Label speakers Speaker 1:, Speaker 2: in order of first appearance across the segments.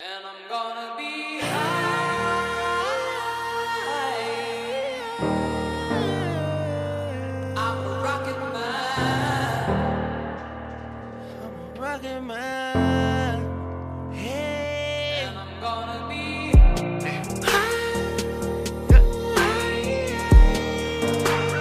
Speaker 1: And I'm gonna be high. I'm a rocket man.
Speaker 2: I'm a rocket man. Hey.
Speaker 1: And I'm gonna be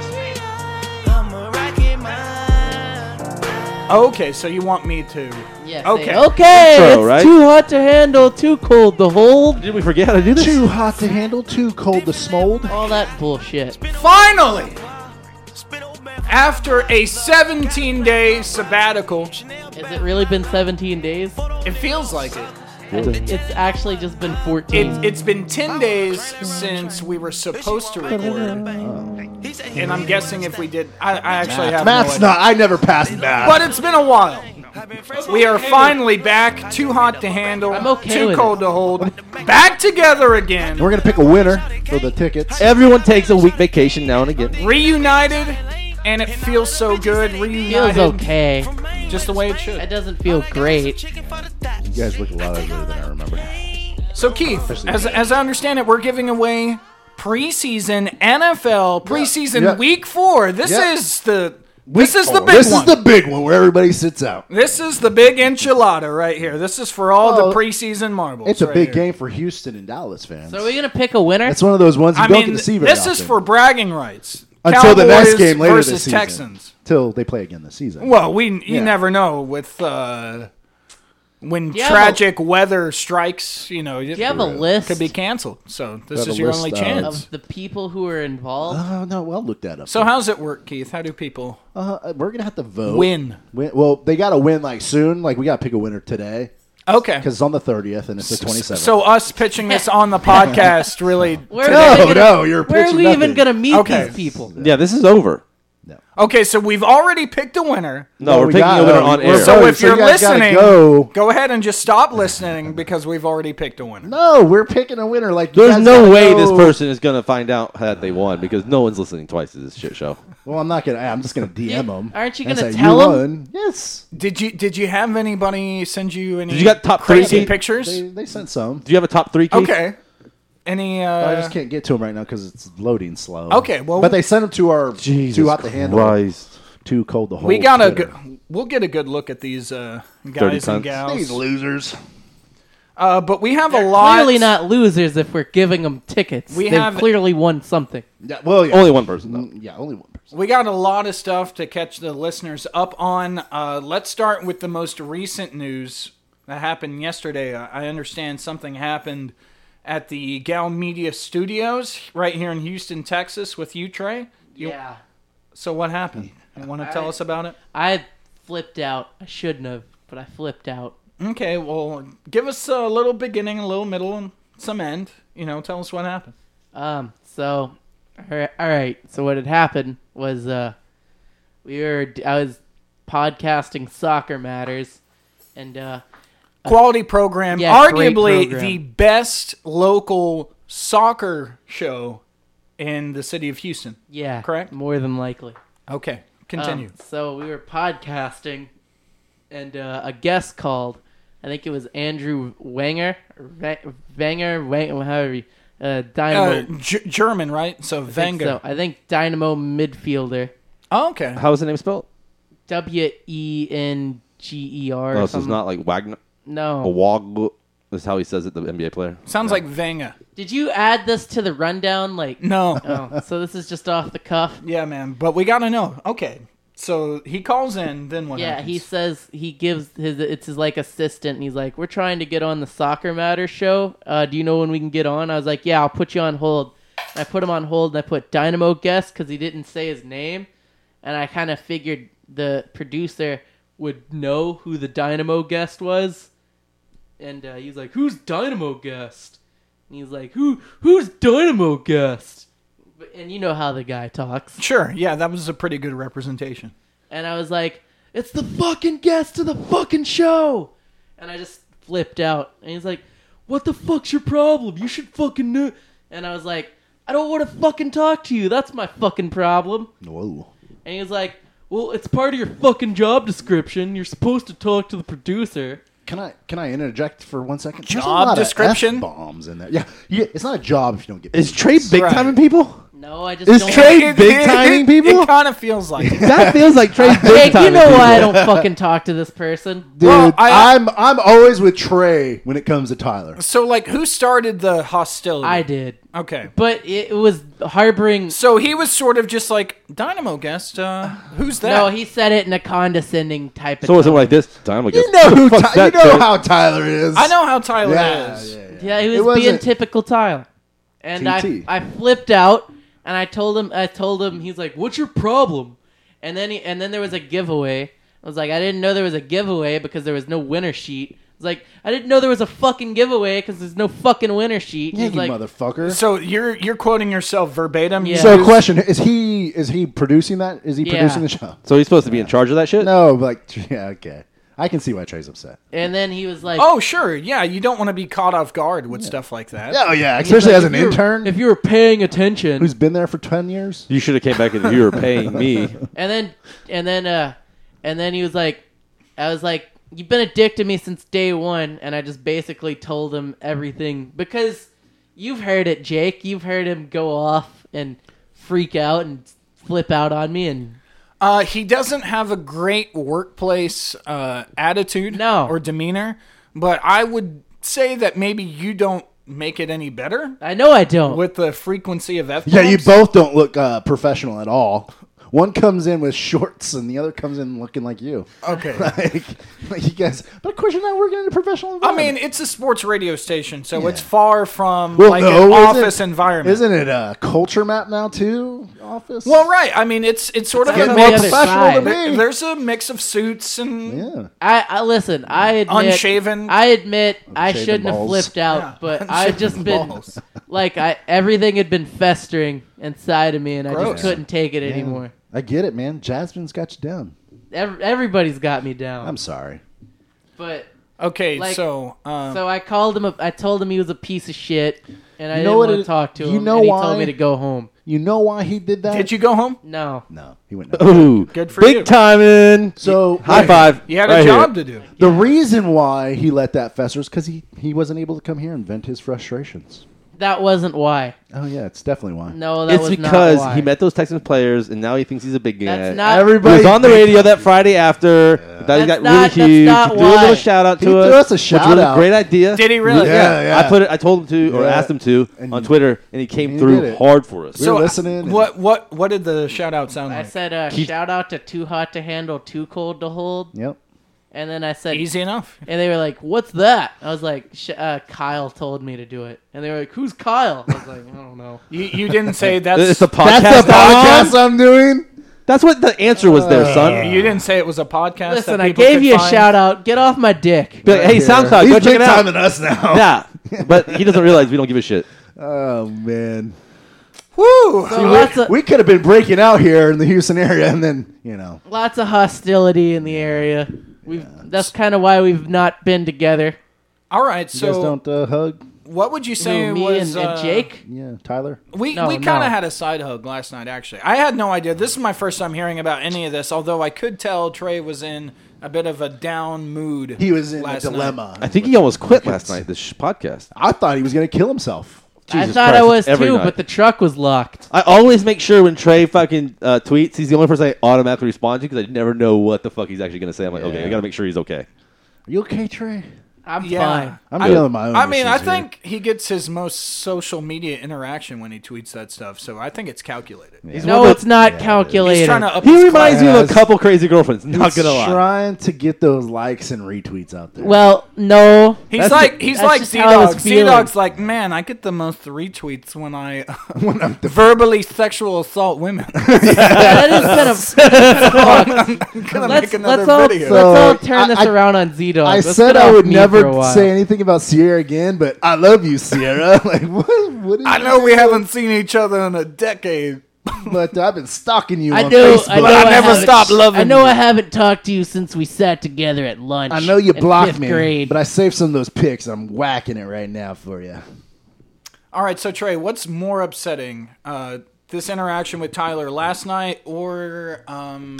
Speaker 2: I'm a rocket man.
Speaker 3: Okay, so you want me to?
Speaker 4: Yes.
Speaker 3: Okay.
Speaker 4: Okay.
Speaker 5: Intro,
Speaker 4: it's
Speaker 5: right?
Speaker 4: too hot to handle, too cold to hold.
Speaker 5: Did we forget how to do this?
Speaker 6: Too hot to handle, too cold to smold.
Speaker 4: All that bullshit.
Speaker 3: Finally, after a 17-day sabbatical,
Speaker 4: Has it really been 17 days?
Speaker 3: it feels like it.
Speaker 4: It's actually just been 14.
Speaker 3: It, it's been 10 days since we were supposed to record. And I'm guessing if we did, I, I actually have
Speaker 6: Math's
Speaker 3: no idea.
Speaker 6: not. I never passed math.
Speaker 3: But it's been a while. We are finally back, too hot to handle,
Speaker 4: I'm okay
Speaker 3: too
Speaker 4: with
Speaker 3: cold to hold, back together again,
Speaker 6: We're gonna pick a winner for the tickets.
Speaker 5: Everyone takes a week vacation now and again.
Speaker 3: reunited, and it feels so good.
Speaker 4: feels
Speaker 3: Reunited,
Speaker 4: okay.
Speaker 3: just the way it should.
Speaker 4: It doesn't feel great.
Speaker 6: You guys look a lot uglier than I remember.
Speaker 3: So Keith, as, as I understand it, we're giving away preseason NFL preseason
Speaker 6: Yeah.
Speaker 3: week four. This
Speaker 6: Yeah.
Speaker 3: is the this is the big
Speaker 6: This
Speaker 3: one.
Speaker 6: is the big one where everybody sits out.
Speaker 3: This is the big enchilada right here. This is for all
Speaker 6: Well,
Speaker 3: the preseason marbles.
Speaker 6: It's a
Speaker 3: right
Speaker 6: big
Speaker 3: here.
Speaker 6: game for Houston and Dallas fans.
Speaker 4: So are we gonna pick a winner?
Speaker 6: It's one of those ones you
Speaker 3: I
Speaker 6: don't
Speaker 3: mean,
Speaker 6: get to see very
Speaker 3: this is
Speaker 6: often.
Speaker 3: for bragging rights.
Speaker 6: until the next
Speaker 3: Cowboys
Speaker 6: game later
Speaker 3: versus
Speaker 6: this season.
Speaker 3: Texans.
Speaker 6: Till they play again this season.
Speaker 3: Well, we you
Speaker 6: Yeah.
Speaker 3: never know with uh, when
Speaker 4: Yeah,
Speaker 3: tragic weather strikes. You know,
Speaker 4: Do you have a list
Speaker 3: could be canceled. So this
Speaker 6: have
Speaker 3: is
Speaker 6: a
Speaker 3: your
Speaker 6: list
Speaker 3: only
Speaker 6: of-
Speaker 3: chance.
Speaker 4: of the people who are involved?
Speaker 3: Uh,
Speaker 6: Oh no! Well, look that up.
Speaker 3: So how's it work, Keith? How do people
Speaker 6: uh, we're gonna have to
Speaker 5: Oh.
Speaker 6: vote.
Speaker 3: win?
Speaker 6: Win- Well, they got to win like soon. Like we got to pick a winner today
Speaker 3: Okay.
Speaker 6: because it's on the thirtieth and it's the twenty seventh.
Speaker 3: So us pitching this on the podcast really
Speaker 4: Where
Speaker 6: No,
Speaker 4: are we gonna-
Speaker 6: no, you're
Speaker 4: Where are
Speaker 6: pitching
Speaker 4: we even
Speaker 6: nothing.
Speaker 4: gonna meet
Speaker 3: Okay.
Speaker 4: these people?
Speaker 5: Yeah, this is over.
Speaker 3: Okay, so we've already picked a winner.
Speaker 5: No, we're
Speaker 6: we
Speaker 5: picking
Speaker 6: got-
Speaker 5: a winner
Speaker 6: oh,
Speaker 5: on
Speaker 6: we're
Speaker 5: air.
Speaker 6: voting.
Speaker 3: So if
Speaker 6: so you
Speaker 3: you're
Speaker 6: guys gotta
Speaker 3: listening,
Speaker 6: go.
Speaker 3: ahead and just stop listening because we've already picked a winner.
Speaker 6: no, we're picking a winner. Like you
Speaker 5: There's
Speaker 6: guys
Speaker 5: no
Speaker 6: gotta
Speaker 5: way
Speaker 6: go-
Speaker 5: this person is gonna find out that they won because no one's listening twice to this shit show.
Speaker 6: Well, I'm not gonna. I'm just gonna DM them.
Speaker 4: Aren't you gonna tell 'em?
Speaker 6: Yes.
Speaker 3: Did you did you have anybody send you any?
Speaker 5: Did you got top three,
Speaker 3: crazy
Speaker 5: Keith?
Speaker 3: pictures?
Speaker 6: They, they sent some.
Speaker 5: Do you have a top three? Keith?
Speaker 3: okay. Any? Uh,
Speaker 6: I just can't get to them right now because it's loading slow.
Speaker 3: Okay, well-
Speaker 6: but they sent them to our too hot to handle,
Speaker 5: Christ.
Speaker 6: too cold to hold.
Speaker 3: we got a.
Speaker 6: Twitter.
Speaker 3: Good, we'll get a good look at these uh,
Speaker 5: Dirty
Speaker 3: guys
Speaker 5: cunts.
Speaker 3: and gals.
Speaker 6: These losers.
Speaker 3: Uh, but we have a lot.
Speaker 4: Clearly not losers if we're giving them tickets.
Speaker 3: We
Speaker 4: They've
Speaker 3: have-
Speaker 4: clearly won something.
Speaker 6: Yeah, well, yeah. Mm,
Speaker 5: Only one person though.
Speaker 6: Yeah, only one person.
Speaker 3: We got a lot of stuff to catch the listeners up on. Uh, let's start with the most recent news that happened yesterday. Uh, I I understand something happened at the Gal Media Studios right here in Houston, Texas, with you, Trey. You-
Speaker 4: Yeah.
Speaker 3: So what happened? You want to tell us about it?
Speaker 4: I flipped out. I shouldn't have, but I flipped out.
Speaker 3: Okay. Well, give us a little beginning, a little middle, and some end. You know, tell us what happened.
Speaker 4: Um, so, all right, all right. So what had happened was, uh, we were I was podcasting soccer matters, and uh,
Speaker 3: Quality program,
Speaker 4: Yeah, great
Speaker 3: arguably
Speaker 4: program.
Speaker 3: the best local soccer show in the city of Houston.
Speaker 4: yeah,
Speaker 3: Correct.
Speaker 4: more than likely.
Speaker 3: Okay,
Speaker 4: Um,
Speaker 3: continue.
Speaker 4: so we were podcasting, and uh, a guest called. I think it was Andrew Wanger, Wanger, Wang, however, you- uh,
Speaker 3: uh,
Speaker 4: Dynamo.
Speaker 3: G- German, right? So
Speaker 4: I think
Speaker 3: Wenger.
Speaker 4: so. I think Dynamo midfielder.
Speaker 3: Oh, okay.
Speaker 5: How is the name spelled?
Speaker 4: W e n g e r.
Speaker 5: Oh,
Speaker 4: or
Speaker 5: so it's
Speaker 4: something.
Speaker 5: not like Wagner.
Speaker 4: No.
Speaker 5: A Wag is how he says it. The NBA player.
Speaker 3: Sounds like Wenger.
Speaker 4: Did you add this to the rundown? Like,
Speaker 3: No.
Speaker 4: oh, so this is just off the cuff.
Speaker 3: yeah, man. But we gotta know. Okay. So he calls in. Then what?
Speaker 4: Yeah,
Speaker 3: happens?
Speaker 4: he says he gives his it's his like assistant, and he's like, "We're trying to get on the Soccer Matter show. Uh, do you know when we can get on?" I was like, "Yeah, I'll put you on hold." And I put him on hold, and I put Dynamo guest because he didn't say his name, and I kind of figured the producer would know who the Dynamo guest was, and uh, he's like, "Who's Dynamo guest?" And he's like, "Who who's Dynamo guest?" But- And you know how the guy talks.
Speaker 3: Sure. Yeah, that was a pretty good representation.
Speaker 4: and I was like, "It's the fucking guest to the fucking show," and I just flipped out. And he's like, "What the fuck's your problem? You should fucking know." And I was like, "I don't want to fucking talk to you. That's my fucking problem."
Speaker 6: Whoa.
Speaker 4: And he's like, "Well, it's part of your fucking job description. You're supposed to talk to the producer."
Speaker 6: Can I can I interject for one second? There's a
Speaker 3: Job
Speaker 6: lot of
Speaker 3: description?
Speaker 6: F-bombs in there. Yeah, yeah. It's not a job if you don't get.
Speaker 5: Is Trey big
Speaker 3: right.
Speaker 5: timing people?
Speaker 4: No, I just
Speaker 5: Is
Speaker 4: don't.
Speaker 5: Trey- big timing
Speaker 3: it,
Speaker 5: people?
Speaker 3: It kind of feels like it.
Speaker 5: That feels like Trey's big
Speaker 4: Jake,
Speaker 5: timing
Speaker 4: you know
Speaker 5: people.
Speaker 4: why I don't fucking talk to this person?
Speaker 6: Dude,
Speaker 3: Well, I-
Speaker 6: I, am I'm always with Trey when it comes to Tyler.
Speaker 3: So, like, who started the hostility?
Speaker 4: I did,
Speaker 3: Okay.
Speaker 4: but it was harboring.
Speaker 3: So he was sort of just like Dynamo guest. Uh, who's that?
Speaker 4: No, he said it in a condescending type of.
Speaker 5: So it's
Speaker 4: tone.
Speaker 5: like this. Dynamo goes,
Speaker 6: You know who
Speaker 5: "Fuck
Speaker 6: Ty- you
Speaker 5: that,
Speaker 6: know
Speaker 5: Trey."
Speaker 6: how Tyler is.
Speaker 3: I know how Tyler
Speaker 6: Yeah,
Speaker 3: is.
Speaker 6: yeah, yeah.
Speaker 4: Yeah, he
Speaker 6: It
Speaker 4: was being
Speaker 6: wasn't-
Speaker 4: typical Tyler, and I
Speaker 6: TT.
Speaker 4: I flipped out and I told him I told him he's like, "What's your problem?" And then he, and then there was a giveaway. I was like, I didn't know there was a giveaway because there was no winner sheet. I was like, I didn't know there was a fucking giveaway because there's no fucking winner sheet.
Speaker 6: Yeah,
Speaker 4: he's
Speaker 6: you
Speaker 4: like,
Speaker 6: motherfucker.
Speaker 3: So
Speaker 6: So,
Speaker 3: you're you're quoting yourself verbatim.
Speaker 4: Yeah.
Speaker 3: So
Speaker 6: question is he is he producing that? Is he
Speaker 4: Yeah.
Speaker 6: producing the show?
Speaker 5: So he's supposed to be in charge of that shit?
Speaker 6: No, but like yeah, okay. I can see why Trey's upset.
Speaker 4: and then he was like,
Speaker 3: oh sure, yeah. You don't want to be caught off guard with stuff like that.
Speaker 6: Oh yeah,
Speaker 4: he's
Speaker 6: especially
Speaker 4: like,
Speaker 6: as
Speaker 4: "If
Speaker 6: an
Speaker 4: you were-
Speaker 6: intern
Speaker 4: If you were paying attention,
Speaker 6: who's been there for ten years.
Speaker 5: You should have came back and you were paying me.
Speaker 4: And then and then uh and then he was like I was like you've been a dick to me since day 1 and I just basically told him everything because you've heard it Jake you've heard him go off and freak out and flip out on me and
Speaker 3: Uh, he doesn't have a great workplace uh, attitude
Speaker 4: No.
Speaker 3: or demeanor, but I would say that maybe you don't make it any better
Speaker 4: I know I don't
Speaker 3: with the frequency of F.
Speaker 6: Yeah, you both don't look uh, professional at all. One comes in with shorts and the other comes in looking like you.
Speaker 3: Okay.
Speaker 6: Like, like you guys, but of course you're not working in a professional
Speaker 3: I
Speaker 6: environment.
Speaker 3: mean, it's a sports radio station, so
Speaker 6: Yeah.
Speaker 3: it's far from
Speaker 6: Well,
Speaker 3: like
Speaker 6: no,
Speaker 3: an
Speaker 6: isn't-
Speaker 3: office environment.
Speaker 6: Isn't it a culture map now too? Office.
Speaker 3: Well, right. I mean, it's it's sort of
Speaker 6: Getting
Speaker 3: a
Speaker 4: on
Speaker 6: more
Speaker 4: the
Speaker 3: mix.
Speaker 4: other
Speaker 6: professional
Speaker 4: side.
Speaker 6: to
Speaker 3: There-
Speaker 6: me.
Speaker 3: there's a mix of suits and
Speaker 6: yeah.
Speaker 4: I, I listen. I admit,
Speaker 3: Unshaven.
Speaker 4: I admit, I
Speaker 6: Unshaven
Speaker 4: shouldn't have
Speaker 6: balls.
Speaker 4: flipped out, but I've just been
Speaker 3: balls.
Speaker 4: like, I everything had been festering inside of me, and I
Speaker 3: Gross.
Speaker 4: just couldn't take it anymore.
Speaker 6: I get it, man. Jasmine's got you down.
Speaker 4: Ev- everybody's got me down.
Speaker 6: I'm sorry.
Speaker 4: but
Speaker 3: okay.
Speaker 4: Like-
Speaker 3: so, um,
Speaker 4: So I called him. A, I told him he was a piece of shit, and I
Speaker 6: You know
Speaker 4: didn't
Speaker 6: what
Speaker 4: want to
Speaker 6: it-
Speaker 4: talk to
Speaker 6: you
Speaker 4: him.
Speaker 6: know
Speaker 4: and he
Speaker 6: why?
Speaker 4: told me to go home.
Speaker 6: You know why he did Oh. that?
Speaker 3: did you go home?
Speaker 4: No,
Speaker 6: No, he went.
Speaker 5: Ooh,
Speaker 3: Good for
Speaker 5: big
Speaker 3: you.
Speaker 5: timing.
Speaker 6: So
Speaker 5: High
Speaker 6: wait,
Speaker 5: five.
Speaker 3: You had
Speaker 5: right
Speaker 3: a job
Speaker 5: here.
Speaker 3: to do.
Speaker 6: The reason why he let that fester is because he he wasn't able to come here and vent his frustrations.
Speaker 4: that wasn't why.
Speaker 6: Oh yeah, it's definitely why.
Speaker 4: No, that
Speaker 5: It's
Speaker 4: was not
Speaker 5: because
Speaker 4: why.
Speaker 5: he met those Texans players and now he thinks he's a big guy.
Speaker 4: That's not-
Speaker 5: He
Speaker 6: Everybody
Speaker 5: was on the radio that Friday after. That he
Speaker 4: That's
Speaker 5: got
Speaker 4: not- that's
Speaker 5: really huge.
Speaker 4: not
Speaker 5: he threw a
Speaker 4: why.
Speaker 5: little shout out
Speaker 6: He
Speaker 5: to
Speaker 6: threw
Speaker 5: us.
Speaker 6: us a
Speaker 5: which
Speaker 6: shout
Speaker 5: was
Speaker 6: out.
Speaker 5: great idea.
Speaker 3: Did he really?
Speaker 6: Yeah, yeah.
Speaker 5: I put it. I told him to, or
Speaker 6: Yeah.
Speaker 5: asked him to,
Speaker 6: And-
Speaker 5: on Twitter, and he came
Speaker 6: and he did
Speaker 5: through
Speaker 6: it.
Speaker 5: hard for us.
Speaker 6: We were listening.
Speaker 3: What what what did the shout out sound
Speaker 4: I
Speaker 3: like?
Speaker 4: said, uh,
Speaker 5: He-
Speaker 4: "Shout out to Too Hot to Handle, Too Cold to Hold,"
Speaker 6: and- yep.
Speaker 4: and then I said,
Speaker 3: Easy enough.
Speaker 4: And they were like, "What's that?" I was like, Sh- uh, "Kyle told me to do it." And they were like, "Who's Kyle?" I was like, "I don't know."
Speaker 3: You, you didn't say
Speaker 5: It's
Speaker 3: that's.
Speaker 5: a podcast. That's,
Speaker 6: podcast I'm doing.
Speaker 5: that's what the answer was there, son.
Speaker 3: you didn't say it was a podcast.
Speaker 4: Listen,
Speaker 3: that
Speaker 4: I
Speaker 3: people
Speaker 4: gave
Speaker 3: could
Speaker 4: you a
Speaker 3: find?
Speaker 4: shout out. Get off my dick.
Speaker 5: Be like, hey, SoundCloud, go
Speaker 6: He's
Speaker 5: check
Speaker 6: big
Speaker 5: it out.
Speaker 6: timing us now.
Speaker 5: Yeah, but he doesn't realize we don't give a shit.
Speaker 6: Oh man,
Speaker 3: Woo!
Speaker 4: So lots of
Speaker 6: we could have been breaking out here in the Houston area, and then you know.
Speaker 4: lots of hostility in the area. We've that's kind of why we've not been together.
Speaker 3: All right.
Speaker 6: You guys
Speaker 3: So,
Speaker 6: don't uh, hug.
Speaker 3: what would you say
Speaker 4: Who, me
Speaker 3: was
Speaker 4: and, and
Speaker 3: uh,
Speaker 4: Jake.
Speaker 6: Yeah, Tyler.
Speaker 3: We
Speaker 4: No,
Speaker 3: we kind of
Speaker 4: no.
Speaker 3: had a side hug last night. Actually, I had no idea. This is my first time hearing about any of this. Although I could tell Trey was in a bit of a down mood.
Speaker 6: He was in
Speaker 3: last
Speaker 6: a
Speaker 3: night.
Speaker 6: dilemma.
Speaker 5: I think he almost quit last night. This sh- podcast.
Speaker 6: I thought he was going to kill himself.
Speaker 4: I
Speaker 5: Jesus
Speaker 4: thought I
Speaker 5: Christ,
Speaker 4: was
Speaker 5: every
Speaker 4: too,
Speaker 5: night.
Speaker 4: but the truck was locked.
Speaker 5: I always make sure when Trey fucking uh, tweets, he's the only person I automatically respond to because I never know what the fuck he's actually gonna say. I'm like, okay, I gotta make sure he's okay.
Speaker 6: Are you okay, Trey?
Speaker 4: I'm
Speaker 3: Yeah.
Speaker 4: fine.
Speaker 6: I'm
Speaker 5: I-
Speaker 6: dealing with my own.
Speaker 3: I mean, I
Speaker 6: issues here.
Speaker 3: think he gets his most social media interaction when he tweets that stuff. So I think it's calculated.
Speaker 5: He's
Speaker 4: No,
Speaker 5: one of
Speaker 4: it's not calculated.
Speaker 3: He's trying to up.
Speaker 5: He
Speaker 3: his
Speaker 5: reminds
Speaker 3: class.
Speaker 5: me of
Speaker 6: Yes.
Speaker 5: a couple crazy girlfriends. Not
Speaker 6: he's
Speaker 5: gonna lie.
Speaker 6: trying to get those likes and retweets out there.
Speaker 4: well, no.
Speaker 3: He's
Speaker 5: That's
Speaker 3: like he's
Speaker 4: that's
Speaker 3: like
Speaker 4: just
Speaker 3: Z
Speaker 4: how I was
Speaker 3: Dog. Z
Speaker 4: feeling.
Speaker 3: Dog's like, man, I get the most retweets when I verbally sexual assault women.
Speaker 4: that is kind
Speaker 3: I'm gonna
Speaker 4: Let's-
Speaker 3: make another
Speaker 4: let's all-
Speaker 3: video.
Speaker 4: of. Let's all
Speaker 6: So,
Speaker 4: turn this
Speaker 6: I- I-
Speaker 4: around on Z Dog.
Speaker 6: I said I would never say anything about Sierra again, but I love you, Sierra. like what? What is
Speaker 3: I know we haven't seen each other in a decade.
Speaker 6: But I've been stalking you.
Speaker 4: I
Speaker 6: on
Speaker 4: know,
Speaker 6: Facebook.
Speaker 4: I know.
Speaker 3: But I never
Speaker 4: haven't-
Speaker 3: stop loving
Speaker 4: I know
Speaker 3: you.
Speaker 4: I haven't talked to you since we sat together at lunch.
Speaker 6: I know you
Speaker 4: in
Speaker 6: blocked
Speaker 4: fifth
Speaker 6: me,
Speaker 4: Grade.
Speaker 6: but I saved some of those pics. I'm whacking it right now for you.
Speaker 3: All right, so Trey, what's more upsetting, uh, this interaction with Tyler last night, or um,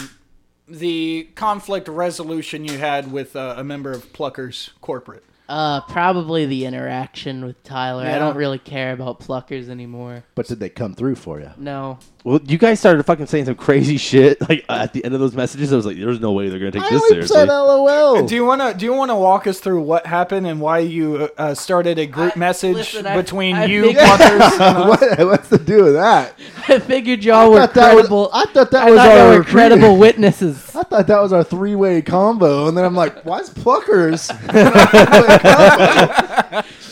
Speaker 3: the conflict resolution you had with uh, a member of Plucker's corporate?
Speaker 4: Uh, probably the interaction with Tyler.
Speaker 3: Yeah.
Speaker 4: I don't really care about pluckers anymore.
Speaker 6: But did they come through for you?
Speaker 4: No,
Speaker 5: Well, you guys started fucking saying some crazy shit. Like uh, at the end of those messages, I was like, "There's no way they're gonna take
Speaker 6: I
Speaker 5: this
Speaker 6: only
Speaker 5: seriously."
Speaker 6: said LOL.
Speaker 3: Do you want to do you want to walk us through what happened and why you uh, started a group
Speaker 4: I-
Speaker 3: message
Speaker 4: listen, I-
Speaker 3: between
Speaker 4: I
Speaker 3: you,
Speaker 4: think-
Speaker 3: Pluckers, and us?
Speaker 6: what, what's to do with that?
Speaker 4: I figured y'all were
Speaker 6: thought that was-
Speaker 4: credible.
Speaker 6: I thought that
Speaker 4: I
Speaker 6: was
Speaker 4: thought y'all
Speaker 6: our
Speaker 4: were credible witnesses.
Speaker 6: I thought that was our three way combo, and then I'm like, why is Pluckers?
Speaker 4: I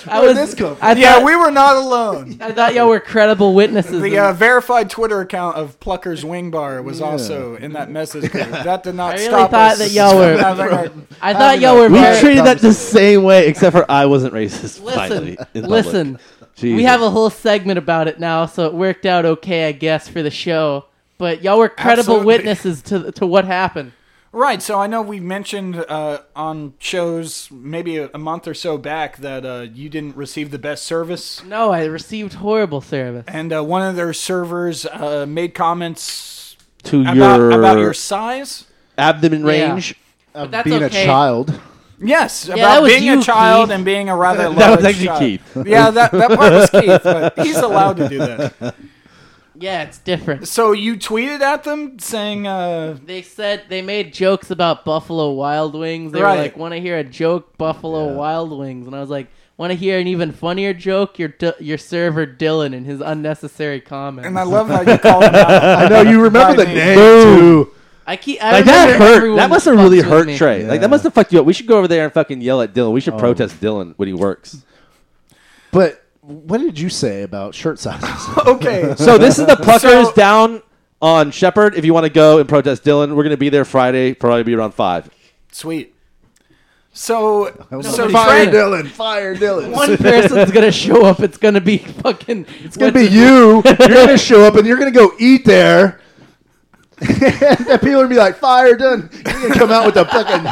Speaker 6: Where
Speaker 4: was.
Speaker 6: did this come from?
Speaker 4: I
Speaker 3: Yeah,
Speaker 4: thought,
Speaker 3: we were not alone.
Speaker 4: I thought y'all were credible witnesses.
Speaker 3: The
Speaker 4: and
Speaker 3: uh, verified Twitter account of Plucker's Wing Bar was also in that message group. That did not
Speaker 4: I really
Speaker 3: stop
Speaker 4: thought
Speaker 3: us
Speaker 4: that y'all were-
Speaker 3: from having our-
Speaker 4: I
Speaker 6: I
Speaker 4: thought
Speaker 6: mean,
Speaker 4: y'all were.
Speaker 5: We
Speaker 6: Right.
Speaker 4: Very,
Speaker 5: treated that the same way, except for I wasn't racist. finally,
Speaker 4: listen,
Speaker 5: in public.
Speaker 4: listen.
Speaker 5: Jesus.
Speaker 4: We have a whole segment about it now, so it worked out okay, I guess, for the show. But y'all were credible
Speaker 3: Absolutely.
Speaker 4: witnesses to to what happened.
Speaker 3: Right. So I know we mentioned uh, on shows maybe a, a month or so back that uh, you didn't receive the best service,
Speaker 4: No, I received horrible service.
Speaker 3: and uh, one of their servers uh, made comments
Speaker 5: to
Speaker 3: about
Speaker 5: your
Speaker 3: about your size.
Speaker 5: abdomen
Speaker 4: Yeah.
Speaker 5: range.
Speaker 6: Of
Speaker 4: that's
Speaker 6: being
Speaker 4: okay.
Speaker 6: a child.
Speaker 3: Yes,
Speaker 4: that
Speaker 3: about
Speaker 4: was
Speaker 3: being
Speaker 4: you,
Speaker 3: a child
Speaker 4: Keith.
Speaker 3: and being a rather large
Speaker 5: That was actually
Speaker 3: child.
Speaker 5: Keith.
Speaker 3: Yeah, that, that part was Keith, but he's allowed to do that.
Speaker 4: Yeah, it's different.
Speaker 3: So you tweeted at them saying, uh,
Speaker 4: They said they made jokes about Buffalo Wild Wings. They
Speaker 3: Right.
Speaker 4: were like, "Want to hear a joke, Buffalo Wild Wings?" And I was like, "Want to hear an even funnier joke? Your D- your server Dylan and his unnecessary comments."
Speaker 3: and I love how you called him out.
Speaker 6: I know you remember
Speaker 3: By
Speaker 6: the
Speaker 3: me.
Speaker 6: name too.
Speaker 4: I keep I
Speaker 5: Like that
Speaker 4: remember
Speaker 5: hurt.
Speaker 4: everyone
Speaker 5: That must have really
Speaker 4: fucks with
Speaker 5: hurt
Speaker 4: me.
Speaker 5: Trey. Like
Speaker 6: Yeah.
Speaker 5: that must have fucked you up. We should go over there and fucking yell at Dylan. We should protest Dylan when he works.
Speaker 6: But what did you say about shirt sizes?
Speaker 3: Okay,
Speaker 5: So this is the Pluckers
Speaker 3: So-
Speaker 5: down on Shepherd. If you want to go and protest Dylan, we're gonna be there Friday. Probably be around five.
Speaker 3: sweet. So, so
Speaker 4: Nobody
Speaker 6: fire
Speaker 3: Trey,
Speaker 4: said it.
Speaker 6: Dylan, fire Dylan.
Speaker 4: One person's gonna show up. It's gonna be fucking. It's
Speaker 6: It's gonna be you. You're gonna show up and you're gonna go eat there. and people are gonna be like, fire done. You're gonna come out with the fucking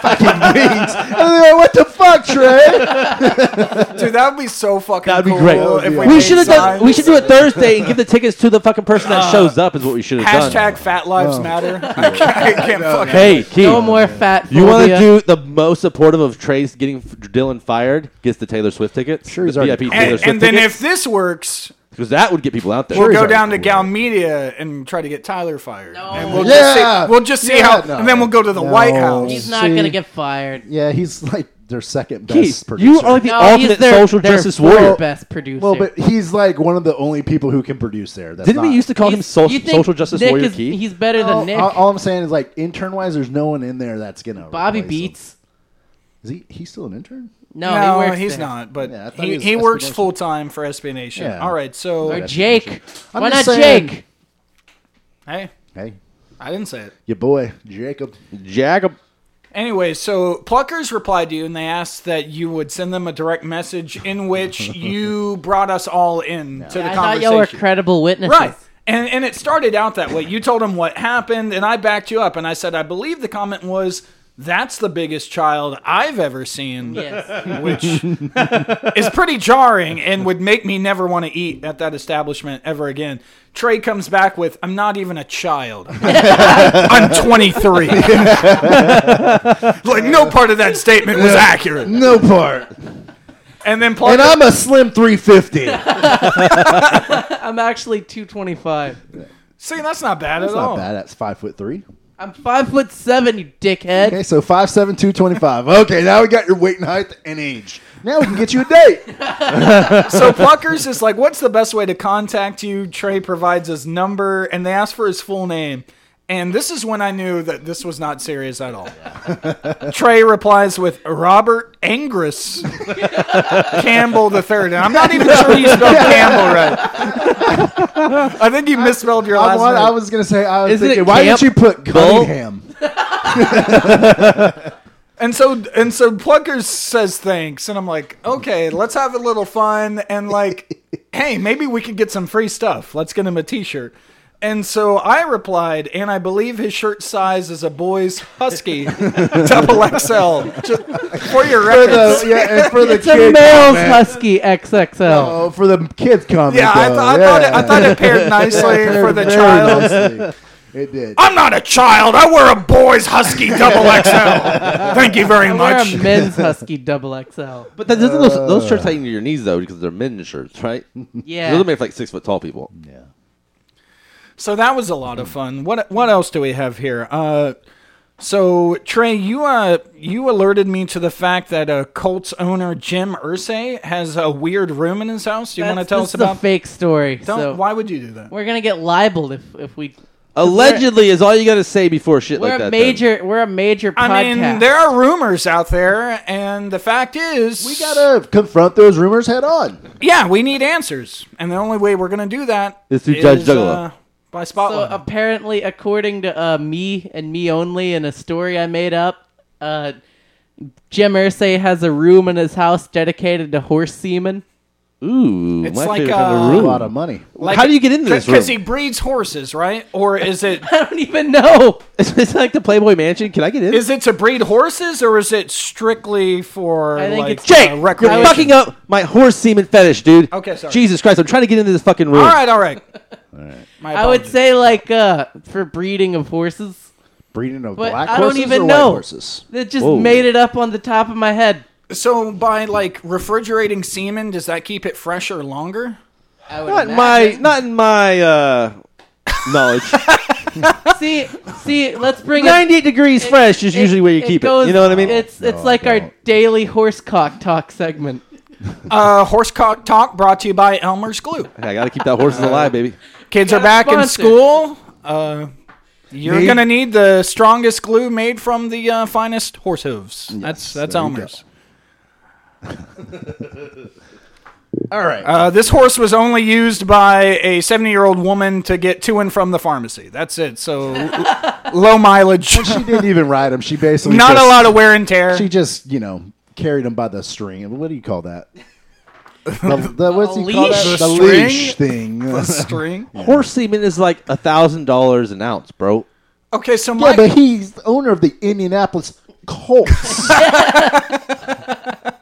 Speaker 6: fucking wings. And they're like, what the fuck, Trey?
Speaker 3: dude, that would be so fucking
Speaker 5: That'd be
Speaker 3: cool
Speaker 5: great.
Speaker 3: if we,
Speaker 5: We
Speaker 3: made
Speaker 5: should have done.
Speaker 3: signs.
Speaker 5: We should do it Thursday and give the tickets to the fucking person that shows up. Is what we should have
Speaker 3: Hashtag
Speaker 5: done.
Speaker 3: Fat Lives
Speaker 6: Oh.
Speaker 3: Matter. I can't, I can't fucking.
Speaker 5: Hey, Keith.
Speaker 4: No more fat.
Speaker 5: you want to
Speaker 4: phobia.
Speaker 5: do the most supportive of Trey's getting f- Dylan fired gets the Taylor Swift tickets.
Speaker 6: Sure, he's
Speaker 5: the
Speaker 6: already-
Speaker 5: VIP Taylor
Speaker 3: And,
Speaker 5: Swift
Speaker 3: and then if this works,
Speaker 5: because that would get people out there.
Speaker 3: we'll
Speaker 6: Sure,
Speaker 3: go
Speaker 6: he's
Speaker 3: down to
Speaker 6: already
Speaker 3: Gal Media and try to get Tyler fired. And we'll
Speaker 6: Yeah.
Speaker 3: just see, we'll just see
Speaker 6: Yeah,
Speaker 3: how,
Speaker 6: no.
Speaker 3: and then we'll go to the
Speaker 6: No.
Speaker 3: White House.
Speaker 4: He's not
Speaker 6: See?
Speaker 4: gonna get fired.
Speaker 6: Yeah, he's like their second best
Speaker 5: Keith,
Speaker 6: producer.
Speaker 5: you are like the
Speaker 4: No, he's
Speaker 5: ultimate
Speaker 4: their,
Speaker 5: social
Speaker 4: their
Speaker 5: justice
Speaker 4: fourth
Speaker 5: warrior.
Speaker 4: Best producer.
Speaker 6: well, but he's like one of the only people who can produce there. That's
Speaker 5: Didn't we
Speaker 6: not-
Speaker 5: used to call him
Speaker 4: He's-
Speaker 5: social,
Speaker 4: you think
Speaker 5: social justice
Speaker 4: Nick
Speaker 5: warrior
Speaker 4: is-
Speaker 5: Keith?
Speaker 4: He's better
Speaker 6: all,
Speaker 4: than Nick.
Speaker 6: all- all I'm saying is like intern wise, there's no one in there that's gonna.
Speaker 4: Bobby
Speaker 6: replace him.
Speaker 4: Beats.
Speaker 6: Is he? He's still an intern?
Speaker 4: No, he works
Speaker 3: he's
Speaker 4: there.
Speaker 3: not. But
Speaker 6: Yeah, I thought
Speaker 3: he,
Speaker 6: he
Speaker 3: he,
Speaker 6: was
Speaker 3: works
Speaker 6: SB Nation.
Speaker 3: full time for SB Nation.
Speaker 6: Yeah.
Speaker 3: All right, so
Speaker 4: Or Jake.
Speaker 6: I'm
Speaker 4: Why not
Speaker 6: just saying-
Speaker 4: Jake?
Speaker 3: hey,
Speaker 6: Hey,
Speaker 3: I didn't say it.
Speaker 6: your boy Jacob.
Speaker 5: Jacob.
Speaker 3: Anyway, so Pluckers replied to you and they asked that you would send them a direct message in which you brought us all in to the
Speaker 4: I thought
Speaker 3: conversation.
Speaker 4: y'all were credible witnesses.
Speaker 3: Right. And and it started out that way. You told him what happened, and I backed you up, and I said I believe the comment was that's the biggest child I've ever seen,
Speaker 4: Yes.
Speaker 3: which is pretty jarring and would make me never want to eat at that establishment ever again. Trey comes back with, "I'm not even a child. I'm 23." like no part of that statement was accurate.
Speaker 6: No part.
Speaker 3: And then
Speaker 6: And
Speaker 3: Plucker,
Speaker 6: I'm a slim 350.
Speaker 4: I'm actually 225.
Speaker 3: see, that's not bad
Speaker 6: That's
Speaker 3: at all.
Speaker 6: not bad. That's five foot three.
Speaker 4: I'm five foot seven, you dickhead.
Speaker 6: Okay, so five seven two twenty five. Okay, now we got your weight and height and age. Now we can get you a date.
Speaker 3: so Pluckers is like, what's the best way to contact you? Trey provides his number, and they ask for his full name. And this is when I knew that this was not serious at all. Trey replies with Robert Angris Campbell the third, and I'm not even sure you spelled Campbell right. I think you misspelled your
Speaker 6: I,
Speaker 3: last
Speaker 6: want,
Speaker 3: name.
Speaker 6: I was gonna say I was
Speaker 5: Isn't it
Speaker 6: thinking, why
Speaker 5: Camp
Speaker 6: didn't you put
Speaker 5: Bull?
Speaker 6: Cunningham?
Speaker 3: And so and so Pluckers says thanks, and I'm like, okay, let's have a little fun, and like, hey, maybe we could get some free stuff. Let's get him a T-shirt. And so I replied, and I believe his shirt size is a boy's husky, double XL, just for your
Speaker 6: For
Speaker 3: records.
Speaker 6: the, yeah, and for the
Speaker 4: it's a
Speaker 6: kid
Speaker 4: male's
Speaker 6: comment.
Speaker 4: husky XXL.
Speaker 6: Oh, for the kids comment.
Speaker 3: yeah, I, th-
Speaker 6: though.
Speaker 3: I, Thought it, I thought it paired nicely
Speaker 6: Yeah,
Speaker 3: for the
Speaker 6: very
Speaker 3: child.
Speaker 6: nicely. It did.
Speaker 3: I'm not a child. I wear a boy's husky double XL. Thank you very
Speaker 4: Wear
Speaker 3: much.
Speaker 4: a men's husky double XL.
Speaker 5: But that doesn't those, those shirts
Speaker 6: Uh.
Speaker 5: tighten to your knees though because they're men's shirts, right?
Speaker 4: Yeah.
Speaker 5: Those are made for like six foot tall people.
Speaker 6: yeah.
Speaker 3: So that was a lot of fun. What what else do we have here? Uh, so Trey, you uh you alerted me to the fact that uh, Colts owner Jim Ursay has a weird room in his house. Do you want to
Speaker 4: That's-
Speaker 3: tell
Speaker 4: this
Speaker 3: us
Speaker 4: is a
Speaker 3: about?
Speaker 4: fake story?
Speaker 3: Don't,
Speaker 4: so
Speaker 3: why would you do that?
Speaker 4: we're gonna get libeled if if we.
Speaker 5: Allegedly is all you got to say before shit
Speaker 4: We're
Speaker 5: like that.
Speaker 4: a
Speaker 5: then.
Speaker 4: major. We're a major podcast.
Speaker 3: I mean, there are rumors out there, and the fact is,
Speaker 6: We gotta confront those rumors head on.
Speaker 3: Yeah, we need answers, and the only way we're gonna do that
Speaker 5: Is through Judge Juggalo.
Speaker 3: uh, by
Speaker 4: So
Speaker 3: spotlight.
Speaker 4: apparently, according to uh, me and me only, in a story I made up, uh, Jim Irsay has a room in his house dedicated to horse semen.
Speaker 5: Ooh,
Speaker 3: It's
Speaker 5: my
Speaker 3: like,
Speaker 5: favorite kind
Speaker 3: uh,
Speaker 5: of
Speaker 6: A
Speaker 5: room.
Speaker 6: lot of money.
Speaker 5: How do you get into this room?
Speaker 3: Because he breeds horses, right? Or is it
Speaker 4: I don't even know.
Speaker 5: It's, it's like the Playboy Mansion. Can I get in?
Speaker 3: is it to breed horses, or is it strictly for
Speaker 4: I think
Speaker 3: like,
Speaker 4: it's-
Speaker 5: Jake,
Speaker 3: uh,
Speaker 5: you're
Speaker 3: recreation?
Speaker 5: fucking up my horse semen fetish, dude.
Speaker 3: Okay, sorry.
Speaker 5: Jesus Christ, I'm trying to get into this fucking room.
Speaker 3: All right, all right. My
Speaker 4: I would
Speaker 3: apologies.
Speaker 4: say like uh, for breeding of horses.
Speaker 6: Breeding of
Speaker 4: But
Speaker 6: black
Speaker 4: I don't
Speaker 6: horses
Speaker 4: even
Speaker 6: or
Speaker 4: know.
Speaker 6: white horses.
Speaker 4: That just
Speaker 5: Whoa.
Speaker 4: made it up on the top of my head.
Speaker 3: so. By like refrigerating semen, does that keep it fresher longer?
Speaker 4: I would
Speaker 5: Not in my, not in my uh, knowledge.
Speaker 4: see, see. Let's bring it.
Speaker 5: 98 degrees fresh is usually where you keep it.
Speaker 4: goes-
Speaker 5: You know what I mean?
Speaker 4: It's it's
Speaker 6: No,
Speaker 4: like
Speaker 6: I
Speaker 4: our
Speaker 6: don't.
Speaker 4: daily horse cock talk segment.
Speaker 3: Uh, horse cock talk brought to you by Elmer's Glue.
Speaker 5: I gotta keep that horses alive, baby.
Speaker 3: Kids are
Speaker 4: Got a
Speaker 3: back in
Speaker 4: sponsor.
Speaker 3: school. Uh, you're
Speaker 6: Need-
Speaker 3: gonna need the strongest glue made from the uh, finest horse hooves. that's that's
Speaker 6: there you go.
Speaker 3: Elmer's.
Speaker 6: All right.
Speaker 3: Uh, this horse was only used by a 70 year old woman to get to and from the pharmacy. That's it. So l- low mileage.
Speaker 6: she didn't even ride him. She basically
Speaker 3: Not
Speaker 6: just,
Speaker 3: a lot of wear and tear.
Speaker 6: She just you know carried him by the string. What do you call that? The, the- what's he call
Speaker 4: leash?
Speaker 6: that?
Speaker 3: The
Speaker 6: The
Speaker 3: string?
Speaker 6: leash thing.
Speaker 3: string.
Speaker 5: Horse semen is like a thousand dollars an ounce, bro.
Speaker 3: Okay, so
Speaker 6: yeah,
Speaker 3: Mike,
Speaker 6: but he's the owner of the Indianapolis Colts.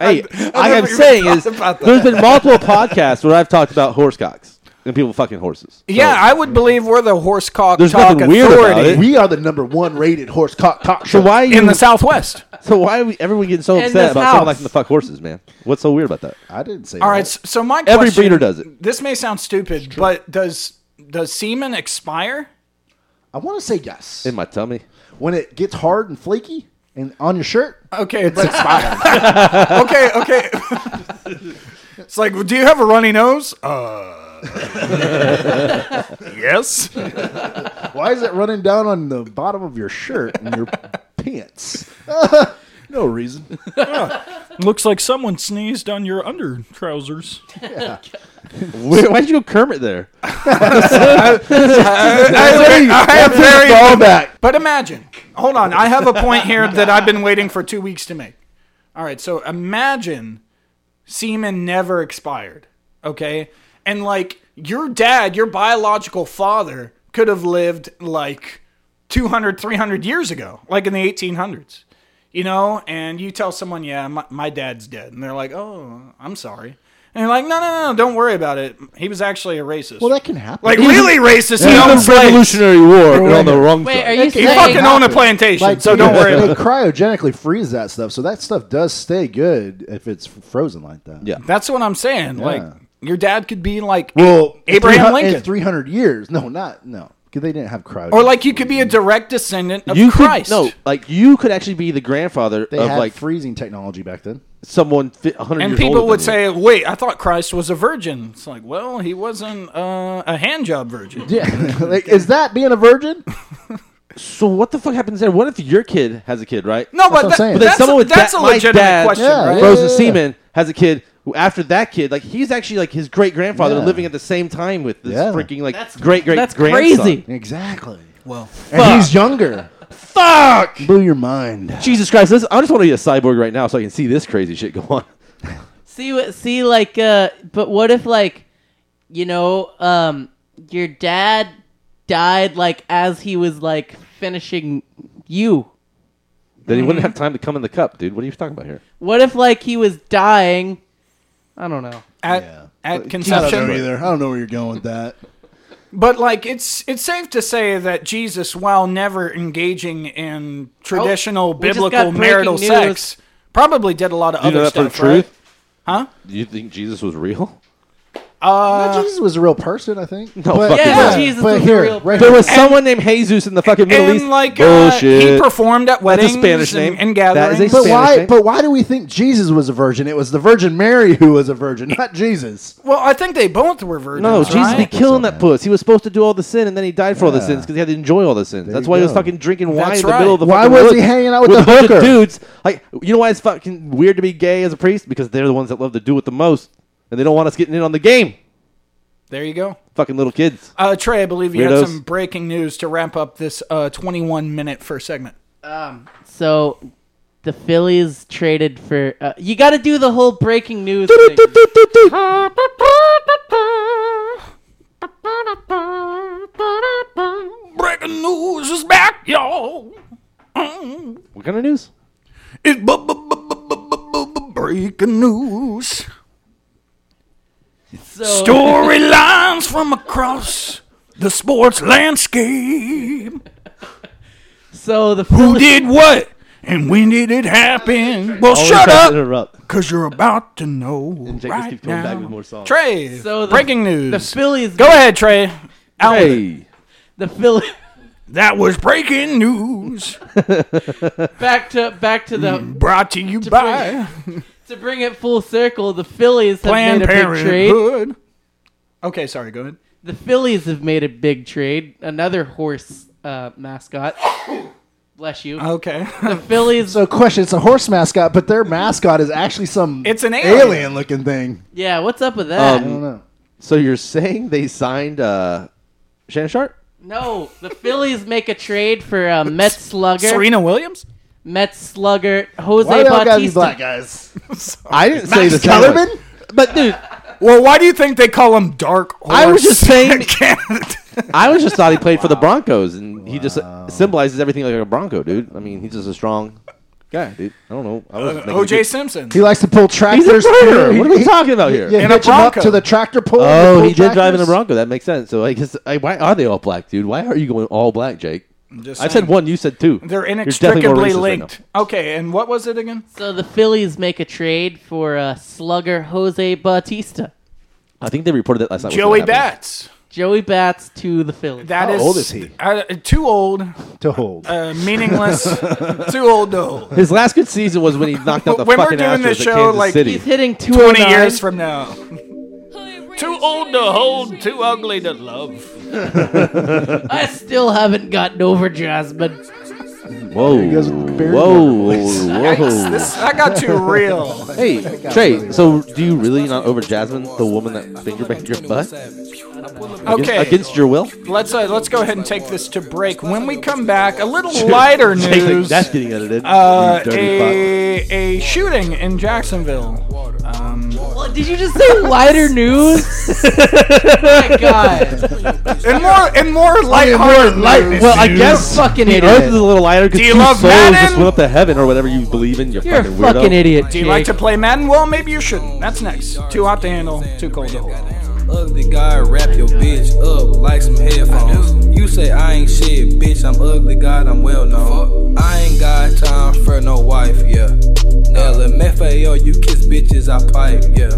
Speaker 5: Hey, I am
Speaker 3: never even
Speaker 5: saying
Speaker 3: thought
Speaker 5: is
Speaker 3: about that.
Speaker 5: there's been multiple podcasts where I've talked about horse cocks and people fucking horses. So,
Speaker 3: yeah, I would believe we're the horse cock
Speaker 5: There's
Speaker 3: talk
Speaker 5: nothing weird about
Speaker 3: authority
Speaker 5: it.
Speaker 6: we are the number one rated horse cock cock
Speaker 5: so
Speaker 6: show.
Speaker 5: why you,
Speaker 3: in the Southwest.
Speaker 5: so why are we, everyone getting so
Speaker 4: In
Speaker 5: upset
Speaker 4: this
Speaker 5: about
Speaker 4: house.
Speaker 5: someone liking to fuck horses, man? What's so weird about that?
Speaker 6: I didn't say.
Speaker 3: All
Speaker 6: that.
Speaker 3: right, s- so my
Speaker 5: Every
Speaker 3: question-
Speaker 5: breeder does it.
Speaker 3: This may sound stupid, but does does semen expire?
Speaker 6: I want to say yes.
Speaker 5: In my tummy.
Speaker 6: when it gets hard and flaky and on your shirt,
Speaker 3: Okay,
Speaker 6: it's expired.
Speaker 3: okay, okay. it's like, do you have a runny nose? Uh. yes.
Speaker 6: Why is it running down on the bottom of your shirt and your pants? no reason.
Speaker 3: Looks like someone sneezed on your under trousers.
Speaker 5: Where, why'd you go Kermit there?
Speaker 3: I have very.
Speaker 6: Fallback.
Speaker 3: But imagine. Hold on. I have a point here that I've been waiting for two weeks to make. All right. So imagine semen never expired. Okay. And like your dad, your biological father, could have lived like 200, 300 years ago, like in the 1800s. You know, and you tell someone, yeah, my, my dad's dead. And they're like, oh, I'm sorry. And you're like, no, no, no, no, don't worry about it. He was actually a racist.
Speaker 6: Well, that can happen.
Speaker 3: like, really racist. He
Speaker 5: the
Speaker 3: owned slaves.
Speaker 5: Revolutionary War and on the wrong
Speaker 4: Wait,
Speaker 5: side.
Speaker 4: are you
Speaker 6: He
Speaker 3: He
Speaker 4: saying?
Speaker 3: fucking owned a
Speaker 6: happened.
Speaker 3: plantation,
Speaker 6: Like,
Speaker 3: so don't
Speaker 6: they-
Speaker 3: worry.
Speaker 6: They cryogenically freeze that stuff, so that stuff does stay good if it's frozen like that.
Speaker 5: Yeah.
Speaker 3: That's what I'm saying. Like your dad could be like,
Speaker 6: Well,
Speaker 3: Abraham
Speaker 6: in
Speaker 3: Lincoln.
Speaker 6: in three hundred years. No, not no, because they didn't have cryo.
Speaker 3: or like you could be a direct descendant of
Speaker 5: You
Speaker 3: Christ.
Speaker 5: could no, like you could actually be the grandfather
Speaker 6: they
Speaker 5: of
Speaker 6: had
Speaker 5: like
Speaker 6: freezing technology back then.
Speaker 5: someone fi-
Speaker 3: and
Speaker 5: 100 years older
Speaker 3: people would
Speaker 5: than
Speaker 3: say,
Speaker 5: you.
Speaker 3: "Wait, I thought Christ was a virgin." It's like, well, he wasn't uh, a hand job virgin.
Speaker 6: Yeah, like, is that being a virgin?
Speaker 5: So what the fuck happens there? What if your kid has a kid, right?
Speaker 3: No, but,
Speaker 6: what I'm
Speaker 3: that-
Speaker 6: saying. But then
Speaker 3: that's,
Speaker 5: someone would
Speaker 3: that's
Speaker 5: dad-
Speaker 3: a
Speaker 5: my
Speaker 3: legitimate
Speaker 5: dad-
Speaker 3: question,
Speaker 6: Yeah,
Speaker 3: right?
Speaker 6: yeah.
Speaker 5: Frozen Seaman has a kid who, after that kid, like he's actually like his great grandfather
Speaker 6: Yeah.
Speaker 5: living at the same time with this
Speaker 6: Yeah.
Speaker 5: freaking like
Speaker 4: That's-
Speaker 5: great great
Speaker 4: that's
Speaker 5: grandson.
Speaker 4: crazy.
Speaker 6: Exactly.
Speaker 3: Well,
Speaker 6: And he's younger.
Speaker 5: Fuck!
Speaker 6: Blew your mind.
Speaker 5: Jesus Christ! Listen, I just want to be a cyborg right now so I can see this crazy shit go on.
Speaker 4: See what? See like. Uh, but what if like, you know, um, your dad died like as he was like finishing you.
Speaker 5: Then he
Speaker 3: Mm-hmm.
Speaker 5: wouldn't have time to come in the cup, dude. What are you talking about here?
Speaker 4: What if like he was dying? I don't know.
Speaker 3: at,
Speaker 6: Yeah.
Speaker 3: at conception,
Speaker 6: either. I don't know where you're going with that.
Speaker 3: But like it's it's safe to say that Jesus, while never engaging in traditional
Speaker 4: we just got
Speaker 3: biblical
Speaker 4: breaking
Speaker 3: marital
Speaker 4: news.
Speaker 3: sex, probably did a lot of
Speaker 5: Do you
Speaker 3: other
Speaker 5: know that for the
Speaker 3: stuff.
Speaker 5: truth?
Speaker 3: Huh?
Speaker 5: Do you think Jesus was real?
Speaker 3: Uh,
Speaker 6: Well, Jesus was a real person, I think.
Speaker 5: No, fuck
Speaker 4: Yeah,
Speaker 5: no.
Speaker 4: no, Jesus
Speaker 6: but
Speaker 4: was a
Speaker 6: here,
Speaker 4: real
Speaker 6: right
Speaker 5: There
Speaker 6: here.
Speaker 5: was someone named Jesus in the fucking Middle
Speaker 3: and
Speaker 5: East.
Speaker 3: like uh, he
Speaker 5: Bullshit.
Speaker 3: performed at
Speaker 5: That's a
Speaker 3: weddings
Speaker 5: Spanish
Speaker 3: and,
Speaker 5: name.
Speaker 3: and
Speaker 5: That
Speaker 3: gatherings.
Speaker 5: is a
Speaker 6: But why?
Speaker 5: Spanish, eh?
Speaker 6: But why do we think Jesus was a virgin? It was the Virgin Mary who was a virgin, not Jesus.
Speaker 3: well, I think they both were virgins.
Speaker 5: no, Jesus be
Speaker 3: right?
Speaker 5: killing that puss. He was supposed to do all the sin, and then he died for all the
Speaker 6: Yeah.
Speaker 5: sins because he had to enjoy all the sins. That's
Speaker 6: you
Speaker 5: why he was
Speaker 6: go.
Speaker 5: fucking drinking wine
Speaker 3: That's
Speaker 5: in the
Speaker 3: right.
Speaker 5: middle of the
Speaker 6: Why
Speaker 5: fucking
Speaker 6: was
Speaker 5: woods
Speaker 6: he hanging out with
Speaker 5: with
Speaker 6: the
Speaker 5: a bunch
Speaker 6: hooker?
Speaker 5: of dudes? Like, you know why it's fucking weird to be gay as a priest? Because they're the ones that love to do it the most, and they don't want us getting in on the game.
Speaker 3: There you go.
Speaker 5: Fucking little kids.
Speaker 3: Uh, Trey, I believe you
Speaker 5: Weirdos.
Speaker 3: had some breaking news to wrap up this uh, 21 minute first segment.
Speaker 4: So the Phillies traded for. Uh, you got to do the whole breaking news. thing.
Speaker 3: Breaking news is back, y'all.
Speaker 5: What kind of news?
Speaker 3: It's bu- bu- bu- bu- bu- bu- bu- bu- breaking news.
Speaker 4: So-
Speaker 3: Storylines from across the sports landscape.
Speaker 4: So the
Speaker 3: Who
Speaker 4: Phillies,
Speaker 3: did what? And when did it happen? Well,
Speaker 5: Always
Speaker 3: shut
Speaker 5: tries to
Speaker 3: up,
Speaker 5: Interrupt.
Speaker 3: because you're about to know
Speaker 5: Jake just
Speaker 3: right
Speaker 5: keeps coming back with
Speaker 3: now.
Speaker 5: more songs.
Speaker 3: Trey,
Speaker 4: So the-
Speaker 3: breaking
Speaker 4: the
Speaker 3: news.
Speaker 4: Phillies,
Speaker 3: Go ahead, Trey. Out with it.
Speaker 5: Hey,
Speaker 4: the Phillies.
Speaker 3: That was breaking news.
Speaker 4: Back to back to the
Speaker 3: Brought to you by
Speaker 4: to bring it full circle. The Phillies have
Speaker 3: Planned
Speaker 4: made a big trade.
Speaker 3: Parenthood. Okay, sorry. Go ahead.
Speaker 4: The Phillies have made a big trade. Another horse uh, mascot. Bless you.
Speaker 3: Okay.
Speaker 4: Phillies.
Speaker 6: So, question: It's a horse mascot, but their mascot is actually some
Speaker 3: It's an alien.
Speaker 6: alien-looking thing.
Speaker 4: yeah, what's up with that?
Speaker 6: I don't know.
Speaker 5: so you're saying they signed uh, Shannon Sharp?
Speaker 4: no, the Phillies make a trade for uh, Mets slugger,
Speaker 3: Serena Williams.
Speaker 4: Mets slugger Jose
Speaker 6: Why do y'all gotta be
Speaker 4: Bautista.
Speaker 6: black guys?
Speaker 5: I didn't
Speaker 6: Max Kellerman?
Speaker 5: But dude,
Speaker 3: Well, why do you think they call him Dark Horse?
Speaker 5: I was just saying-
Speaker 3: Can't-
Speaker 5: I was just thought he played for the Broncos, and he just uh, symbolizes everything like a Bronco, dude. I mean, he's just a strong guy, dude. I don't know. I was just making a
Speaker 3: OJ
Speaker 5: good-
Speaker 3: Uh, Simpson.
Speaker 6: He likes to pull tractors.
Speaker 5: He's a murderer.
Speaker 6: He-
Speaker 5: What are we
Speaker 6: he-
Speaker 5: talking about here?
Speaker 6: Yeah,
Speaker 3: In
Speaker 6: in
Speaker 3: a
Speaker 6: a up
Speaker 3: Bronco.
Speaker 6: to the tractor pull. and
Speaker 5: Oh,
Speaker 6: pull
Speaker 5: he did drive in a
Speaker 6: tractors?
Speaker 5: Bronco. That makes sense. So I guess I, why are they all black, dude? Why are you going all black, Jake?
Speaker 3: just
Speaker 5: I said
Speaker 3: saying.
Speaker 5: one. You said two.
Speaker 3: They're
Speaker 5: You're definitely more
Speaker 3: inextricably
Speaker 5: racist right
Speaker 3: linked. okay, and what was it again?
Speaker 4: So the Phillies make a trade for uh, slugger Jose Bautista.
Speaker 5: now. I think they reported that last night. was
Speaker 3: Joey
Speaker 5: gonna happen.
Speaker 3: Bats.
Speaker 4: Joey Bats to the Phillies.
Speaker 3: That
Speaker 6: How
Speaker 3: is
Speaker 6: old is he?
Speaker 3: Uh, too old,
Speaker 6: to hold.
Speaker 3: uh, meaningless, too old to hold.
Speaker 5: His last good season was when he knocked out the
Speaker 3: When we're
Speaker 5: fucking
Speaker 3: doing
Speaker 5: Astros
Speaker 3: this
Speaker 5: at
Speaker 3: show,
Speaker 5: Kansas
Speaker 3: like,
Speaker 5: City.
Speaker 4: He's hitting 209.
Speaker 3: 20 years from now. Too old to hold, too ugly to love.
Speaker 4: I still haven't gotten over Jasmine.
Speaker 5: Whoa,
Speaker 6: guys buried
Speaker 5: whoa,
Speaker 3: Yikes,
Speaker 5: whoa!
Speaker 3: this, that got too real.
Speaker 5: Hey, Trey. So, do you really not over Jasmine, the woman that finger banged your butt Against-
Speaker 3: Okay,
Speaker 5: against your will?
Speaker 3: let's uh, let's go ahead and take this to break. When we come back, a little lighter
Speaker 5: Jake,
Speaker 3: news.
Speaker 5: That's getting edited.
Speaker 3: Uh,
Speaker 5: you dirty fuck.
Speaker 3: a, a shooting in Jacksonville. Um,
Speaker 4: Well, did you just say lighter news? my God.
Speaker 3: and
Speaker 5: Oh,
Speaker 3: more and more lighthearted news.
Speaker 5: Well, I guess
Speaker 4: fucking
Speaker 5: the
Speaker 4: idiot.
Speaker 5: Earth is a little lighter because
Speaker 3: Do you
Speaker 5: two
Speaker 3: love
Speaker 5: souls
Speaker 3: Madden?
Speaker 5: just went up to heaven or whatever you believe in. You
Speaker 4: You're a
Speaker 5: fucking weirdo.
Speaker 4: fucking idiot,
Speaker 3: Do you like
Speaker 4: Jake.
Speaker 3: to play Madden? Well, maybe you shouldn't. That's next. Too hot to handle, too cold to hold.
Speaker 7: Ugly guy, wrap your bitch up like some headphones. You say I ain't shit, bitch. I'm ugly God, I'm well known. I ain't got time for no wife, yeah. Nella Mefeo, you kiss bitches, I pipe, yeah.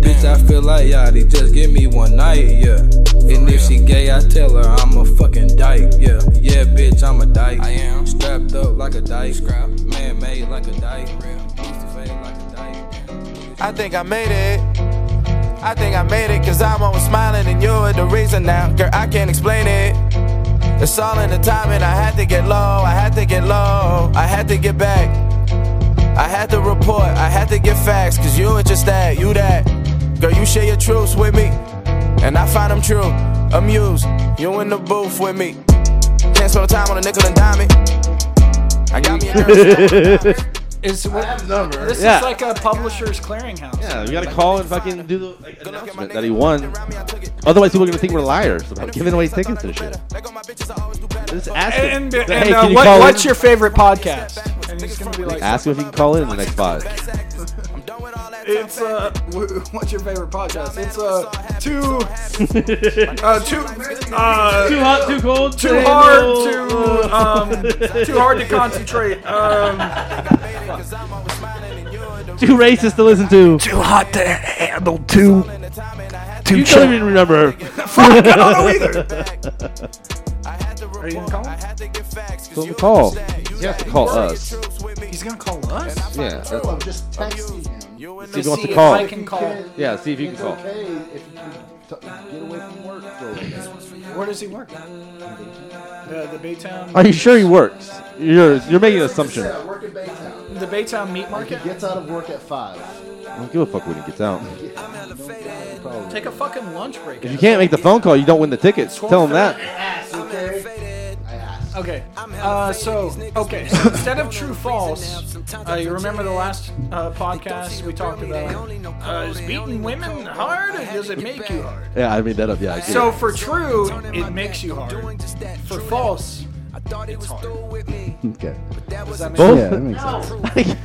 Speaker 7: Bitch, I feel like Yachty, just give me one night, yeah. And if she gay, I tell her I'm a fucking dyke, yeah. Yeah, bitch, I'm a dyke. I am. Strapped up like a dyke. Scrap. Man made like a dyke. Real. Used to fade like a dyke.
Speaker 8: I think I made it. I think I made it, cause I'm always smiling and you're the reason now. Girl, I can't explain it. It's all in the timing. I had to get low, I had to get low, I had to get back. I had to report, I had to get facts, cause you ain't just that, you that. Girl, you share your truths with me, and I find them true. Amused, you in the booth with me. Can't spend time on a nickel and dime it. I got me a
Speaker 3: Is number. This
Speaker 5: Yeah.
Speaker 3: is like a publisher's clearinghouse.
Speaker 5: Yeah, we gotta call and fucking do the like,
Speaker 8: Good luck at my
Speaker 5: announcement
Speaker 8: niggas,
Speaker 5: that he won.
Speaker 8: around me, I took it.
Speaker 5: Otherwise, people are gonna think we're liars about giving away tickets and shit.
Speaker 8: Let go my bitches, I always do better.
Speaker 5: Just ask him.
Speaker 3: And,
Speaker 5: Say,
Speaker 3: and,
Speaker 5: hey,
Speaker 3: uh,
Speaker 5: can you
Speaker 3: what,
Speaker 5: call
Speaker 3: what's
Speaker 5: in?
Speaker 3: your favorite podcast? And he's gonna be like,
Speaker 5: Ask him if he can call in in the next five.
Speaker 8: I'm done with all that
Speaker 3: It's uh, wh- what's your favorite podcast? It's uh, too, uh, too, uh,
Speaker 4: Too hot, too cold,
Speaker 3: too hard to um, too hard to concentrate. Um,
Speaker 4: too racist to listen to.
Speaker 3: too hot to handle. Too too.
Speaker 5: You don't even remember.
Speaker 3: I don't know either. Are you gonna call? Him?
Speaker 5: So call. Call us.
Speaker 3: He's gonna call us.
Speaker 5: Yeah. That's,
Speaker 6: I'm just texting him.
Speaker 5: see if he wants
Speaker 3: see
Speaker 5: to
Speaker 3: if
Speaker 5: call.
Speaker 3: I can call.
Speaker 5: Yeah, see if you can
Speaker 6: it's
Speaker 5: call.
Speaker 6: okay if you can t- get away from work for a little bit.
Speaker 3: Where does he work? The the Baytown.
Speaker 5: Are you sure he works? You're you're making an assumption.
Speaker 6: Yeah, work at Baytown.
Speaker 3: The Baytown meat
Speaker 6: He
Speaker 3: market.
Speaker 6: gets out of work at five.
Speaker 5: I don't give a fuck when he gets out.
Speaker 6: Probably.
Speaker 3: Take a fucking lunch break.
Speaker 5: If you can't make the phone call, you don't win the tickets. Tell him that.
Speaker 6: I asked.
Speaker 3: Okay. Uh, so, okay. So instead of true false, uh, you remember the last uh, podcast we talked about? Uh, is beating women hard or does it make you hard?
Speaker 5: Yeah, I made that up. Yeah. I get
Speaker 3: So
Speaker 5: it.
Speaker 3: for true, it makes you hard. For false, it's hard.
Speaker 6: Okay.
Speaker 3: Does that make
Speaker 5: Both?
Speaker 6: Yeah, that makes sense.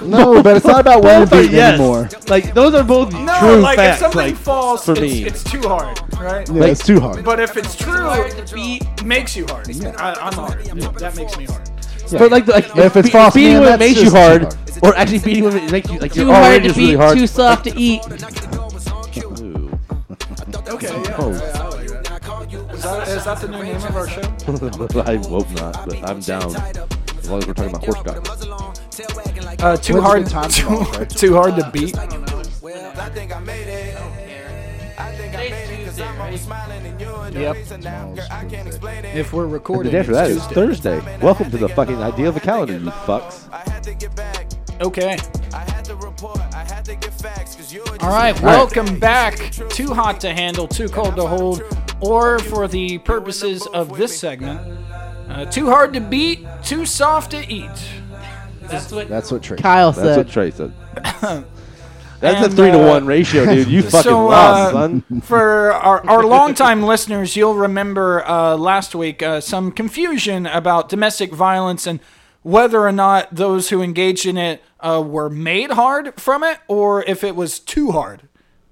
Speaker 6: no, but it's not about well
Speaker 5: Both are
Speaker 6: being
Speaker 5: yes.
Speaker 6: anymore.
Speaker 5: Like those are both
Speaker 3: No,
Speaker 5: true
Speaker 3: like
Speaker 5: facts.
Speaker 3: if something
Speaker 5: like
Speaker 3: false,
Speaker 5: for
Speaker 3: it's,
Speaker 5: me.
Speaker 3: it's too hard, right?
Speaker 6: Yeah, it's too hard.
Speaker 3: But if it's true, it makes you hard. I, I'm hard. That makes me hard.
Speaker 6: Yeah.
Speaker 5: But like, like
Speaker 6: If it's
Speaker 5: be-
Speaker 6: false,
Speaker 5: beating
Speaker 6: man,
Speaker 5: women
Speaker 6: that's
Speaker 5: makes you
Speaker 6: just too
Speaker 5: hard,
Speaker 6: hard.
Speaker 5: or actually beating women it makes you like
Speaker 4: Too
Speaker 5: you're already
Speaker 4: hard to
Speaker 5: just
Speaker 4: beat,
Speaker 5: really hard.
Speaker 4: too soft to eat.
Speaker 5: Ooh.
Speaker 3: Okay. Yeah, yeah, I like that. Is that, is that the new name of our show?
Speaker 5: I hope not, but I'm down. As long as we're talking about horsecock.
Speaker 3: Uh, too
Speaker 6: When's a
Speaker 3: hard.
Speaker 6: good time
Speaker 3: Too,
Speaker 6: tomorrow, right?
Speaker 3: too hard to beat.
Speaker 8: I think I made it. I think I made it because I'm always smiling and you're the
Speaker 3: Yep.
Speaker 8: reason now. Girl, I can't explain it.
Speaker 3: If we're
Speaker 5: The
Speaker 3: recording,
Speaker 5: day after that
Speaker 3: it's
Speaker 5: is
Speaker 3: Tuesday.
Speaker 5: Thursday. Welcome to the fucking idea of a calendar, you fucks.
Speaker 8: I had to get back.
Speaker 3: Okay.
Speaker 8: I had to report. I had to get facts because you were
Speaker 3: All right. Welcome back. Too hot to handle, too cold to hold, or for the purposes of this segment, uh, too hard to beat, too soft to eat.
Speaker 6: That's what Trey.
Speaker 4: Kyle
Speaker 5: That's what
Speaker 4: said.
Speaker 5: Trey said. That's a
Speaker 3: And,
Speaker 5: three to
Speaker 3: uh,
Speaker 5: one ratio, dude. You fucking
Speaker 3: So,
Speaker 5: lost,
Speaker 3: uh,
Speaker 5: son.
Speaker 3: For our, our longtime listeners, you'll remember uh, last week uh, some confusion about domestic violence and whether or not those who engaged in it uh, were made hard from it or if it was too hard.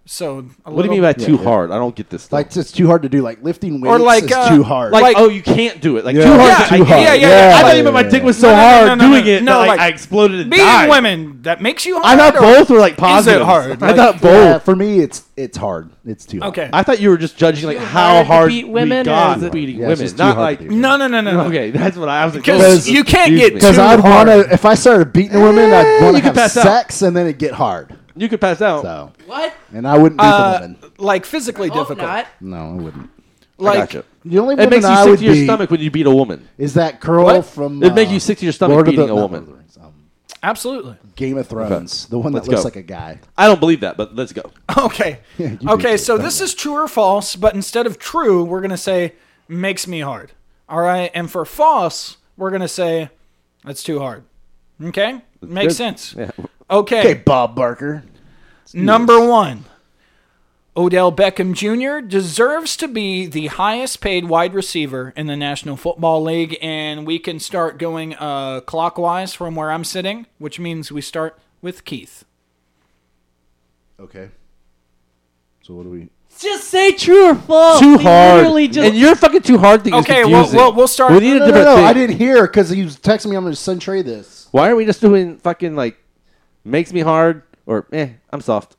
Speaker 3: So, a
Speaker 5: What do you mean by too hard? I don't get this. stuff.
Speaker 6: Like it's too hard to do. Like lifting weights
Speaker 3: Or like,
Speaker 6: is
Speaker 3: uh,
Speaker 6: too hard.
Speaker 5: like,
Speaker 3: like-
Speaker 5: oh, you can't do it. Like
Speaker 6: Yeah.
Speaker 5: too hard.
Speaker 3: Yeah,
Speaker 5: to, I
Speaker 3: yeah,
Speaker 5: get it.
Speaker 3: yeah, yeah.
Speaker 5: I thought even my
Speaker 6: Yeah.
Speaker 5: dick was so
Speaker 3: No, no, no,
Speaker 5: hard
Speaker 3: no, no,
Speaker 5: doing
Speaker 3: no.
Speaker 5: it.
Speaker 3: No,
Speaker 5: that, like,
Speaker 3: like,
Speaker 5: I exploded and
Speaker 3: beating
Speaker 5: died.
Speaker 3: women that makes you
Speaker 5: I
Speaker 3: hard.
Speaker 5: thought
Speaker 3: or-
Speaker 5: both were like positive.
Speaker 3: hard?
Speaker 5: I thought both.
Speaker 6: Yeah, for me, it's it's hard. It's too hard.
Speaker 3: Okay.
Speaker 5: I thought you were just judging like
Speaker 4: hard to
Speaker 5: how hard
Speaker 4: beat
Speaker 5: we
Speaker 4: women, or
Speaker 5: got
Speaker 4: is it-
Speaker 5: beating
Speaker 6: Yeah, it's
Speaker 5: women,
Speaker 6: just too
Speaker 5: not
Speaker 6: hard
Speaker 5: like.
Speaker 6: to do.
Speaker 3: no, no, no, no. no.
Speaker 5: Okay, that's what I was like.
Speaker 3: Because
Speaker 5: oh,
Speaker 3: you can't
Speaker 5: excuse
Speaker 3: get
Speaker 5: me.
Speaker 6: Because
Speaker 3: too
Speaker 6: I'd
Speaker 3: hard.
Speaker 6: want to. If I started beating women, I'd want
Speaker 5: Eh, you
Speaker 6: to
Speaker 5: could
Speaker 6: have
Speaker 5: pass out.
Speaker 6: sex, and then it'd get hard.
Speaker 5: you could pass out.
Speaker 6: So,
Speaker 4: What?
Speaker 6: and I wouldn't beat
Speaker 3: Uh,
Speaker 6: the women.
Speaker 3: like physically
Speaker 4: Hope
Speaker 3: difficult.
Speaker 4: not.
Speaker 6: No, I wouldn't.
Speaker 3: Like
Speaker 5: gotcha.
Speaker 6: The only
Speaker 5: It
Speaker 6: woman
Speaker 5: makes you
Speaker 6: I
Speaker 5: sick
Speaker 6: would
Speaker 5: to your
Speaker 6: beat
Speaker 5: stomach when you beat a woman.
Speaker 6: is that girl
Speaker 3: What?
Speaker 6: from. uh,
Speaker 5: It'd make you sick to your stomach
Speaker 6: Lord of
Speaker 5: beating
Speaker 6: the-
Speaker 5: a
Speaker 6: not
Speaker 5: woman.
Speaker 6: Lord of the Rings, um,
Speaker 3: Absolutely.
Speaker 6: Game of Thrones, the one that
Speaker 5: Let's
Speaker 6: looks
Speaker 5: go.
Speaker 6: like a guy.
Speaker 5: I don't believe that, but let's go.
Speaker 3: Okay.
Speaker 6: you
Speaker 3: okay,
Speaker 6: did.
Speaker 3: so this is true or false, but instead of true, we're going to say makes me hard. All right? And for false, we're going to say that's too hard. Okay? Makes
Speaker 5: good.
Speaker 3: sense.
Speaker 5: Yeah.
Speaker 3: Okay.
Speaker 6: Hey, Bob Barker.
Speaker 3: Number 1. Odell Beckham Jr. deserves to be the highest paid wide receiver in the National Football League, and we can start going uh, clockwise from where I'm sitting, which means we start with Keith.
Speaker 6: Okay. So what do we?
Speaker 4: Just say true or false.
Speaker 5: Too
Speaker 4: You
Speaker 5: hard.
Speaker 4: Literally just
Speaker 5: and your fucking too hard thing
Speaker 3: Okay,
Speaker 5: is
Speaker 3: we'll,
Speaker 5: confusing.
Speaker 3: we'll, we'll start.
Speaker 5: We need a
Speaker 6: No, no,
Speaker 5: different
Speaker 6: no,
Speaker 5: thing.
Speaker 6: I didn't hear because he was texting me. I'm going to send Trey this.
Speaker 5: Why aren't we just doing fucking like makes me hard or eh, I'm soft?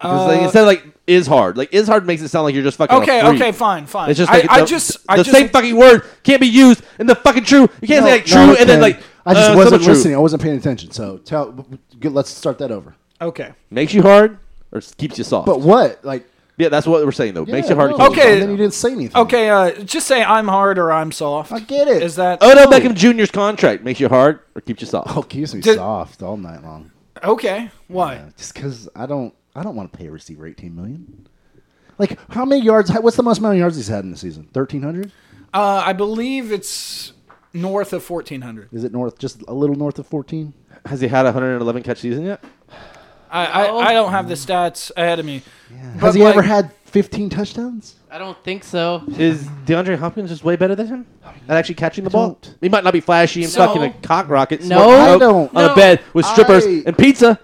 Speaker 5: Because like, instead of like is hard, like is hard makes it sound like you're just fucking. a
Speaker 3: Uh, Okay,
Speaker 5: freak.
Speaker 3: okay, fine, fine.
Speaker 5: It's just
Speaker 3: I-
Speaker 5: like
Speaker 3: I
Speaker 5: the,
Speaker 3: just-
Speaker 5: the
Speaker 3: I just-
Speaker 5: same fucking word can't be used in the fucking true. You can't
Speaker 6: No,
Speaker 5: say like
Speaker 6: no,
Speaker 5: true and then
Speaker 6: okay.
Speaker 5: like
Speaker 6: I just
Speaker 5: uh,
Speaker 6: wasn't
Speaker 5: something true.
Speaker 6: listening. I wasn't paying attention. So tell. Good, let's start that over.
Speaker 3: okay.
Speaker 5: Makes you hard or s- keeps you soft.
Speaker 6: But what? Like
Speaker 5: yeah, that's what we're saying though. makes you
Speaker 6: yeah,
Speaker 5: hard.
Speaker 6: no,
Speaker 5: keeps
Speaker 3: Okay.
Speaker 5: you soft.
Speaker 6: And then you didn't say anything.
Speaker 3: Okay, uh, just say I'm hard or I'm soft.
Speaker 6: I get it.
Speaker 3: Is that
Speaker 4: Oh,
Speaker 3: Oh,
Speaker 5: Odell Beckham Jr.'s contract makes you hard or keeps you soft.
Speaker 6: Oh, keeps me
Speaker 3: Did-
Speaker 6: soft all night long.
Speaker 3: okay? Why?
Speaker 6: Yeah, just because I don't, I don't want to pay a receiver eighteen million. Like how many yards? What's the most amount of yards he's had in the season? Thirteen hundred?
Speaker 3: Uh, I believe it's north of 1400.
Speaker 6: Is it north? Just a little north of fourteen?
Speaker 5: Has he had a 111 catch season yet?
Speaker 3: I,
Speaker 4: Oh.
Speaker 3: I I don't have the stats ahead of me.
Speaker 6: Has he
Speaker 3: like-
Speaker 6: ever had fifteen touchdowns?
Speaker 4: I don't think so.
Speaker 5: Is DeAndre Hopkins just way better than him at actually catching the ball?
Speaker 6: don't-
Speaker 5: He might not be flashy and
Speaker 4: No.
Speaker 5: fucking a cock rocket.
Speaker 4: No.
Speaker 5: smoking
Speaker 4: I
Speaker 5: dope
Speaker 6: don't.
Speaker 5: On a
Speaker 4: No.
Speaker 5: bed with strippers
Speaker 6: I-
Speaker 5: and pizza.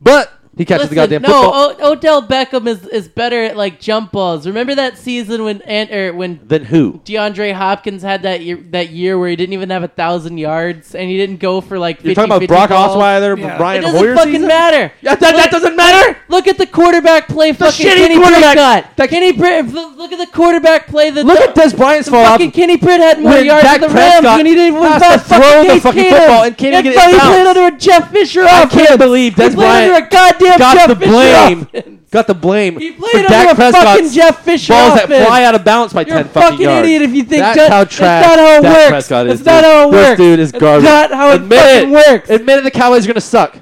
Speaker 5: But he catches the
Speaker 4: Listen,
Speaker 5: goddamn
Speaker 4: no, oh.
Speaker 5: football.
Speaker 4: O- Odell Beckham is, is better at like jump balls. Remember that season when and, or when
Speaker 5: Then who?
Speaker 4: DeAndre Hopkins had that year that year where he didn't even have a thousand yards and he didn't go for like 50,
Speaker 5: You're talking about
Speaker 4: 50
Speaker 5: Brock
Speaker 4: balls.
Speaker 5: Osweiler,
Speaker 3: Yeah.
Speaker 4: It
Speaker 5: Brian
Speaker 4: doesn't
Speaker 5: Hoyer
Speaker 4: fucking
Speaker 5: season?
Speaker 4: matter.
Speaker 5: Yeah, that- that doesn't matter.
Speaker 4: Look at the quarterback play. fucking
Speaker 5: shitty
Speaker 4: Kenny
Speaker 5: quarterback-
Speaker 4: Britt got.
Speaker 5: that-
Speaker 4: Kenny Britt. f- Look at the quarterback play. That
Speaker 5: Look
Speaker 4: the,
Speaker 5: at Des Bryant's fall off.
Speaker 4: Fucking Kenny Britt had more
Speaker 5: when
Speaker 4: yards
Speaker 5: Dak
Speaker 4: than the Rams
Speaker 5: Prescott
Speaker 4: when he didn't win
Speaker 5: has to throw the
Speaker 4: Case
Speaker 5: fucking
Speaker 4: Keenum.
Speaker 5: football and can't even get
Speaker 4: That's
Speaker 5: it
Speaker 4: why he played
Speaker 5: bounced.
Speaker 4: under a Jeff Fisher
Speaker 5: I
Speaker 4: offense.
Speaker 5: can't believe Des
Speaker 4: he played
Speaker 5: Bryant
Speaker 4: under a goddamn
Speaker 5: got
Speaker 4: Jeff
Speaker 5: the
Speaker 4: Fisher
Speaker 5: blame.
Speaker 4: offense.
Speaker 5: Got the blame.
Speaker 4: He played
Speaker 5: for
Speaker 4: under
Speaker 5: Dak
Speaker 4: a fucking
Speaker 5: Prescott's
Speaker 4: Jeff Fisher
Speaker 5: balls
Speaker 4: offense.
Speaker 5: that fly out of bounds by
Speaker 4: You're a
Speaker 5: ten fucking,
Speaker 4: fucking
Speaker 5: yards.
Speaker 4: idiot if you think
Speaker 5: That's
Speaker 4: that-
Speaker 5: how
Speaker 4: that's
Speaker 5: trash
Speaker 4: not how it
Speaker 5: Dak
Speaker 4: works.
Speaker 5: Prescott is.
Speaker 4: That's not how it
Speaker 5: dude.
Speaker 4: works.
Speaker 5: This dude is
Speaker 4: That's
Speaker 5: garbage.
Speaker 4: not how it
Speaker 5: Admit
Speaker 4: fucking
Speaker 5: it.
Speaker 4: works.
Speaker 5: Admit it. The Cowboys are gonna suck.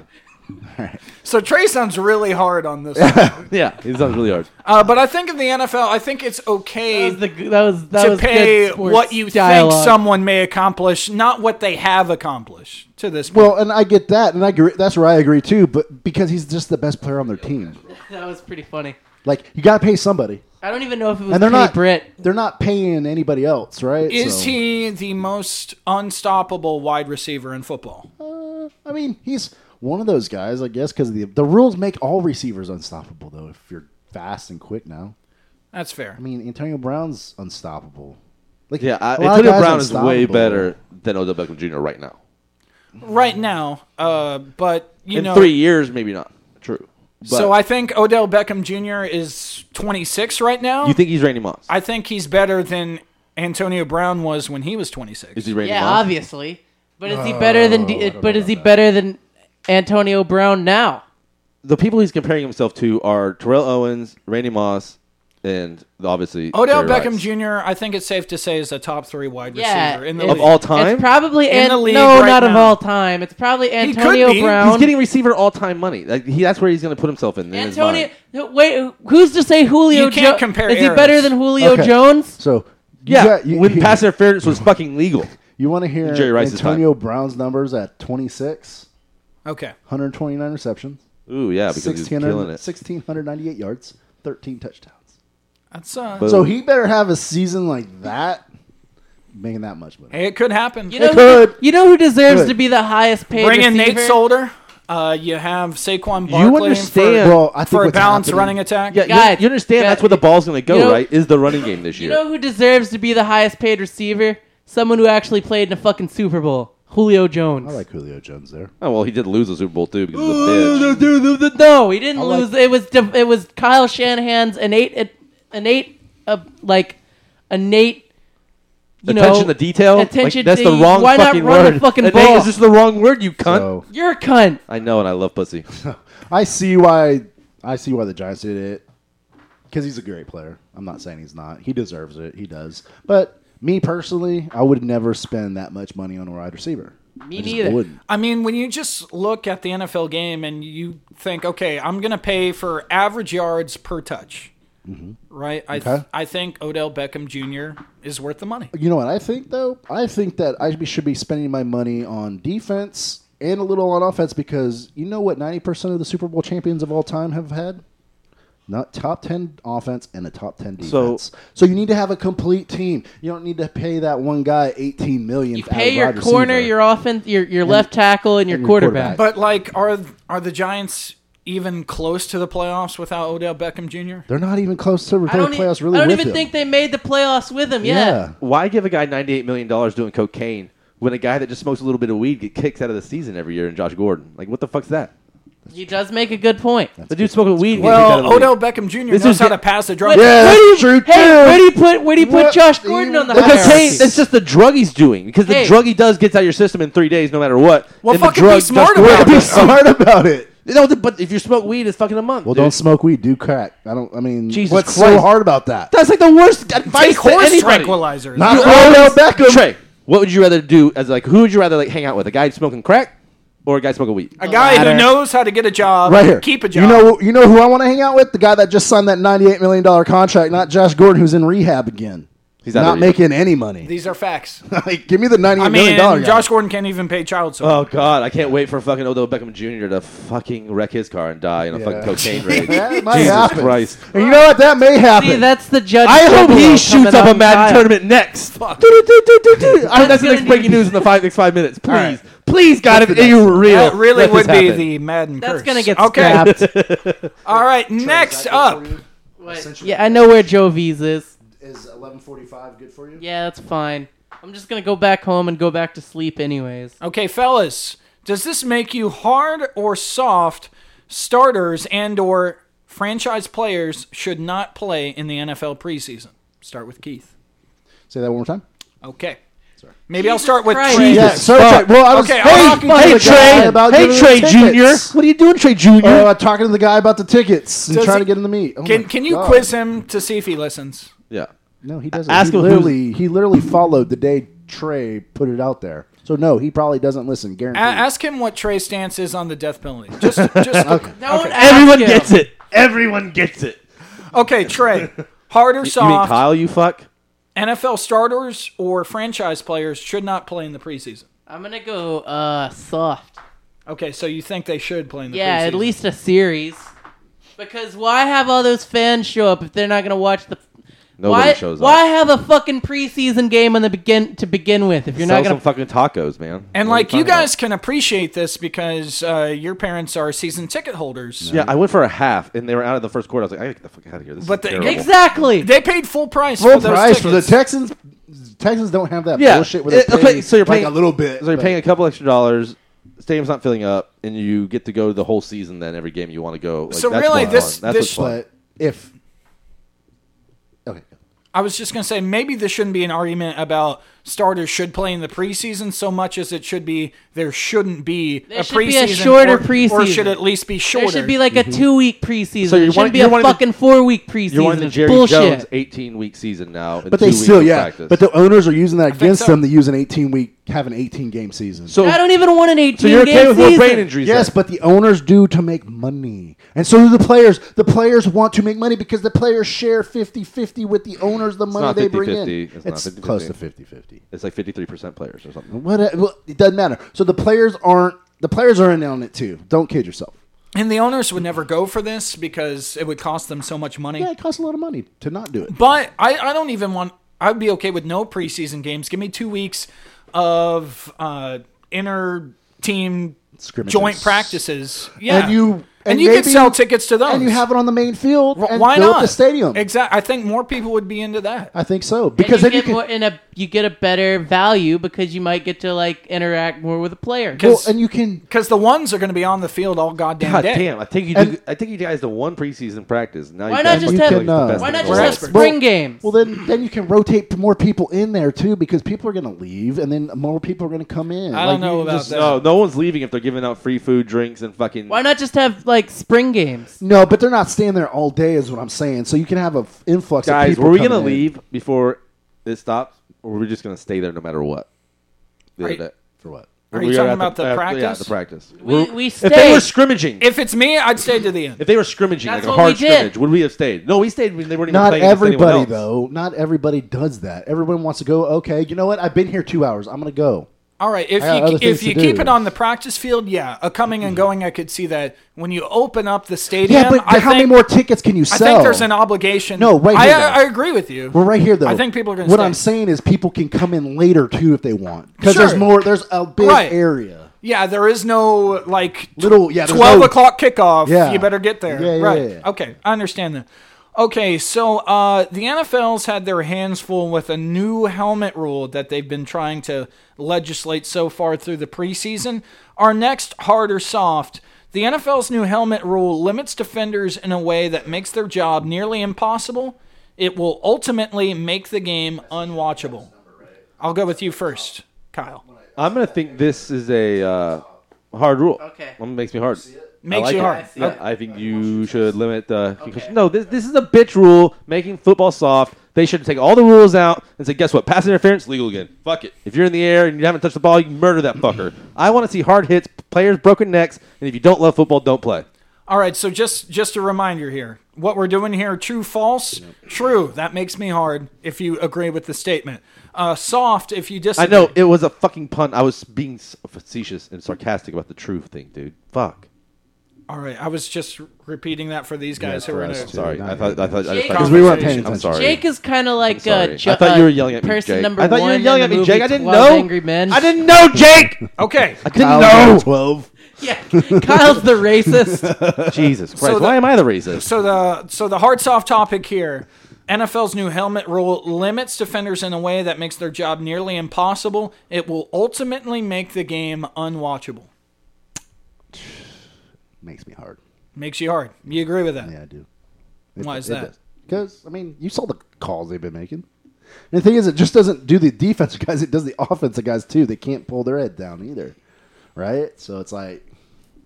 Speaker 3: So Trey sounds really hard on this, one.
Speaker 5: Yeah, he sounds really hard.
Speaker 3: uh, but I think in the NFL, I think it's okay
Speaker 4: That was, the, that was, that
Speaker 3: to
Speaker 4: was
Speaker 3: pay
Speaker 4: good sports
Speaker 3: what you
Speaker 4: dialogue.
Speaker 3: think someone may accomplish, not what they have accomplished to this point.
Speaker 6: Well, and I get that, and I agree, that's where I agree too. But because he's just the best player on their team,
Speaker 4: That was pretty funny.
Speaker 6: like you got to pay somebody,
Speaker 4: I don't even know if it was
Speaker 6: and they're
Speaker 4: Kenny
Speaker 6: not
Speaker 4: Britt.
Speaker 6: they're not paying anybody else, right?
Speaker 3: is
Speaker 6: So-
Speaker 3: he the most unstoppable wide receiver in football?
Speaker 6: I mean, he's one of those guys, I guess, because the the rules make all receivers unstoppable. Though, if you're fast and quick now,
Speaker 3: That's fair.
Speaker 6: I mean, Antonio Brown's unstoppable. Like,
Speaker 5: Yeah, I,
Speaker 6: a lot of
Speaker 5: Antonio
Speaker 6: guys
Speaker 5: Brown is way
Speaker 6: unstoppable.
Speaker 5: better than Odell Beckham Jr. right now.
Speaker 3: Right now, uh, but you
Speaker 5: In
Speaker 3: know,
Speaker 5: three years, maybe not. True. But
Speaker 3: so I think Odell Beckham Jr. is 26 right now.
Speaker 5: you think he's Randy Moss?
Speaker 3: I think he's better than Antonio Brown was when he was 26.
Speaker 5: is he Randy
Speaker 4: Yeah,
Speaker 5: Moss?
Speaker 4: obviously. But is he better than? D-
Speaker 5: Oh,
Speaker 4: but is he better than Antonio Brown now?
Speaker 5: the people he's comparing himself to are Terrell Owens, Randy Moss, and obviously
Speaker 3: Odell
Speaker 5: Jerry
Speaker 3: Beckham
Speaker 5: Rice.
Speaker 3: Jr. I think it's safe to say is a top three wide
Speaker 4: Yeah,
Speaker 3: receiver in the
Speaker 4: it-
Speaker 5: of
Speaker 3: league.
Speaker 5: all time.
Speaker 4: It's probably
Speaker 3: In
Speaker 4: An-
Speaker 3: the league
Speaker 4: no,
Speaker 3: right
Speaker 4: not of
Speaker 3: now.
Speaker 4: all time. It's probably
Speaker 3: could
Speaker 4: Antonio
Speaker 3: be. He's
Speaker 4: Brown.
Speaker 5: he's getting receiver all time money. Like he, that's where he's going to put himself in. in his
Speaker 4: Antonio.
Speaker 5: mind.
Speaker 4: no, Wait, who's to say Julio?
Speaker 3: You can't
Speaker 4: Jo-
Speaker 3: compare
Speaker 4: Is he
Speaker 3: eras.
Speaker 4: better than Julio
Speaker 6: Okay.
Speaker 4: Jones?
Speaker 6: So, you
Speaker 5: Yeah,
Speaker 6: got- you,
Speaker 5: when pass interference was fucking legal.
Speaker 6: you want to hear
Speaker 5: Jerry Rice is
Speaker 6: Antonio Brown's numbers at 26,
Speaker 3: Okay,
Speaker 6: 129 receptions,
Speaker 5: Ooh yeah, because he's
Speaker 6: 1600
Speaker 5: killing it.
Speaker 6: 1698 yards, 13 touchdowns.
Speaker 3: that's uh,
Speaker 5: But-
Speaker 6: So he better have a season like that, making that much money.
Speaker 3: hey, it could happen.
Speaker 4: You know, who,
Speaker 6: could.
Speaker 4: you know who deserves
Speaker 6: Could.
Speaker 4: to be the highest paid
Speaker 3: Bring in
Speaker 4: receiver?
Speaker 3: Nate Solder. Uh, you have Saquon Barkley
Speaker 5: You understand?
Speaker 3: for,
Speaker 6: Well, I think
Speaker 3: for a
Speaker 6: what's
Speaker 3: balanced
Speaker 6: happening-
Speaker 3: running attack.
Speaker 5: yeah, you-
Speaker 4: Guys,
Speaker 5: you, understand
Speaker 4: guys,
Speaker 5: that's where the ball's going to go,
Speaker 4: you know-
Speaker 5: right? Is the running game this
Speaker 4: You
Speaker 5: year?
Speaker 4: know who deserves to be the highest paid receiver? Someone who actually played in a fucking Super Bowl. Julio Jones.
Speaker 6: I like Julio Jones there.
Speaker 5: oh well, he did lose the Super Bowl too because he's a bitch.
Speaker 4: No, he didn't
Speaker 6: like-
Speaker 4: lose. It was de- it was Kyle Shanahan's innate innate uh, like innate you
Speaker 5: attention
Speaker 4: know,
Speaker 5: to detail. Like,
Speaker 4: attention
Speaker 5: that's
Speaker 4: to-
Speaker 5: the wrong
Speaker 4: why not
Speaker 5: fucking
Speaker 4: run the
Speaker 5: word.
Speaker 4: fucking
Speaker 5: Innate
Speaker 4: ball?
Speaker 5: is just the wrong word, you cunt.
Speaker 6: So
Speaker 4: You're a cunt.
Speaker 5: I know, and I love pussy.
Speaker 6: I see why I see why the Giants did it because he's a great player. I'm not saying he's not. He deserves it. He does. But me personally, I would never spend that much money on a wide receiver.
Speaker 4: Me
Speaker 6: I just
Speaker 4: neither.
Speaker 6: Wouldn't.
Speaker 3: I mean, when you just look at the NFL game and you think, okay, I'm going to pay for average yards per touch, right? I, th-
Speaker 6: Mm-hmm. Okay.
Speaker 3: I think Odell Beckham Jr. is worth the money.
Speaker 6: You know what I think though? I think that I be- should be spending my money on defense and a little on offense because you know what? Ninety percent of the Super Bowl champions of all time have had not top ten offense and a top ten
Speaker 5: So-
Speaker 6: defense. So, you need to have a complete team. You don't need to pay that one guy eighteen million.
Speaker 4: You
Speaker 6: out of
Speaker 4: pay your
Speaker 6: wide
Speaker 4: corner,
Speaker 6: receiver.
Speaker 4: your offense, your your left tackle, and your,
Speaker 6: and your
Speaker 4: quarterback.
Speaker 6: quarterback.
Speaker 3: But, like, are, are the Giants even close to the playoffs without Odell Beckham Jr.?
Speaker 6: They're not even close to
Speaker 4: I
Speaker 6: returning
Speaker 4: don't, e-
Speaker 6: playoffs. Really,
Speaker 4: I don't
Speaker 6: with
Speaker 4: even
Speaker 6: him.
Speaker 4: think they made the playoffs with him.
Speaker 6: Yeah.
Speaker 4: Yeah.
Speaker 5: Why give a guy ninety-eight million dollars doing cocaine when a guy that just smokes a little bit of weed get kicked out of the season every year? And Josh Gordon, like, what the fuck's that?
Speaker 4: he does make a good point.
Speaker 5: The dude smoking weed. and getting kicked out of
Speaker 3: Well,
Speaker 5: the league.
Speaker 3: Odell Beckham Jr.
Speaker 5: This
Speaker 3: knows
Speaker 5: is
Speaker 3: how
Speaker 5: the-
Speaker 3: to pass a drug.
Speaker 4: Wait,
Speaker 6: Yeah,
Speaker 4: where do you,
Speaker 6: that's true,
Speaker 4: hey,
Speaker 6: too.
Speaker 4: where do you put where do you put
Speaker 6: What
Speaker 4: Josh
Speaker 6: do
Speaker 4: Gordon
Speaker 6: you-
Speaker 4: on the
Speaker 6: The
Speaker 5: Because hey,
Speaker 4: hierarchy?
Speaker 5: that's just the drug he's doing. Because
Speaker 4: Hey.
Speaker 5: the drug he does gets out of your system in three days, no matter what.
Speaker 3: Well,
Speaker 5: And the
Speaker 3: fucking
Speaker 5: drug
Speaker 3: be smart
Speaker 5: Josh Gordon-
Speaker 3: about
Speaker 6: Be
Speaker 3: it.
Speaker 6: smart about it.
Speaker 5: No, th- but if you smoke weed, it's fucking a month.
Speaker 6: Well,
Speaker 5: dude.
Speaker 6: don't smoke weed. Do crack. I don't. I mean,
Speaker 5: Jesus
Speaker 6: what's so
Speaker 5: Christ.
Speaker 6: hard about that?
Speaker 5: That's like the worst advice
Speaker 3: Take
Speaker 5: to
Speaker 3: horse
Speaker 5: anybody.
Speaker 3: tranquilizers.
Speaker 6: Not
Speaker 5: You
Speaker 6: Odell
Speaker 5: always-
Speaker 6: Beckham.
Speaker 5: Trey, what would you rather do? As like, who would you rather like hang out with? A guy smoking crack or a guy smoking weed?
Speaker 3: a guy
Speaker 4: latter.
Speaker 3: who knows how to get a job,
Speaker 6: right here.
Speaker 3: keep a job.
Speaker 6: You know, you know who I want to hang out with? The guy that just signed that ninety-eight million dollar contract, not Josh Gordon, who's in rehab again.
Speaker 5: He's
Speaker 6: He's
Speaker 5: out
Speaker 6: not
Speaker 5: of rehab.
Speaker 6: making any money.
Speaker 3: These are facts.
Speaker 6: like, give me the
Speaker 3: I
Speaker 6: ninety-eight
Speaker 3: mean,
Speaker 6: million dollar. guy.
Speaker 3: Josh Gordon can't even pay child support.
Speaker 5: Oh God, I can't wait for fucking Odell Beckham Jr. to fucking wreck his car and die in a fucking cocaine raid.
Speaker 6: that might
Speaker 5: Jesus
Speaker 6: happen.
Speaker 5: Christ.
Speaker 6: And you know what? That may happen.
Speaker 4: See, that's the judge.
Speaker 5: I hope he
Speaker 4: Bigelow
Speaker 5: shoots
Speaker 4: coming
Speaker 5: up a
Speaker 4: on
Speaker 5: Madden
Speaker 4: trial.
Speaker 5: tournament next. Do, do, do, do, do, do. I
Speaker 4: That's
Speaker 5: hope that's the
Speaker 4: gonna
Speaker 5: next breaking
Speaker 4: be-
Speaker 5: news in the five next five minutes. Please,
Speaker 3: right.
Speaker 5: Please, God, if you
Speaker 6: Oh,
Speaker 5: were real,
Speaker 3: That really
Speaker 5: let
Speaker 3: would
Speaker 5: this
Speaker 3: be
Speaker 5: happen.
Speaker 3: the Madden
Speaker 4: That's
Speaker 3: curse.
Speaker 4: gonna get
Speaker 3: okay.
Speaker 4: scrapped.
Speaker 3: All right, next up.
Speaker 6: Essentially,
Speaker 4: yeah, I know where Jovi's is.
Speaker 6: Is 11:45 good for you?
Speaker 4: Yeah, that's fine. I'm just gonna go back home and go back to sleep anyways.
Speaker 3: Okay, fellas, does this make you hard or soft? Starters and or franchise players should not play in the NFL preseason. Start with Keith.
Speaker 6: Say that one more time.
Speaker 3: Okay. Maybe I'll start with
Speaker 4: Christ.
Speaker 3: Trey.
Speaker 4: Jesus
Speaker 6: Yeah, so
Speaker 5: fuck.
Speaker 6: Trey- well, I was
Speaker 3: Okay, I'm
Speaker 6: talking
Speaker 3: talking
Speaker 6: to
Speaker 5: Hey,
Speaker 6: the guy about
Speaker 5: Trey, hey
Speaker 6: giving
Speaker 5: Trey
Speaker 6: the
Speaker 5: Junior,
Speaker 6: tickets.
Speaker 5: what are you doing, Trey Junior?
Speaker 6: Oh,
Speaker 3: Uh,
Speaker 6: I'm talking to the guy about the tickets and
Speaker 3: Does
Speaker 6: trying
Speaker 3: he-
Speaker 6: to get him to meet. Oh
Speaker 3: Can
Speaker 6: my
Speaker 3: can you
Speaker 6: God.
Speaker 3: quiz him to see if he listens?
Speaker 5: yeah,
Speaker 6: No, he doesn't.
Speaker 5: Ask
Speaker 6: he
Speaker 5: him who's-
Speaker 6: literally. He literally followed the day Trey put it out there. So no, he probably doesn't listen.
Speaker 3: A-
Speaker 6: Guaranteed.
Speaker 3: ask him what Trey's stance is on the death penalty. Just just okay.
Speaker 4: Don't ask
Speaker 5: everyone
Speaker 4: him.
Speaker 5: gets it. Everyone gets it.
Speaker 3: okay, Trey. Hard or
Speaker 5: You mean
Speaker 3: soft?
Speaker 5: Kyle? You fuck.
Speaker 3: NFL starters or franchise players should not play in the preseason.
Speaker 4: I'm gonna go uh soft.
Speaker 3: Okay, so you think they should play in the
Speaker 4: Yeah,
Speaker 3: preseason?
Speaker 4: at least a series. Because why have all those fans show up if they're not gonna watch the?
Speaker 5: Nobody
Speaker 4: why,
Speaker 5: shows up.
Speaker 4: Why have a fucking preseason game on the begin to begin with if you're
Speaker 5: Sell
Speaker 4: not gonna?
Speaker 5: some fucking tacos, man.
Speaker 3: And
Speaker 5: What are
Speaker 3: like you
Speaker 5: talking about?
Speaker 3: guys can appreciate this because uh, your parents are season ticket holders.
Speaker 5: Yeah, I went for a half, and they were out of the first quarter. I was like, I gotta get the fuck out of here. This
Speaker 3: But
Speaker 5: is
Speaker 3: they-
Speaker 5: terrible.
Speaker 4: exactly.
Speaker 3: They paid full price.
Speaker 6: full
Speaker 3: for those
Speaker 6: price for the
Speaker 3: tickets.
Speaker 6: Texans. Texans don't have that
Speaker 5: Yeah,
Speaker 6: bullshit where they
Speaker 5: it- okay,
Speaker 6: pay,
Speaker 5: so you're
Speaker 6: like
Speaker 5: paying-
Speaker 6: a little bit.
Speaker 5: So you're
Speaker 6: but-
Speaker 5: paying a couple extra dollars. Stadium's not filling up, and you get to go the whole season. Then every game you want to go. Like,
Speaker 3: So
Speaker 5: that's
Speaker 3: really,
Speaker 5: what's
Speaker 3: this-
Speaker 5: fun. that's
Speaker 3: this-
Speaker 5: what's fun.
Speaker 6: but if okay,
Speaker 3: I was just gonna say maybe this shouldn't be an argument about starters should play in the preseason so much as it should be there shouldn't be a
Speaker 4: should be
Speaker 3: preseason
Speaker 4: a shorter
Speaker 3: or, or
Speaker 4: preseason.
Speaker 3: should at least be
Speaker 4: there
Speaker 3: shorter.
Speaker 4: should be like a two week preseason.
Speaker 5: Mm-hmm. So
Speaker 4: So
Speaker 5: you
Speaker 4: it
Speaker 5: want-
Speaker 4: shouldn't be
Speaker 5: you
Speaker 4: a
Speaker 5: wanted to-
Speaker 4: fucking four week preseason.
Speaker 5: You're on the
Speaker 4: It's
Speaker 5: Jerry
Speaker 4: bullshit.
Speaker 5: Jones 18 week season now, and
Speaker 6: but they
Speaker 5: two weeks
Speaker 6: still
Speaker 5: of
Speaker 6: yeah.
Speaker 5: practice.
Speaker 6: But the owners are using that against
Speaker 3: so.
Speaker 6: them. They use an 18 week have an 18 game season.
Speaker 5: so
Speaker 4: I don't even want an 18
Speaker 5: so you're okay
Speaker 4: game
Speaker 5: with more
Speaker 4: season.
Speaker 5: brain injuries?
Speaker 6: Yes,
Speaker 5: then?
Speaker 6: but the owners do to make money. And so do the players. The players want to make money because the players share 50-50 with the owners the money
Speaker 5: not
Speaker 6: they bring
Speaker 5: 50-50.
Speaker 6: in.
Speaker 5: It's not 50-50.
Speaker 6: close to 50-50.
Speaker 5: it's like 53 percent players or something.
Speaker 6: What, uh, well, it doesn't matter. So the players aren't the players are in on it too. Don't kid yourself.
Speaker 3: and the owners would never go for this because it would cost them so much money.
Speaker 6: Yeah, it costs a lot of money to not do it.
Speaker 3: But I, I don't even want. I'd be okay with no preseason games. Give me two weeks of uh, inner team
Speaker 6: Scrimmages.
Speaker 3: joint practices. Yeah,
Speaker 6: And you
Speaker 3: and, you
Speaker 6: maybe-
Speaker 3: can sell tickets to those.
Speaker 6: And you have it on the main field
Speaker 3: Wh-
Speaker 6: and
Speaker 3: Why
Speaker 6: build
Speaker 3: not
Speaker 6: the stadium.
Speaker 3: Exactly. I think more people would be into that.
Speaker 6: I think so.
Speaker 4: And you
Speaker 6: Because then you
Speaker 4: get
Speaker 6: can
Speaker 4: more, in a you get a better value because you might get to like interact more with a player.
Speaker 6: well, and you can
Speaker 3: Because the ones are going to be on the field all goddamn
Speaker 5: God
Speaker 3: day.
Speaker 5: damn! I think you.
Speaker 6: And-
Speaker 5: Do, I think you guys the one preseason practice. Now
Speaker 4: Why
Speaker 5: you
Speaker 4: not
Speaker 5: guys
Speaker 4: just
Speaker 5: look
Speaker 4: have-
Speaker 5: like the
Speaker 6: No.
Speaker 5: best
Speaker 4: Why
Speaker 5: in
Speaker 4: not just
Speaker 5: the
Speaker 3: We're
Speaker 4: have
Speaker 5: world.
Speaker 3: experts.
Speaker 4: spring games?
Speaker 6: Well, then, then you can rotate more people in there too, because people are going to leave, and then more people are going to come in.
Speaker 3: I don't know about that.
Speaker 5: No, no one's leaving if they're giving out free food, drinks, and fucking.
Speaker 4: Why not just have like spring games?
Speaker 6: No, but they're not staying there all day, is what I'm saying. So you can have an influx. of
Speaker 5: guys?
Speaker 6: people
Speaker 5: Were we
Speaker 6: coming
Speaker 5: gonna
Speaker 6: in.
Speaker 5: leave before it stops, or were we just gonna stay there no matter what? The other
Speaker 3: Are you-
Speaker 5: day.
Speaker 6: for what?
Speaker 3: Are you
Speaker 5: We
Speaker 3: talking
Speaker 5: at
Speaker 3: about the
Speaker 5: uh, Yeah,
Speaker 3: practice?
Speaker 5: the practice.
Speaker 4: We, we
Speaker 5: If they
Speaker 4: stayed.
Speaker 5: were scrimmaging,
Speaker 3: If it's me, I'd stay to the end.
Speaker 5: If they were scrimmaging,
Speaker 4: That's
Speaker 5: like a
Speaker 4: what
Speaker 5: hard
Speaker 4: we did.
Speaker 5: scrimmage, would we have stayed? No, we stayed when they weren't even
Speaker 6: Not
Speaker 5: playing against anyone
Speaker 6: everybody
Speaker 5: else.
Speaker 6: though. Not everybody does that. Everyone wants to go. Okay, you know what? I've been here two hours. I'm going to go.
Speaker 3: All right. If
Speaker 6: I got other
Speaker 3: you
Speaker 6: things
Speaker 3: if
Speaker 6: to
Speaker 3: you keep
Speaker 6: do. Mm-hmm.
Speaker 3: it on the practice field, yeah, a coming and going, I could see that. When you open up the stadium,
Speaker 6: Yeah, but
Speaker 3: I
Speaker 6: how
Speaker 3: think,
Speaker 6: many more tickets can you
Speaker 3: I
Speaker 6: sell?
Speaker 3: think there's an obligation.
Speaker 6: No, right
Speaker 3: I,
Speaker 6: here,
Speaker 3: I,
Speaker 6: though.
Speaker 3: I agree with you.
Speaker 6: We're right here though.
Speaker 3: I think people are gonna
Speaker 6: What
Speaker 3: stay.
Speaker 6: I'm saying is, people can come in later too if they want, because
Speaker 3: Sure.
Speaker 6: there's more. There's a big
Speaker 3: Right.
Speaker 6: area.
Speaker 3: Yeah, there is no like tw-
Speaker 6: Little- yeah, there's
Speaker 3: twelve
Speaker 6: no-
Speaker 3: o'clock kickoff.
Speaker 6: Yeah.
Speaker 3: you better get there.
Speaker 6: Yeah, yeah,
Speaker 3: right.
Speaker 6: yeah.
Speaker 3: Okay, I understand that. Okay, so uh, the NFL's had their hands full with a new helmet rule that they've been trying to legislate so far through the preseason. Our next hard or soft. The NFL's new helmet rule limits defenders in a way that makes their job nearly impossible. It will ultimately make the game unwatchable. I'll go with you first, Kyle.
Speaker 5: I'm gonna think this is a uh, hard rule.
Speaker 4: Okay.
Speaker 5: Um, makes me hard.
Speaker 3: Makes
Speaker 5: I like
Speaker 3: you
Speaker 5: it.
Speaker 3: hard.
Speaker 5: I, I think you should limit the concussion. No, this, this is a bitch rule making football soft. They should take all the rules out and say, guess what? Pass interference legal again. Fuck it. If you're in the air and you haven't touched the ball, you can murder that fucker. I want to see hard hits, players broken necks, and if you don't love football, don't play.
Speaker 3: All right, so just just a reminder here. What we're doing here, true, false, true. That makes me hard if you agree with the statement. Uh, soft if you
Speaker 5: I
Speaker 3: disagree.
Speaker 5: know it was a fucking pun. I was being s- facetious and sarcastic about the truth thing, dude. Fuck.
Speaker 3: All right, I was just repeating that for these guys who
Speaker 6: for
Speaker 3: were in
Speaker 6: us
Speaker 3: a
Speaker 6: too.
Speaker 5: Sorry, I thought I thought I
Speaker 4: Jake-
Speaker 5: thought-
Speaker 6: Because we weren't paying
Speaker 5: I'm
Speaker 6: attention.
Speaker 5: sorry.
Speaker 4: Jake is kind of like
Speaker 5: Sorry.
Speaker 4: uh, ju-
Speaker 5: I thought you
Speaker 4: uh,
Speaker 5: were yelling at me,
Speaker 4: person
Speaker 5: Jake.
Speaker 4: number
Speaker 5: I thought you
Speaker 4: one
Speaker 5: were
Speaker 4: in
Speaker 5: yelling
Speaker 4: the
Speaker 5: at me,
Speaker 4: movie
Speaker 5: Jake. I didn't
Speaker 4: 12
Speaker 5: know.
Speaker 4: Angry Men.
Speaker 5: I didn't know, Jake.
Speaker 3: Okay,
Speaker 5: I didn't
Speaker 6: Kyle
Speaker 5: know.
Speaker 6: got Twelve.
Speaker 4: Yeah, Kyle's the racist.
Speaker 5: Jesus Christ,
Speaker 3: the-
Speaker 5: why am I the racist?
Speaker 3: so the so the hard soft topic here. NFL's new helmet rule limits defenders in a way that makes their job nearly impossible. It will ultimately make the game unwatchable.
Speaker 6: Makes me hard.
Speaker 3: Makes you hard. You agree with that?
Speaker 6: Yeah, I do.
Speaker 3: Why is that?
Speaker 6: Because I mean, you saw the calls they've been making. And the thing is, it just doesn't do the defensive guys; it does the offensive guys too. They can't pull their head down either, right? So it's like,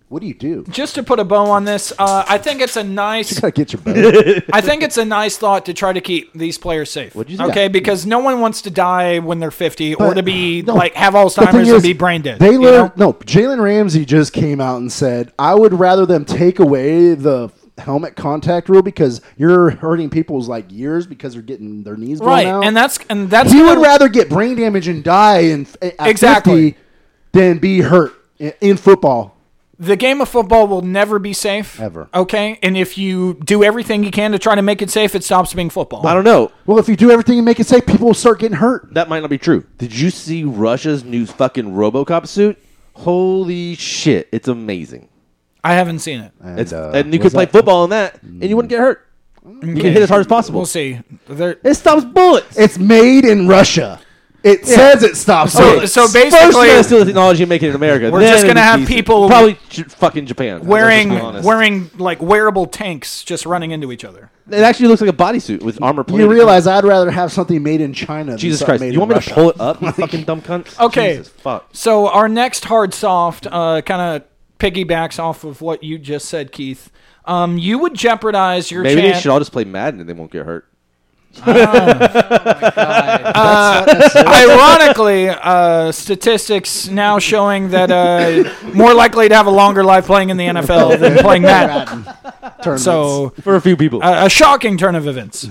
Speaker 6: what do you do? You
Speaker 3: Just to put a bow on this, uh, I think it's a nice.
Speaker 6: gotta get your boat.
Speaker 3: I think it's a nice thought to try to keep these players safe.
Speaker 5: What'd you say?
Speaker 3: Okay,
Speaker 5: Yeah.
Speaker 3: because no one wants to die when they're fifty or
Speaker 6: But-
Speaker 3: to be
Speaker 6: no,
Speaker 3: like have
Speaker 6: the thing
Speaker 3: Alzheimer's and
Speaker 6: is,
Speaker 3: be brain dead.
Speaker 6: They
Speaker 3: you
Speaker 6: learned,
Speaker 3: know?
Speaker 6: no. Jalen Ramsey just came out and said, "I would rather them take away the helmet contact rule because you're hurting people's like years because they're getting their knees blown
Speaker 3: right,
Speaker 6: out."
Speaker 3: and that's and that's
Speaker 6: he would
Speaker 3: gonna-
Speaker 6: rather get brain damage and die in at
Speaker 3: Exactly.
Speaker 6: 50 than be hurt in, in football.
Speaker 3: The game of football will never be safe.
Speaker 6: Ever.
Speaker 3: Okay? And if you do everything you can to try to make it safe, it stops being football.
Speaker 5: I don't know.
Speaker 6: Well, if you do everything you make it safe, people will start getting hurt.
Speaker 5: That might not be true. Did you see Russia's new fucking RoboCop suit? Holy shit, it's amazing.
Speaker 3: I haven't seen it.
Speaker 6: And,
Speaker 5: It's,
Speaker 6: uh,
Speaker 5: and you could
Speaker 6: was
Speaker 5: play
Speaker 6: that- Mm.
Speaker 5: football in that, and you wouldn't get hurt. You can hit as hard as possible.
Speaker 3: We'll see. There-
Speaker 5: It stops bullets.
Speaker 6: It's made in Russia. It says it stops.
Speaker 5: Oh,
Speaker 3: So-
Speaker 6: it.
Speaker 3: so
Speaker 5: First,
Speaker 3: basically-
Speaker 5: you gotta steal the technology and make it in America.
Speaker 3: We're
Speaker 5: Then
Speaker 3: just gonna
Speaker 5: it'll
Speaker 3: have
Speaker 5: be decent.
Speaker 3: people-
Speaker 5: probably j- fucking Japan
Speaker 3: wearing
Speaker 5: let's be honest.
Speaker 3: wearing like wearable tanks just running into each other.
Speaker 5: It actually looks like a bodysuit with armor. plated.
Speaker 6: you realize I'd rather have something made in China. Than
Speaker 5: Jesus
Speaker 6: something
Speaker 5: Christ! You
Speaker 6: made in
Speaker 5: want me
Speaker 6: Russia.
Speaker 5: to pull it up? You fucking dumb cunt.
Speaker 3: Okay.
Speaker 5: Jesus fuck.
Speaker 3: So our next hard soft uh, kind of piggybacks off of what you just said, Keith. Um, you would jeopardize your
Speaker 5: Maybe they
Speaker 3: chance.
Speaker 5: should all just play Madden and they won't get hurt.
Speaker 3: Ironically, uh, statistics now showing that uh, more likely to have a longer life playing in the NFL than playing that.
Speaker 6: Tournaments.
Speaker 3: So
Speaker 5: For a few people,
Speaker 3: a, a shocking turn of events.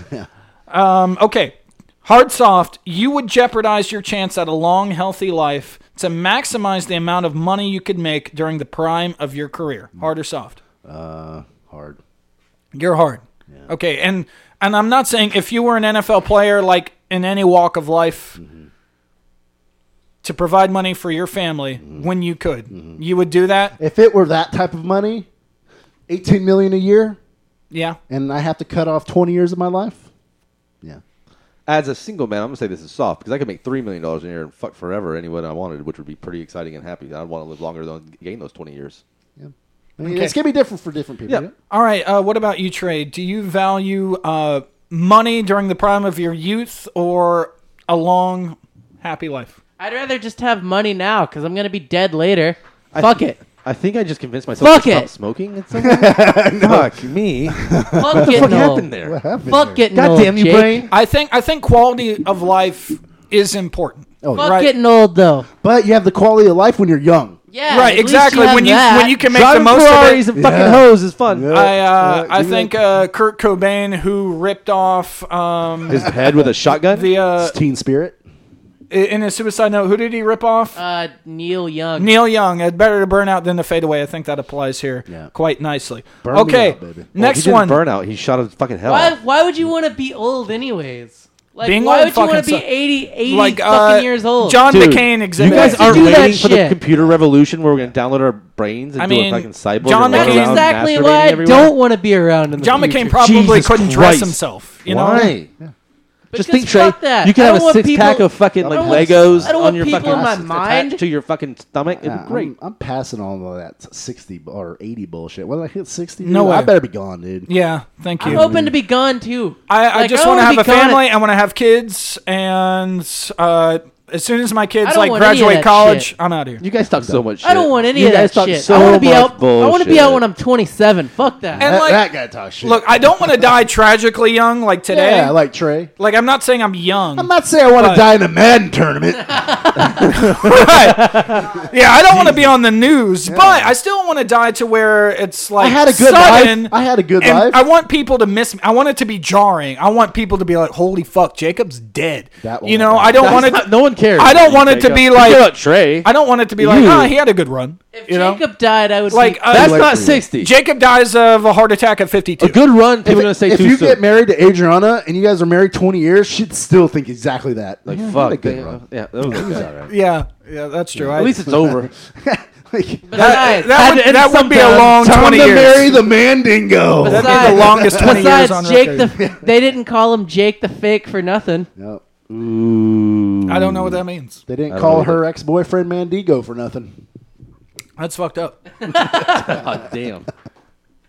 Speaker 3: Um, okay. Hard soft, you would jeopardize your chance at a long, healthy life to maximize the amount of money you could make during the prime of your career. Hard or soft?
Speaker 6: hard.
Speaker 3: You're hard. Okay, and and I'm not saying if you were an NFL player, like in any walk of life,
Speaker 6: Mm-hmm.
Speaker 3: to provide money for your family
Speaker 6: Mm-hmm.
Speaker 3: when you could, you would do that.
Speaker 6: If it were that type of money, eighteen million a year,
Speaker 3: Yeah.
Speaker 6: and I have to cut off twenty years of my life. Yeah.
Speaker 5: as a single man, I'm gonna say this is soft because I could make three million dollars a year and fuck forever anyone I wanted, which would be pretty exciting and happy. I'd want to live longer than gain those twenty years.
Speaker 6: Yeah. I mean, It's gonna be different for different people.
Speaker 5: Yeah.
Speaker 6: yeah?
Speaker 3: All right. Uh, what about you, Trey? Do you value uh, money during the prime of your youth or a long, happy life?
Speaker 4: I'd rather just have money now because I'm gonna be dead later. Fuck it.
Speaker 5: I think I just convinced myself
Speaker 4: Fuck
Speaker 5: to
Speaker 4: it.
Speaker 5: stop smoking. At some point. Fuck me.
Speaker 4: Fuck
Speaker 5: What
Speaker 4: it.
Speaker 5: happened
Speaker 4: No.
Speaker 5: there?
Speaker 6: Happened
Speaker 4: Fuck
Speaker 6: there.
Speaker 4: it. no, Jake.
Speaker 3: I think I think quality of life is important.
Speaker 6: Oh,
Speaker 4: Fuck
Speaker 3: Right.
Speaker 4: getting old though.
Speaker 6: But you have the quality of life when you're young.
Speaker 4: Yeah. at
Speaker 3: right.
Speaker 4: least
Speaker 3: Exactly.
Speaker 4: have
Speaker 3: when you
Speaker 4: that.
Speaker 3: when you can make
Speaker 5: Driving
Speaker 3: the most of it.
Speaker 5: Ferraris and fucking
Speaker 6: Yeah.
Speaker 5: hoes is fun.
Speaker 3: I uh, I
Speaker 6: you
Speaker 3: think uh, Kurt Cobain, who ripped off um,
Speaker 5: His head with a shotgun.
Speaker 3: the uh,
Speaker 6: Teen spirit.
Speaker 3: in his suicide note, who did he rip off?
Speaker 4: Uh, Neil Young.
Speaker 3: Neil Young. It's better to burn out than to fade away. I think that applies here
Speaker 6: Yeah.
Speaker 3: quite nicely.
Speaker 6: Burn me
Speaker 3: okay,
Speaker 6: out, baby. Well,
Speaker 5: Well, he
Speaker 3: next
Speaker 5: didn't
Speaker 3: one.
Speaker 5: Burn out. He shot his fucking hell.
Speaker 4: Why?
Speaker 5: off.
Speaker 4: Why would you want to be old anyways? Like,
Speaker 3: Being
Speaker 4: why
Speaker 3: old
Speaker 4: would you want
Speaker 3: fucking
Speaker 4: to be
Speaker 3: sucks.
Speaker 4: 80, 80
Speaker 3: like
Speaker 4: fucking
Speaker 3: uh,
Speaker 4: years old?
Speaker 3: John
Speaker 5: Dude,
Speaker 3: McCain
Speaker 5: You
Speaker 3: exhibit.
Speaker 5: guys
Speaker 4: Why
Speaker 5: are
Speaker 4: would you do that
Speaker 5: waiting for the
Speaker 4: shit?
Speaker 5: computer revolution where we're gonna download our brains and
Speaker 3: I
Speaker 5: do
Speaker 3: mean,
Speaker 5: a fucking cyborg.
Speaker 3: John
Speaker 5: and walk
Speaker 3: McCain's
Speaker 4: That's
Speaker 5: around
Speaker 4: exactly
Speaker 5: masturbating
Speaker 4: why I
Speaker 5: everywhere?
Speaker 4: don't want to be around in the
Speaker 3: John
Speaker 4: future.
Speaker 3: McCain probably
Speaker 5: Jesus
Speaker 3: couldn't dress
Speaker 5: Christ.
Speaker 3: himself. You know.
Speaker 5: Why?
Speaker 4: Because
Speaker 5: Just think, Trey.
Speaker 4: fuck that.
Speaker 5: You could
Speaker 4: I
Speaker 5: have
Speaker 4: don't
Speaker 5: a
Speaker 4: want
Speaker 5: six pack
Speaker 4: people-
Speaker 5: of fucking
Speaker 4: I
Speaker 5: like
Speaker 4: don't want-
Speaker 5: Legos
Speaker 4: I don't
Speaker 5: on
Speaker 4: want
Speaker 5: your
Speaker 4: people
Speaker 5: fucking
Speaker 4: in my
Speaker 5: attached
Speaker 4: mind.
Speaker 5: to your fucking stomach. It'd
Speaker 6: Yeah,
Speaker 5: be great.
Speaker 6: I'm, I'm passing on all that 60 bu- or 80 bullshit. When I hit 60,
Speaker 3: No
Speaker 6: dude, I
Speaker 3: way.
Speaker 6: better be gone, dude.
Speaker 3: Yeah. Thank
Speaker 4: I'm
Speaker 3: you.
Speaker 4: hoping to be gone too.
Speaker 3: I, I
Speaker 4: Like, oh,
Speaker 3: just
Speaker 4: don't
Speaker 3: want to have
Speaker 4: be
Speaker 3: a
Speaker 4: gone at-
Speaker 3: family. I want to have kids, and uh, as soon as my
Speaker 4: I
Speaker 3: kids
Speaker 4: don't
Speaker 3: like
Speaker 4: want any of
Speaker 3: graduate
Speaker 4: that
Speaker 3: college,
Speaker 4: shit.
Speaker 3: I'm out of here.
Speaker 5: you guys talk so much. Shit.
Speaker 4: I don't want any
Speaker 5: you
Speaker 4: of that
Speaker 5: guys talk
Speaker 4: shit.
Speaker 5: So
Speaker 4: I want to be
Speaker 5: much
Speaker 4: out.
Speaker 5: Bullshit.
Speaker 4: I want to be out when I'm 27. Fuck that.
Speaker 3: And
Speaker 6: That,
Speaker 3: like,
Speaker 6: that guy talks shit.
Speaker 3: Look, I don't want to die tragically young like today.
Speaker 6: yeah,
Speaker 3: like,
Speaker 6: like Trey.
Speaker 3: I'm not saying I'm young.
Speaker 6: I'm not saying I want
Speaker 3: But-
Speaker 6: to die in a Madden tournament.
Speaker 3: Right. Yeah, I don't want to be on the news, but I still want to die to where it's like
Speaker 6: I had a good
Speaker 3: sudden,
Speaker 6: life. I had a good
Speaker 3: and
Speaker 6: life.
Speaker 3: I want people to miss me. I want it to be jarring. I want people to be like, "Holy fuck, Jacob's dead."
Speaker 6: That
Speaker 3: you
Speaker 6: won't
Speaker 3: know,
Speaker 6: happen.
Speaker 3: I don't
Speaker 5: That's
Speaker 3: want
Speaker 5: not-
Speaker 3: to.
Speaker 5: no one one cares.
Speaker 3: I don't
Speaker 5: You
Speaker 3: want it
Speaker 5: take
Speaker 3: to
Speaker 5: up-
Speaker 3: be
Speaker 5: you
Speaker 3: like-
Speaker 5: give up Trey.
Speaker 3: I don't want it to be like,
Speaker 5: You-
Speaker 3: ah, he had a good run.
Speaker 4: If
Speaker 3: you know,
Speaker 4: Jacob died, I would
Speaker 3: like
Speaker 4: be-
Speaker 3: uh,
Speaker 5: That's
Speaker 6: like
Speaker 5: not
Speaker 6: for you.
Speaker 5: sixty.
Speaker 3: Jacob dies of a heart attack at fifty-two.
Speaker 5: a good run. People are gonna say
Speaker 6: if
Speaker 5: too
Speaker 6: you
Speaker 5: soon.
Speaker 6: get married to Adriana and you guys are married 20 years, she'd still think exactly that.
Speaker 5: like
Speaker 6: Yeah,
Speaker 5: fuck.
Speaker 6: what a good
Speaker 5: they-
Speaker 6: run.
Speaker 5: yeah, that was all right.
Speaker 3: yeah, yeah, that's true. I,
Speaker 5: At least it's over.
Speaker 6: like,
Speaker 3: that,
Speaker 4: Besides,
Speaker 3: that
Speaker 4: had
Speaker 3: would,
Speaker 4: to end
Speaker 3: that would be a
Speaker 4: sometime.
Speaker 3: long
Speaker 6: time to
Speaker 3: twenty years.
Speaker 6: marry the Mandingo.
Speaker 3: That'd be the
Speaker 4: Besides-
Speaker 3: longest twenty years on
Speaker 4: Besides, Jake
Speaker 3: record.
Speaker 4: the they didn't call him Jake the Fake for nothing.
Speaker 6: Yep.
Speaker 5: Ooh.
Speaker 3: I don't know what that means.
Speaker 6: They didn't
Speaker 5: don't
Speaker 6: call
Speaker 5: know
Speaker 6: her ex boyfriend Mandingo for nothing.
Speaker 3: That's fucked up
Speaker 5: God damn.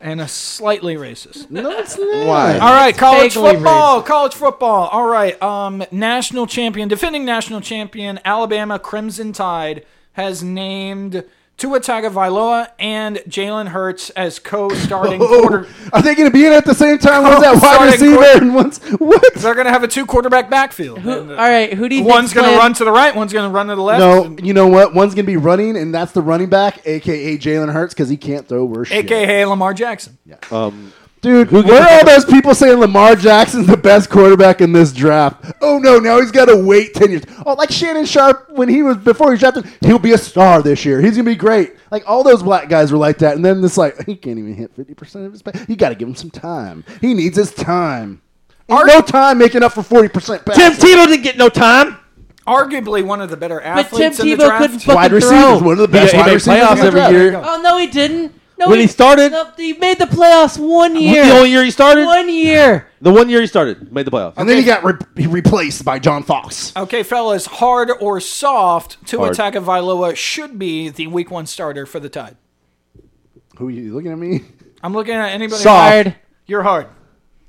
Speaker 3: and a slightly racist.
Speaker 6: No, it's not.
Speaker 3: All right, college
Speaker 4: vaguely
Speaker 3: football. College football. All right. Um, national champion, defending national champion, Alabama Crimson Tide has named Tua Tagovailoa and Jalen Hurts as co-starting
Speaker 6: Oh.
Speaker 3: quarter.
Speaker 6: Are they going to be in at the same time? One's that wide
Speaker 3: starting
Speaker 6: receiver
Speaker 3: quarter-
Speaker 6: and one's what?
Speaker 3: They're going to have a two-quarterback backfield. And,
Speaker 4: All
Speaker 3: uh,
Speaker 4: right, who do you
Speaker 3: one's
Speaker 4: going
Speaker 3: going to run to the right. One's going to run to the left.
Speaker 6: No, you know what? One's going to be running, and that's the running back, aka Jalen Hurts, because he can't throw worse. shit.
Speaker 3: AKA Lamar Jackson.
Speaker 5: Um,
Speaker 6: dude, where are all those people saying Lamar Jackson's the best quarterback in this draft? Oh no, now he's got to wait ten years. Oh, like Shannon Sharp when he was before he drafted, he'll be a star this year. He's gonna be great. Like all those black guys were like that, and then it's like he can't even hit fifty percent of his pass. You got to give him some time. He needs his time. Ain't no time making up for forty percent pass.
Speaker 5: Tim Tebow didn't get no time.
Speaker 3: Arguably one of the better
Speaker 4: But Tim
Speaker 3: athletes in the
Speaker 4: Tebow
Speaker 3: draft.
Speaker 4: couldn't fucking
Speaker 6: wide
Speaker 4: throw.
Speaker 6: receivers, one of the
Speaker 5: He,
Speaker 6: best
Speaker 5: he
Speaker 6: wide
Speaker 5: made
Speaker 6: receivers in
Speaker 5: playoffs
Speaker 6: the
Speaker 5: every
Speaker 6: draft.
Speaker 5: year.
Speaker 4: Oh no, he didn't. No,
Speaker 5: When he started-
Speaker 4: no, he made the playoffs one year.
Speaker 5: The only year he started.
Speaker 4: One year.
Speaker 5: The one year he started made the playoffs.
Speaker 6: And then he got re- he replaced by John Fox.
Speaker 3: Okay, fellas, hard or soft, Tua
Speaker 5: Hard.
Speaker 3: Tagovailoa should be the week one starter for the Tide.
Speaker 6: Who are you looking at me?
Speaker 3: I'm looking at anybody.
Speaker 6: Soft.
Speaker 4: Hard.
Speaker 3: You're hard.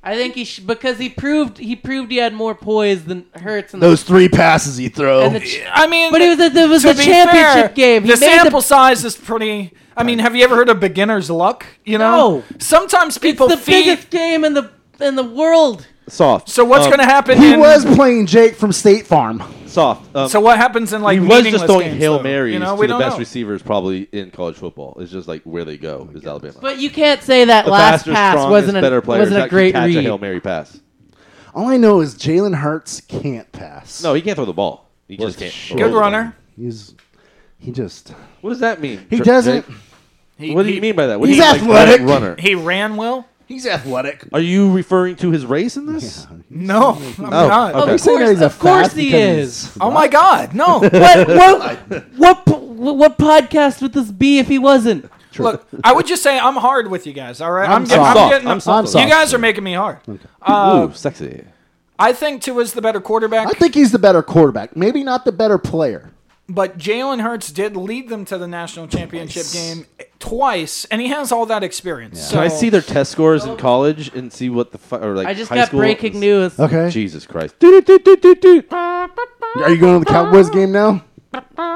Speaker 4: I think he sh- because he proved he proved he had more poise than Hurts and
Speaker 6: Those three passes he throw.
Speaker 4: And
Speaker 5: Oh,
Speaker 4: the ch-
Speaker 3: I mean,
Speaker 4: But it was a- it was
Speaker 3: to
Speaker 4: a
Speaker 3: be
Speaker 4: championship game. He
Speaker 3: the
Speaker 4: made the-
Speaker 3: sample size is pretty. I mean, have you ever heard of beginner's luck? You know,
Speaker 4: No.
Speaker 3: sometimes people
Speaker 4: It's the
Speaker 3: feed.
Speaker 4: biggest game in the in the world.
Speaker 5: Soft.
Speaker 3: so what's
Speaker 5: Um,
Speaker 3: going to happen?
Speaker 6: he
Speaker 3: in,
Speaker 6: was playing Jake from State Farm.
Speaker 5: soft? Um,
Speaker 3: So what happens in like
Speaker 5: he was just
Speaker 3: meaningless
Speaker 5: throwing
Speaker 3: games,
Speaker 5: hail
Speaker 3: though?
Speaker 5: marys
Speaker 3: You know,
Speaker 5: to
Speaker 3: we
Speaker 5: the
Speaker 3: don't
Speaker 5: best
Speaker 3: know.
Speaker 5: receivers probably in college football. It's just like where they go is Alabama.
Speaker 4: But you can't say that
Speaker 5: the
Speaker 4: last
Speaker 5: faster,
Speaker 4: pass
Speaker 5: strongest,
Speaker 4: wasn't
Speaker 5: better
Speaker 4: a,
Speaker 5: player
Speaker 4: wasn't a
Speaker 5: that can
Speaker 4: great
Speaker 5: catch a
Speaker 4: read.
Speaker 5: hail mary pass.
Speaker 6: All I know is Jalen Hurts can't pass.
Speaker 5: No, he can't throw the ball. He just can't.
Speaker 6: shit.
Speaker 5: throw
Speaker 3: Good
Speaker 5: the
Speaker 3: runner.
Speaker 6: he's he just
Speaker 5: ball. What does that mean?
Speaker 6: he
Speaker 5: Dr-
Speaker 6: doesn't.
Speaker 5: Jake?
Speaker 3: He,
Speaker 5: What do
Speaker 3: he-
Speaker 5: you mean by that? What
Speaker 6: he's
Speaker 5: do you mean, like,
Speaker 6: athletic.
Speaker 5: that runner.
Speaker 3: He ran well.
Speaker 6: He's athletic.
Speaker 5: Are you referring to his race in this?
Speaker 3: No, I'm not.
Speaker 5: Oh, okay.
Speaker 4: Of
Speaker 5: He's
Speaker 6: saying that
Speaker 4: course,
Speaker 6: he's Uh, a
Speaker 4: of course
Speaker 6: fast
Speaker 4: he
Speaker 6: because
Speaker 4: is.
Speaker 6: he's-
Speaker 3: Oh my God, no!
Speaker 4: what, what, what, po- what podcast would this be if he wasn't?
Speaker 3: Look, I would just say I'm hard with you guys. All right,
Speaker 6: I'm
Speaker 3: getting,
Speaker 6: soft.
Speaker 3: I'm getting,
Speaker 5: I'm soft.
Speaker 3: You guys are making me hard. Uh,
Speaker 5: Ooh, sexy.
Speaker 3: I think Tua's the better quarterback.
Speaker 6: I think he's the better quarterback. Maybe not the better player.
Speaker 3: But Jalen Hurts did lead them to the national championship game twice, and he has all that experience. So
Speaker 5: Can I see their test scores in college and see what the fu- or like
Speaker 4: I just
Speaker 5: high
Speaker 4: got
Speaker 5: school
Speaker 4: breaking
Speaker 5: is-
Speaker 4: news.
Speaker 6: Okay.
Speaker 5: Jesus Christ.
Speaker 6: Are you going to the Cowboys game now?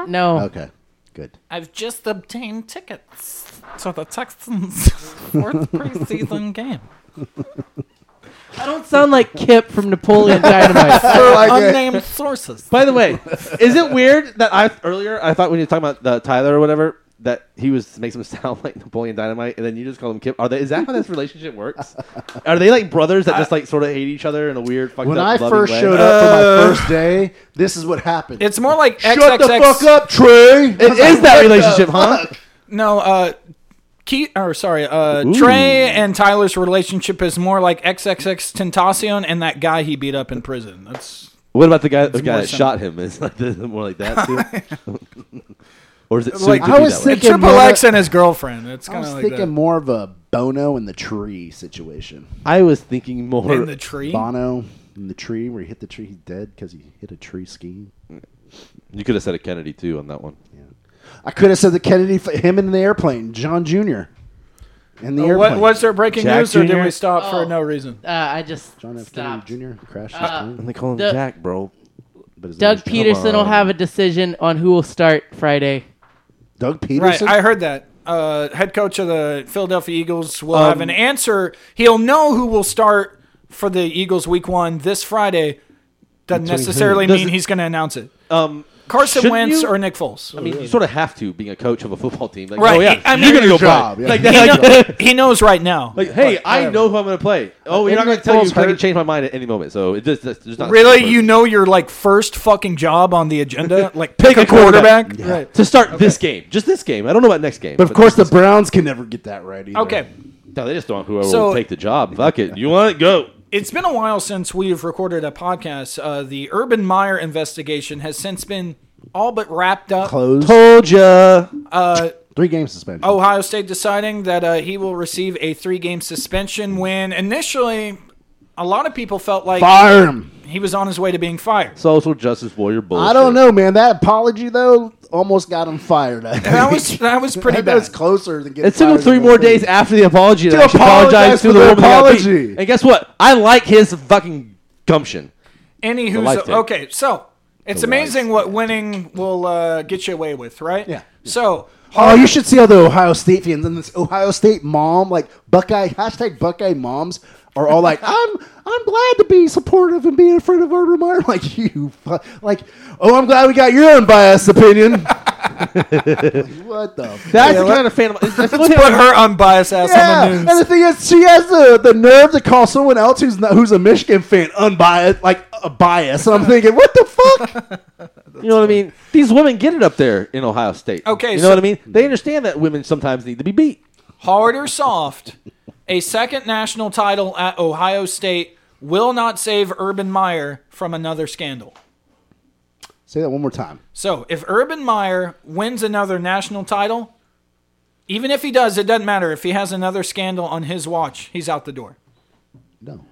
Speaker 4: No.
Speaker 6: Okay. Good.
Speaker 3: I've just obtained tickets to the Texans' fourth preseason game.
Speaker 4: I don't sound like Kip from Napoleon Dynamite.
Speaker 3: Unnamed sources.
Speaker 5: By the way, is it weird that I earlier I thought when you were talking about the Tyler or whatever that he was makes him sound like Napoleon Dynamite, and then you just call him Kip? Are they? Is that how this relationship works? Are they like brothers that just like sort of hate each other in a weird fucked
Speaker 6: When
Speaker 5: up?
Speaker 6: I
Speaker 5: loving
Speaker 6: first
Speaker 5: way?
Speaker 6: showed up for my first day, this is what happened.
Speaker 3: Uh. It's more like
Speaker 6: Shut
Speaker 3: XXX.
Speaker 6: the fuck up, Trey.
Speaker 5: it is that relationship, huh?
Speaker 3: No, uh, Keith, or sorry, uh, Trey and Tyler's relationship is more like XXX Tentacion and that guy he beat up in prison. That's
Speaker 5: What about the guy? The guy
Speaker 3: more
Speaker 5: that
Speaker 3: similar.
Speaker 5: shot him is like is it more like that too, or is it? soon
Speaker 3: Like,
Speaker 5: to be
Speaker 6: I was
Speaker 5: that way?
Speaker 6: thinking
Speaker 3: Triple
Speaker 6: more-
Speaker 3: X and his girlfriend. It's
Speaker 6: I
Speaker 3: kind
Speaker 6: was
Speaker 3: of like
Speaker 6: thinking
Speaker 3: that.
Speaker 6: more of a Bono in the tree situation.
Speaker 5: I was thinking more.
Speaker 3: in the tree.
Speaker 6: Bono in the tree where he hit the tree. He's dead because he hit a tree skiing.
Speaker 5: you could have said a Kennedy too on that one.
Speaker 6: I could have said the Kennedy, f- him in the airplane, John Jr. In the airplane.
Speaker 3: Uh, What, was there breaking
Speaker 5: Jack
Speaker 3: news, or did
Speaker 5: Jr.?
Speaker 3: we stop for
Speaker 4: Oh.
Speaker 3: no reason?
Speaker 4: Uh, I just
Speaker 6: John F.
Speaker 4: stopped.
Speaker 6: Kennedy Jr. crashed his
Speaker 3: Uh,
Speaker 5: And
Speaker 6: plane.
Speaker 5: they call him
Speaker 4: The-
Speaker 5: Jack, bro.
Speaker 6: But his name
Speaker 4: Doug
Speaker 6: was John-
Speaker 4: Peterson will
Speaker 5: on.
Speaker 4: have a decision on who will start Friday.
Speaker 6: Doug
Speaker 3: Right,
Speaker 6: Peterson.
Speaker 3: I heard that. Uh, head coach of the Philadelphia Eagles will have
Speaker 5: Um,
Speaker 3: an answer. He'll know who will start for the Eagles Week One this Friday. Doesn't necessarily
Speaker 5: Does
Speaker 3: mean
Speaker 5: it-
Speaker 3: he's going to announce it.
Speaker 5: Um,
Speaker 3: Carson
Speaker 5: Shouldn't
Speaker 3: Wentz
Speaker 5: you?
Speaker 3: or Nick Foles.
Speaker 5: I mean, you sort of have to being a coach of a football team. Like,
Speaker 3: Right,
Speaker 5: Oh, yeah.
Speaker 3: I mean-
Speaker 5: you're gonna go
Speaker 6: Job,
Speaker 5: play.
Speaker 6: yeah.
Speaker 5: Like,
Speaker 6: He
Speaker 5: that-
Speaker 3: he knows right now.
Speaker 5: like, hey, I
Speaker 3: whatever.
Speaker 5: know who I'm gonna play. Oh,
Speaker 4: And
Speaker 5: you're not gonna
Speaker 4: Nick
Speaker 5: tell you
Speaker 4: Foles
Speaker 5: because I can
Speaker 4: hurt.
Speaker 5: change my mind at any moment. So it just, that's just not
Speaker 3: Really, you know your like first fucking job on the agenda, like pick,
Speaker 5: a
Speaker 3: a quarterback. Right.
Speaker 5: to start this game, just this game. I don't know about next game,
Speaker 6: But of course, the Browns can never get that right. Either.
Speaker 3: Okay,
Speaker 5: no, they just don't. Whoever will
Speaker 3: So-
Speaker 5: take the job, fuck it. You want it, go.
Speaker 3: it's been a while since we've recorded a podcast. Uh, the Urban Meyer investigation has since been all but wrapped up.
Speaker 6: Closed.
Speaker 5: Told ya.
Speaker 3: Uh,
Speaker 6: Three game suspension.
Speaker 3: Ohio State deciding that uh, he will receive a three-game suspension. When initially, a lot of people felt like
Speaker 6: fire him.
Speaker 3: he was on his way to being fired.
Speaker 5: Social justice warrior bullshit.
Speaker 6: I don't know, man. That apology though almost got him fired. I
Speaker 3: That
Speaker 6: think.
Speaker 3: was that was pretty
Speaker 6: That was
Speaker 3: bad.
Speaker 6: closer than getting.
Speaker 5: It took him
Speaker 6: fired
Speaker 5: three
Speaker 6: than
Speaker 5: more
Speaker 6: the thing.
Speaker 5: days after the apology to,
Speaker 6: To
Speaker 5: actually
Speaker 6: apologize
Speaker 5: apologize to
Speaker 6: for
Speaker 5: the
Speaker 6: the
Speaker 5: woman that got beat.
Speaker 6: apology.
Speaker 5: And guess what? I like his fucking gumption. life
Speaker 3: Anywho's
Speaker 5: thing.
Speaker 3: okay, so it's amazing what winning will uh, get you away with, right?
Speaker 6: Yeah.
Speaker 3: So
Speaker 6: Oh, you should see all the Ohio State fans and this Ohio State mom, like Buckeye hashtag Buckeye moms, are all like, "I'm I'm glad to be supportive and being in front of Urban Meyer." I'm Like you, fu- like, oh, I'm glad we got your unbiased opinion. like, what the?
Speaker 5: That's
Speaker 6: fuck?
Speaker 5: the kind of fan. I feel
Speaker 3: let's
Speaker 5: like-
Speaker 3: put her unbiased ass
Speaker 6: Yeah,
Speaker 3: on the
Speaker 6: and
Speaker 3: news.
Speaker 6: the thing is, she has the, the nerve to call someone else who's not, who's a Michigan fan unbiased, like a bias. And I'm thinking, what the fuck?
Speaker 5: You know what I mean? These women get it up there in Ohio State.
Speaker 3: Okay,
Speaker 5: you know
Speaker 3: so-
Speaker 5: what I mean? They understand that women sometimes need to be beat.
Speaker 3: hard or soft, a second national title at Ohio State will not save Urban Meyer from another scandal.
Speaker 6: Say that one more time.
Speaker 3: So, if Urban Meyer wins another national title, even if he does, it doesn't matter. If he has another scandal on his watch, he's out the door.
Speaker 6: No.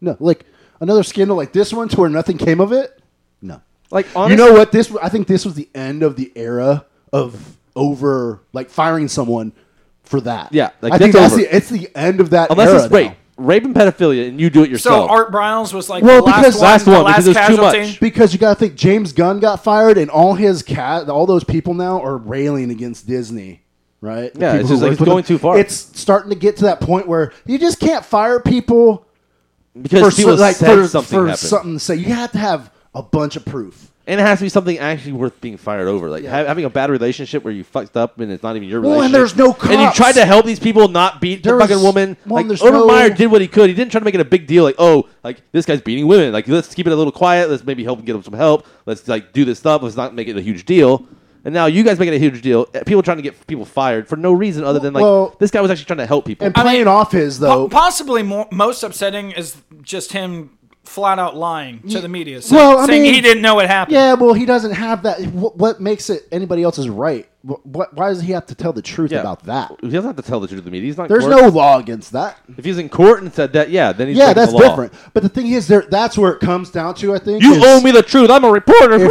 Speaker 6: No, like another scandal like this one to where nothing came of it. No.
Speaker 5: Like
Speaker 6: you
Speaker 5: honestly,
Speaker 6: know what? This I think this was the end of the era of over like firing someone for that.
Speaker 5: Yeah, like,
Speaker 6: I think
Speaker 5: that's
Speaker 6: that's
Speaker 5: over.
Speaker 6: the it's the end of that.
Speaker 5: unless
Speaker 6: era
Speaker 5: it's rape,
Speaker 6: now.
Speaker 5: rape and pedophilia, and you do it
Speaker 3: So,
Speaker 5: yourself.
Speaker 3: Art Briles was like
Speaker 6: Well,
Speaker 3: the last
Speaker 6: because-
Speaker 3: one,
Speaker 5: Last
Speaker 3: the
Speaker 5: one,
Speaker 3: last
Speaker 5: because there's too
Speaker 3: casualty.
Speaker 5: much.
Speaker 6: Because you got to think James Gunn got fired, and all his cat, all those people now are railing against Disney, right? The
Speaker 5: Yeah,
Speaker 6: people
Speaker 5: it's
Speaker 6: who
Speaker 5: just like
Speaker 6: worked
Speaker 5: it's
Speaker 6: with
Speaker 5: going
Speaker 6: him.
Speaker 5: too far.
Speaker 6: It's starting to get to that point where you just can't fire people
Speaker 5: because
Speaker 6: so-
Speaker 5: people said
Speaker 6: for,
Speaker 5: something
Speaker 6: for
Speaker 5: happened,
Speaker 6: something to say. You have to have a bunch of proof.
Speaker 5: and it has to be something actually worth being fired over. Like
Speaker 6: Yeah.
Speaker 5: ha- having a bad relationship where you fucked up and it's not even your
Speaker 6: Well, and
Speaker 5: relationship.
Speaker 6: there's no
Speaker 5: And you
Speaker 6: cops.
Speaker 5: tried to help these people not beat
Speaker 6: There
Speaker 5: the fucking
Speaker 6: was-
Speaker 5: woman.
Speaker 6: well,
Speaker 5: like
Speaker 6: there's
Speaker 5: Urban
Speaker 6: no-
Speaker 5: Meyer did what he could. He didn't try to make it a big deal. Like oh, like this guy's beating women. Like let's keep it a little quiet. Let's maybe help him get him some help. Let's like do this stuff. Let's not make it a huge deal. And now you guys make it a huge deal. Uh, People trying to get people fired for no reason other than like
Speaker 6: Well-
Speaker 5: this guy was actually trying to help people.
Speaker 6: And playing off his
Speaker 3: Po-
Speaker 6: though.
Speaker 3: possibly mo most upsetting is just him flat out lying to the media, saying,
Speaker 6: Well, I
Speaker 3: saying
Speaker 6: mean-
Speaker 3: he didn't know what happened.
Speaker 6: yeah, well, he doesn't have that. What, what makes it anybody else's right? What, what? Why does he have to tell the truth
Speaker 5: Yeah.
Speaker 6: about that?
Speaker 5: He doesn't have to tell the truth to the media. He's not. in
Speaker 6: There's
Speaker 5: court.
Speaker 6: no law against that.
Speaker 5: If he's in court and said that, yeah, then he's
Speaker 6: yeah,
Speaker 5: breaking
Speaker 6: that's
Speaker 5: the law.
Speaker 6: different. But the thing is, there that's where it comes down to. I think
Speaker 5: You
Speaker 6: is
Speaker 5: owe me the truth. I'm a reporter.
Speaker 6: If,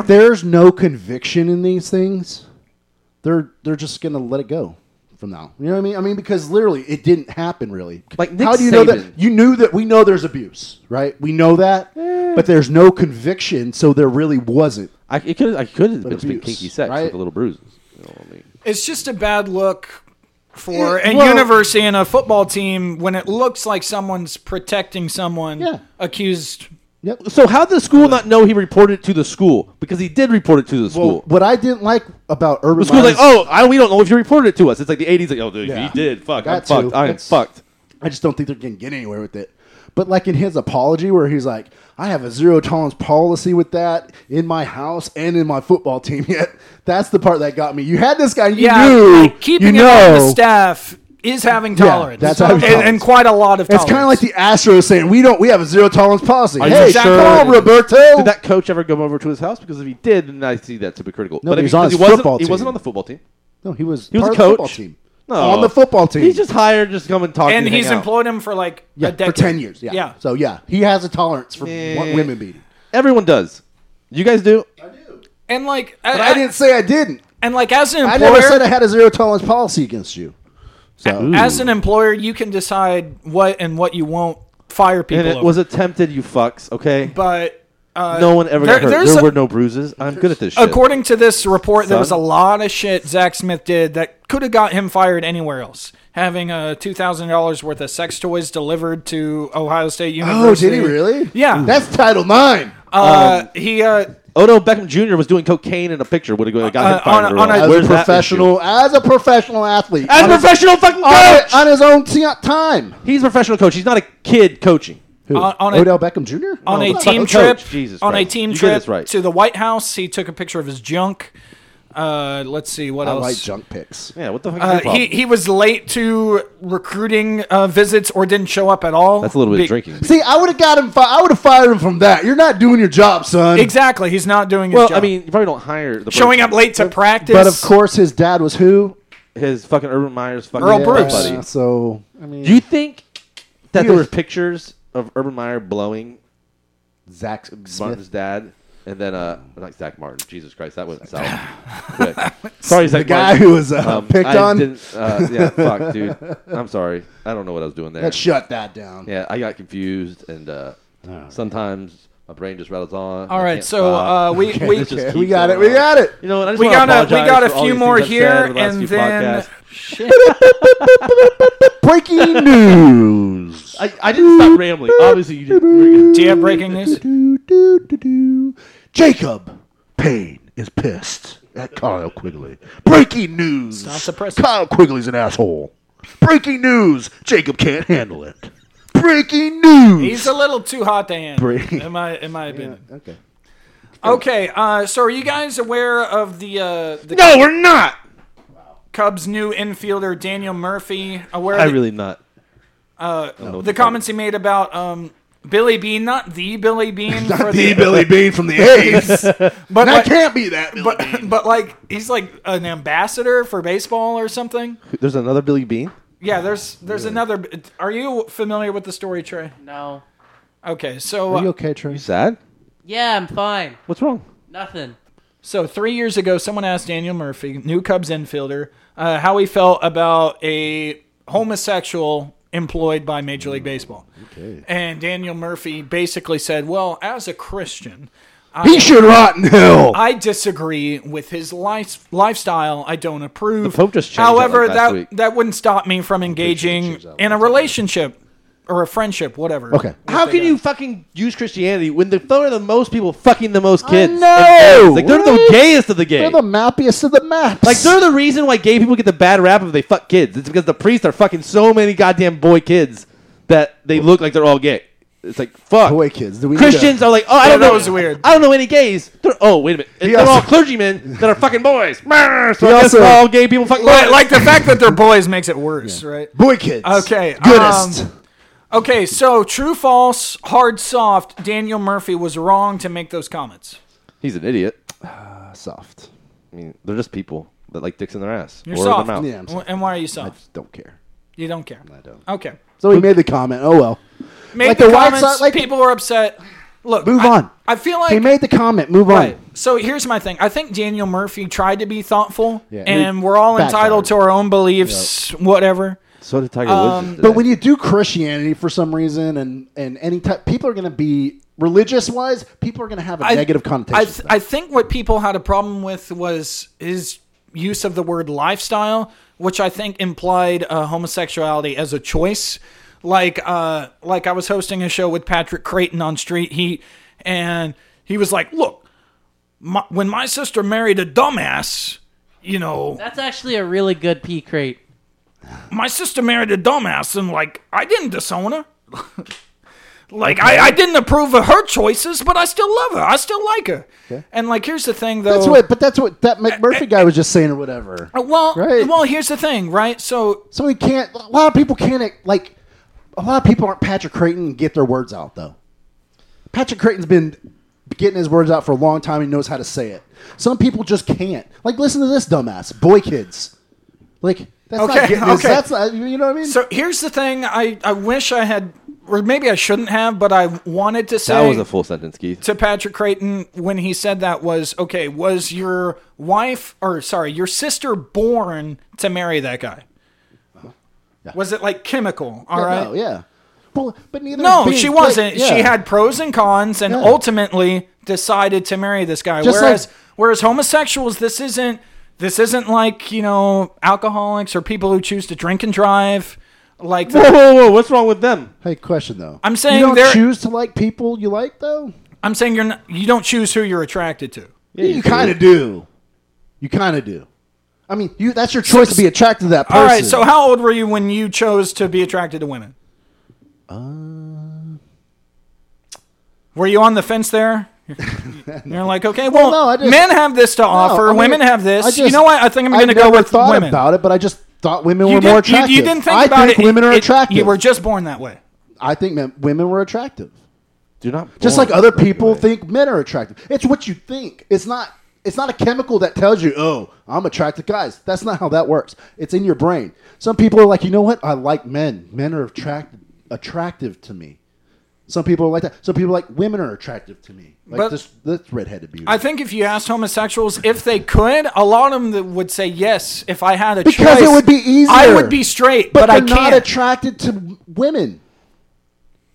Speaker 6: if there's no conviction in these things, they're they're just gonna let it go from now. You know what I mean? I mean because literally it didn't happen. Really,
Speaker 5: Like Nick
Speaker 6: how do you know
Speaker 5: Saban.
Speaker 6: that? You knew that we know there's abuse, right? We know that,
Speaker 5: Eh.
Speaker 6: but there's no conviction, so there really wasn't.
Speaker 5: I it could I could have been some
Speaker 6: abuse,
Speaker 5: kinky sex
Speaker 6: right?
Speaker 5: with a little bruises. You know what I mean?
Speaker 3: It's just a bad look for
Speaker 6: Yeah,
Speaker 3: a
Speaker 6: well-
Speaker 3: university and a football team when it looks like someone's protecting someone
Speaker 6: Yeah.
Speaker 3: accused.
Speaker 6: Yep.
Speaker 5: So how did the school not know he reported it to the school? Because he did report it to the
Speaker 6: Well,
Speaker 5: school.
Speaker 6: what I didn't like about Urban
Speaker 5: the school's
Speaker 6: Meyer's-
Speaker 5: like, oh, I, we don't know if you reported it to us. It's like the '80s, like, oh, dude,
Speaker 6: Yeah.
Speaker 5: he did. Fuck, I'm
Speaker 6: That too.
Speaker 5: fucked. I am
Speaker 6: It's-
Speaker 5: fucked.
Speaker 6: I just don't think they're going to get anywhere with it. But like in his apology, where he's like, "I have a zero tolerance policy with that in my house and in my football team." Yet that's the part that got me. You had this guy, you
Speaker 3: Yeah,
Speaker 6: knew,
Speaker 3: like, keeping
Speaker 6: you
Speaker 3: it
Speaker 6: know,
Speaker 3: on the staff is having tolerance.
Speaker 6: that's
Speaker 3: and,
Speaker 6: having tolerance.
Speaker 3: and quite a lot of
Speaker 6: It's
Speaker 3: tolerance.
Speaker 6: kind of like the Astros saying, "We don't, we have a zero tolerance policy."
Speaker 5: Are you
Speaker 6: hey,
Speaker 5: sure?
Speaker 6: call Roberto.
Speaker 5: Did that coach ever come over to his house? Because if he did, then I see that's hypocritical.
Speaker 6: No,
Speaker 5: but
Speaker 6: but
Speaker 5: if
Speaker 6: he was on
Speaker 5: because
Speaker 6: his
Speaker 5: he wasn't,
Speaker 6: football
Speaker 5: He wasn't
Speaker 6: team.
Speaker 5: on the football team.
Speaker 6: no, he was.
Speaker 5: He was
Speaker 6: part
Speaker 5: a
Speaker 6: of the
Speaker 5: coach.
Speaker 6: football team.
Speaker 5: No,
Speaker 6: on the football team.
Speaker 5: He's just hired just to come and talk.
Speaker 3: and
Speaker 5: hang
Speaker 3: he's
Speaker 5: out.
Speaker 3: employed him for like a
Speaker 6: yeah, for
Speaker 3: decade.
Speaker 6: ten years. Yeah.
Speaker 3: yeah.
Speaker 6: So yeah, he has a tolerance for
Speaker 5: Yeah.
Speaker 6: women beating.
Speaker 5: Everyone does. You guys do.
Speaker 3: And like,
Speaker 6: But I didn't say I didn't.
Speaker 3: And like, as an
Speaker 6: I
Speaker 3: employer,
Speaker 6: never said I had a zero tolerance policy against you. So
Speaker 3: as an employer, you can decide what and what you won't fire people.
Speaker 5: And it
Speaker 3: over.
Speaker 5: was attempted, you fucks. Okay.
Speaker 3: but uh,
Speaker 5: no one ever
Speaker 3: there-
Speaker 5: got hurt.
Speaker 3: there's
Speaker 5: There
Speaker 3: a-
Speaker 5: were no bruises. I'm good at this shit.
Speaker 3: According to this report, there was a
Speaker 5: Son.
Speaker 3: lot of shit Zach Smith did that could have got him fired anywhere else. Having uh, two thousand dollars worth of sex toys delivered to Ohio State
Speaker 6: Oh,
Speaker 3: University.
Speaker 6: did he really?
Speaker 3: Yeah.
Speaker 5: Um,
Speaker 6: That's Title Nine.
Speaker 3: Uh, he uh,
Speaker 5: Odo Oh, Beckham Jr. was doing cocaine in a picture. Would have got
Speaker 3: Uh,
Speaker 5: him fired.
Speaker 3: on a-
Speaker 5: or
Speaker 3: on a-
Speaker 5: wrong.
Speaker 6: As
Speaker 5: Where's
Speaker 6: a
Speaker 5: that issue?
Speaker 6: professional, as a professional athlete,
Speaker 5: As
Speaker 6: on
Speaker 5: a
Speaker 6: his-
Speaker 5: professional fucking
Speaker 6: on,
Speaker 5: coach.
Speaker 6: his- on his own t- time.
Speaker 5: He's a professional coach. He's not a kid coaching.
Speaker 6: Who?
Speaker 3: On- on a-
Speaker 6: Odell Beckham Oh, Jr.
Speaker 3: on
Speaker 6: No,
Speaker 3: a
Speaker 6: fuck,
Speaker 3: team
Speaker 6: coach.
Speaker 3: trip.
Speaker 5: oh, Jesus
Speaker 3: on a
Speaker 5: Christ.
Speaker 3: team
Speaker 5: You get
Speaker 3: trip
Speaker 5: this right.
Speaker 3: to the White House, he took a picture of his junk. Uh, let's see what
Speaker 6: I
Speaker 3: else.
Speaker 6: like junk picks.
Speaker 5: Yeah, what the fuck?
Speaker 3: Uh,
Speaker 5: is your
Speaker 3: he
Speaker 5: problem?
Speaker 3: he was late to recruiting uh, visits or didn't show up at all.
Speaker 5: That's a little bit
Speaker 3: Be-
Speaker 5: of drinking.
Speaker 6: See, I would have got him. Fi- I would have fired him from that. You're not doing your job, son.
Speaker 3: Exactly, he's not doing his
Speaker 5: Well,
Speaker 3: job.
Speaker 5: I mean, you probably don't hire the
Speaker 3: showing
Speaker 5: person-
Speaker 3: up late to practice.
Speaker 6: But of course, his dad was who?
Speaker 5: his fucking Urban Meyer's fucking
Speaker 3: Earl
Speaker 5: Yeah,
Speaker 3: Bruce.
Speaker 5: buddy.
Speaker 6: So I mean,
Speaker 5: Do you think that
Speaker 6: He
Speaker 5: there were
Speaker 6: was-
Speaker 5: pictures of Urban Meyer blowing
Speaker 6: Zach
Speaker 5: Martin's
Speaker 6: Smith.
Speaker 5: dad, and then uh, not Zach Martin. Jesus Christ, that went south. quick. Sorry, Zach
Speaker 6: The guy
Speaker 5: Martin.
Speaker 6: who was uh,
Speaker 5: Um,
Speaker 6: picked
Speaker 5: I
Speaker 6: on.
Speaker 5: Didn't, uh, yeah, fuck, dude. I'm sorry. I don't know what I was doing there.
Speaker 6: Let's shut that down.
Speaker 5: yeah, I got confused, and uh, sometimes my brain just rattles on.
Speaker 3: all right, so uh, we we
Speaker 5: This is-
Speaker 6: Okay, we got it. We got it.
Speaker 5: you know, what, I just
Speaker 3: we
Speaker 5: wanna
Speaker 3: got a we
Speaker 5: apologize
Speaker 3: got a
Speaker 5: for all
Speaker 3: few
Speaker 5: these
Speaker 3: more
Speaker 5: things I've said
Speaker 3: here,
Speaker 5: over the last
Speaker 3: and
Speaker 5: few
Speaker 3: then
Speaker 5: podcasts.
Speaker 3: shit.
Speaker 6: Breaking news.
Speaker 5: I, I didn't stop rambling. Obviously, you didn't.
Speaker 3: do you have breaking news?
Speaker 6: Do, do, do, do. Jacob Payne is pissed at Kyle Quigley. Breaking news.
Speaker 3: Stop the press.
Speaker 6: Kyle Quigley's an asshole. Breaking news. Jacob can't handle it. Breaking news.
Speaker 3: He's a little too hot to handle.
Speaker 6: Breaking-
Speaker 3: In my in my opinion.
Speaker 6: okay.
Speaker 3: Okay, uh, so are you guys aware of the uh, the
Speaker 5: No, we're not.
Speaker 3: Cubs' new infielder Daniel Murphy? Aware
Speaker 5: I
Speaker 3: of the-
Speaker 5: really not.
Speaker 3: the, comments he made about um, Billy Bean, not the Billy Bean, for
Speaker 6: The Billy Bean from the A's.
Speaker 3: but
Speaker 6: that
Speaker 3: like,
Speaker 6: can't be that. Billy Bean.
Speaker 3: but, but like he's like an ambassador for baseball or something.
Speaker 5: There's another Billy Bean.
Speaker 3: Yeah, there's there's another. Are you familiar with the story, Trey?
Speaker 4: No.
Speaker 3: Okay, so
Speaker 6: Are you
Speaker 3: uh,
Speaker 6: okay, Trey?
Speaker 5: You sad?
Speaker 4: Yeah, I'm fine.
Speaker 5: What's wrong?
Speaker 4: Nothing.
Speaker 3: so three years ago, someone asked Daniel Murphy, new Cubs infielder, uh, how he felt about a homosexual employed by Major League Baseball. Okay. And Daniel Murphy basically said, "Well, as a Christian."
Speaker 6: He should rot in hell.
Speaker 3: I disagree with his life, lifestyle. I don't approve.
Speaker 5: The Pope just changed that,
Speaker 3: However,
Speaker 5: like, last
Speaker 3: that
Speaker 5: week.
Speaker 3: that wouldn't stop me from engaging
Speaker 5: changed that
Speaker 3: in a relationship or a friendship, whatever.
Speaker 6: Okay.
Speaker 5: How can you fucking use Christianity when the are the most people fucking the most kids? and
Speaker 6: know,
Speaker 5: parents? Like they're the
Speaker 6: right?
Speaker 5: gayest of the gay.
Speaker 6: They're the mappiest of the maps.
Speaker 5: like they're the reason why gay people get the bad rap if they fuck kids. It's because the priests are fucking so many goddamn boy kids that they look like they're all gay. It's like fuck.
Speaker 6: boy kids. Do we need to-
Speaker 5: Christians are like, oh, I don't
Speaker 3: that
Speaker 5: know.
Speaker 3: was weird.
Speaker 5: I don't know any gays. They're, oh, wait a minute. They're
Speaker 6: also-
Speaker 5: all clergymen that are fucking boys. so I guess
Speaker 6: also-
Speaker 5: we're all gay people fucking
Speaker 3: But
Speaker 5: boys.
Speaker 3: like the fact that they're boys makes it worse, right?
Speaker 6: boy kids.
Speaker 3: Okay,
Speaker 6: Goodest.
Speaker 3: um, Okay, so true, false, hard, soft. Daniel Murphy was wrong to make those comments.
Speaker 5: He's an idiot.
Speaker 6: soft.
Speaker 5: I mean, they're just people that like dicks in their ass
Speaker 3: You're
Speaker 5: or
Speaker 3: soft.
Speaker 5: their mouth.
Speaker 6: Yeah, I'm soft.
Speaker 3: And why are you
Speaker 6: I
Speaker 3: soft?
Speaker 6: just don't care.
Speaker 3: You don't care.
Speaker 6: I don't.
Speaker 3: Okay.
Speaker 6: So he made the comment. Oh well.
Speaker 3: Make
Speaker 6: Like
Speaker 3: the,
Speaker 6: the White
Speaker 3: comments.
Speaker 6: Sox- like-
Speaker 3: people were upset. Look,
Speaker 6: Move
Speaker 3: I-
Speaker 6: on.
Speaker 3: I feel like
Speaker 6: he made the comment. Move on.
Speaker 3: Right. So here's my thing. I think Daniel Murphy tried to be thoughtful,
Speaker 6: Yeah.
Speaker 3: and we're all
Speaker 6: Backfired.
Speaker 3: entitled to our own beliefs, whatever.
Speaker 5: So did Tiger
Speaker 3: Um,
Speaker 5: Woods.
Speaker 6: But when you do Christianity for some reason, and and any type, people are going to be religious wise. People are going to have a
Speaker 3: I-
Speaker 6: negative connotation.
Speaker 3: I,
Speaker 6: to
Speaker 3: th-
Speaker 6: that.
Speaker 3: I think what people had a problem with was his use of the word lifestyle, which I think implied uh, homosexuality as a choice. Like, uh, like I was hosting a show with Patrick Creighton on Street Heat, and he was like, "Look, my, when my sister married a dumbass, you know,
Speaker 4: That's actually a really good pea crate.
Speaker 3: my sister married a dumbass and like i didn't disown her like I, I didn't approve of her choices but i still love her i still like her and like here's the thing though
Speaker 6: that's what. But that's what that McMurphy guy was just saying or whatever.
Speaker 3: well
Speaker 6: Right.
Speaker 3: well here's the thing right so
Speaker 6: So he can't. A lot of people can't like. A lot of people aren't Patrick Creighton and get their words out though. Patrick Creighton's been getting his words out for a long time. He knows how to say it. Some people just can't. Like, listen to this dumbass boy kids. Like that's
Speaker 3: Okay,
Speaker 6: not getting his-
Speaker 3: okay.
Speaker 6: That's not, you know what I mean.
Speaker 3: so here's the thing i i wish i had or maybe i shouldn't have but i wanted to say
Speaker 5: that was a full sentence, Keith.
Speaker 3: to Patrick Creighton when he said that was okay, was your wife or sorry, your sister born to marry that guy? Was it like chemical? All
Speaker 6: Uh-huh. yeah,
Speaker 3: right.
Speaker 6: no, yeah. Well, but neither. is
Speaker 3: No,
Speaker 6: being
Speaker 3: she
Speaker 6: great.
Speaker 3: wasn't. She
Speaker 6: Yeah.
Speaker 3: had pros and cons, and
Speaker 6: Yeah.
Speaker 3: ultimately decided to marry this guy.
Speaker 6: Just
Speaker 3: whereas,
Speaker 6: like-
Speaker 3: whereas homosexuals, this isn't. This isn't like you know alcoholics or people who choose to drink and drive. Like
Speaker 5: Whoa, whoa, whoa! What's wrong with them?
Speaker 6: Hey, question though.
Speaker 3: I'm saying
Speaker 6: you don't
Speaker 3: there-
Speaker 6: choose to like people you like though.
Speaker 3: I'm saying you're not, you don't choose who you're attracted to.
Speaker 5: Yeah,
Speaker 6: you kind of do. You kind of do. I mean, you that's your choice to be attracted to that person.
Speaker 3: All right. So how old were you when you chose to be attracted to women?
Speaker 6: Uh.
Speaker 3: Were you on the fence there? You're- You're like, okay, well,
Speaker 6: no, I just-
Speaker 3: men have this to offer,
Speaker 6: I mean,
Speaker 3: women have this.
Speaker 6: I
Speaker 3: you
Speaker 6: just-
Speaker 3: know what? I think I'm
Speaker 6: I
Speaker 3: going to go
Speaker 6: never
Speaker 3: with
Speaker 6: thought
Speaker 3: women.
Speaker 6: about it, but I just thought women
Speaker 3: you,
Speaker 6: were more
Speaker 3: didn't- you-
Speaker 6: attractive.
Speaker 3: you didn't think
Speaker 6: I
Speaker 3: about
Speaker 6: think
Speaker 3: it.
Speaker 6: women are
Speaker 3: It- it-
Speaker 6: attractive.
Speaker 3: You were just born that way.
Speaker 6: I think men, women were attractive.
Speaker 5: do not
Speaker 6: Just
Speaker 5: born
Speaker 6: like other
Speaker 5: that way.
Speaker 6: people think men are attractive. It's what you think. It's not. It's not a chemical that tells you, "Oh, I'm attracted to guys." That's not how that works. It's in your brain. Some people are like, "You know what? I like men. Men are attracted attractive to me." Some people are like that. Some people are like women are attractive to me. Like
Speaker 3: But-
Speaker 6: this, this redheaded beauty.
Speaker 3: I think if you asked homosexuals if they could, a lot of them that would say yes. If I had a
Speaker 6: because
Speaker 3: choice,
Speaker 6: it would be easier.
Speaker 3: I would be straight, but, I
Speaker 6: they're
Speaker 3: can't.
Speaker 6: not attracted to women,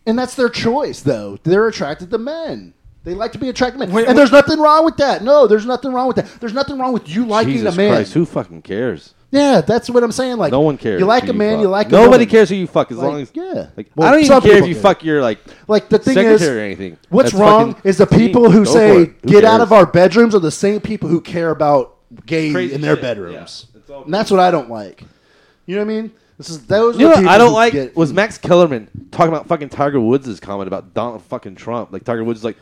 Speaker 6: and that's their choice. Though they're attracted to men, they like to be attracted to men,
Speaker 3: Wait,
Speaker 6: and
Speaker 3: wait.
Speaker 6: there's nothing wrong with that. No, there's nothing wrong with that. There's nothing wrong with you liking
Speaker 5: Jesus
Speaker 6: a man.
Speaker 5: Christ, who fucking cares?
Speaker 6: Yeah, that's what I'm saying. Like
Speaker 5: No one cares.
Speaker 6: You like
Speaker 5: who
Speaker 6: a man, you,
Speaker 5: fuck.
Speaker 6: like a
Speaker 5: nobody
Speaker 6: woman.
Speaker 5: cares who you fuck as
Speaker 6: Like,
Speaker 5: long as
Speaker 6: yeah.
Speaker 5: Like
Speaker 6: Well,
Speaker 5: I don't even
Speaker 6: some
Speaker 5: care if
Speaker 6: people
Speaker 5: you
Speaker 6: do.
Speaker 5: fuck your like
Speaker 6: Like the thing
Speaker 5: secretary
Speaker 6: is,
Speaker 5: or anything.
Speaker 6: what's
Speaker 5: That's
Speaker 6: wrong
Speaker 5: fucking-
Speaker 6: is the people who
Speaker 5: Go for
Speaker 6: say
Speaker 5: it. Who
Speaker 6: "get out of
Speaker 5: cares?"
Speaker 6: our bedrooms" are the same people who care about gay
Speaker 5: Crazy
Speaker 6: in their
Speaker 5: shit,
Speaker 6: bedrooms,
Speaker 5: yeah. It's all
Speaker 6: and that's what I don't like. You know what I mean? This is those.
Speaker 5: You know
Speaker 6: are the
Speaker 5: what
Speaker 6: people
Speaker 5: I don't
Speaker 6: who
Speaker 5: like
Speaker 6: get-
Speaker 5: was Max Kellerman talking about fucking Tiger Woods' comment about Donald fucking Trump. Like Tiger Woods is like,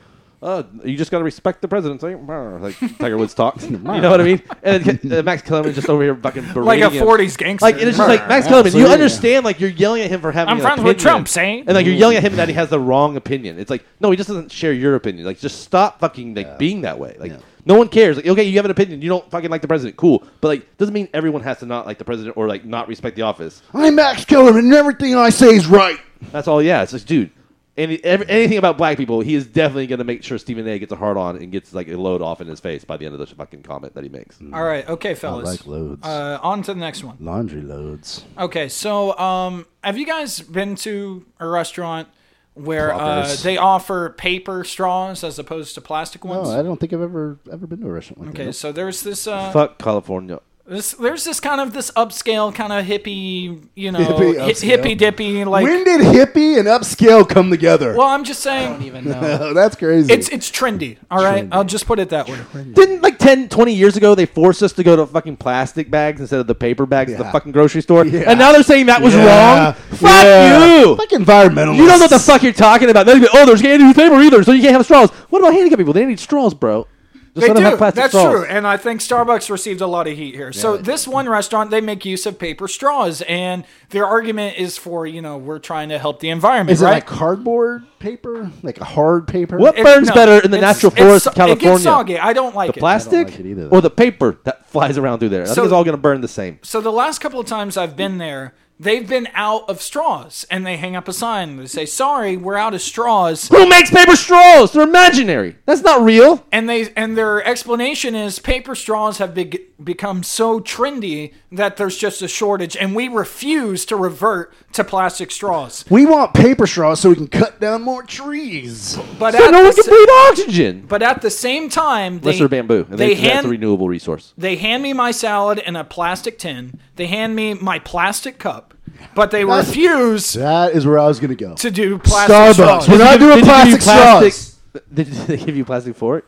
Speaker 5: uh, you just gotta respect the president. It's Like, "Brr," like Tiger Woods talks. you know what I mean? And then, uh, Max Kellerman just over here fucking berating
Speaker 3: like a
Speaker 5: him.
Speaker 3: 40s gangster.
Speaker 5: Like and it's just like Max
Speaker 6: Yeah,
Speaker 5: Kellerman, you
Speaker 6: absolutely.
Speaker 5: understand like you're yelling at him for having.
Speaker 3: I'm
Speaker 5: an
Speaker 3: friends with
Speaker 5: opinion.
Speaker 3: Trump, see?
Speaker 5: and like you're yelling at him that he
Speaker 6: Mm-hmm.
Speaker 5: has the wrong opinion. It's like no, he just doesn't share your opinion. Like just stop fucking like being that way. Like
Speaker 6: Yeah.
Speaker 5: no one cares. Like okay, you have an opinion, you don't fucking like the president, cool, but like doesn't mean everyone has to not like the president or like not respect the office.
Speaker 6: I'm Max Kellerman, and everything I say is right.
Speaker 5: That's all. Yeah, it's just dude. Any, every, anything about black people, he is definitely going to make sure Stephen A. gets a hard on and gets like a load off in his face by the end of the fucking comment that he makes.
Speaker 6: Mm.
Speaker 3: All right, okay, fellas.
Speaker 6: like loads.
Speaker 3: Uh, on to the next one.
Speaker 6: Laundry loads.
Speaker 3: Okay, so um, have you guys been to a restaurant where uh,
Speaker 6: Ploppers.
Speaker 3: they offer paper straws as opposed to plastic
Speaker 6: No,
Speaker 3: ones?
Speaker 6: Oh, I don't think I've ever ever been to a restaurant like
Speaker 3: okay,
Speaker 6: that.
Speaker 3: so there's this, uh,
Speaker 5: Fuck California.
Speaker 3: this there's this kind of this upscale kind of hippie, you know,
Speaker 6: Hippie,
Speaker 3: hi-
Speaker 6: upscale.
Speaker 3: hippy dippy like.
Speaker 6: when did hippie and upscale come together?
Speaker 3: well, I'm just saying
Speaker 4: even know.
Speaker 6: that's crazy.
Speaker 3: it's it's trendy. All right, I'll just put it that way.
Speaker 5: Didn't like 10, 20 years ago they forced us to go to fucking plastic bags instead of the paper bags at the
Speaker 6: Yeah.
Speaker 5: fucking grocery store?
Speaker 6: Yeah.
Speaker 5: And now they're saying that was
Speaker 6: Yeah.
Speaker 5: wrong? Fuck
Speaker 6: Yeah.
Speaker 5: you!
Speaker 6: Fuck environmentalists.
Speaker 5: you don't know what the fuck you're talking about. They're like, oh, there's can't use paper either, so you can't have straws. What about handicapped people? They need straws, bro. Just
Speaker 3: They
Speaker 5: let them
Speaker 3: do.
Speaker 5: have plastic
Speaker 3: That's
Speaker 5: straws.
Speaker 3: true. And I think Starbucks received a lot of heat here. so this one restaurant, they make use of paper straws, and their argument is for you know we're trying to help the environment,
Speaker 6: Is it
Speaker 3: right?
Speaker 6: like cardboard paper, like a hard paper?
Speaker 5: What
Speaker 3: It-
Speaker 5: burns
Speaker 3: no,
Speaker 5: better in the
Speaker 3: it's-
Speaker 5: natural
Speaker 3: it's
Speaker 5: forest
Speaker 3: so-
Speaker 5: of California?
Speaker 3: It gets soggy. I don't like it.
Speaker 5: the plastic
Speaker 6: like it either,
Speaker 5: or the paper that flies around through there. I
Speaker 3: So-
Speaker 5: think it's all going to burn the same.
Speaker 3: So the last couple of times I've been there, they've been out of straws, and they hang up a sign. They say, "Sorry, we're out of straws,"
Speaker 5: Who makes paper straws? They're imaginary. That's not real.
Speaker 3: and they and their explanation is paper straws have be- become so trendy that there's just a shortage, and we refuse to revert to plastic straws.
Speaker 6: We want paper straws so we can cut down more trees.
Speaker 3: But
Speaker 5: So
Speaker 3: at
Speaker 5: no
Speaker 3: the
Speaker 5: one can
Speaker 3: sa-
Speaker 5: breathe oxygen.
Speaker 3: But at the same time, they,
Speaker 5: Unless they're bamboo. And
Speaker 3: they
Speaker 5: they, that's a
Speaker 3: hand
Speaker 5: renewable resource.
Speaker 3: they hand me my salad in a plastic tin. They hand me my plastic cup, but they
Speaker 6: That's-
Speaker 3: refuse
Speaker 6: That is where I was gonna go.
Speaker 3: to do
Speaker 6: Starbucks.
Speaker 3: plastic straws.
Speaker 6: We're not
Speaker 5: Did you- did you
Speaker 6: doing
Speaker 5: give you
Speaker 6: plastic straws.
Speaker 5: plastic- Did they give you plastic for it?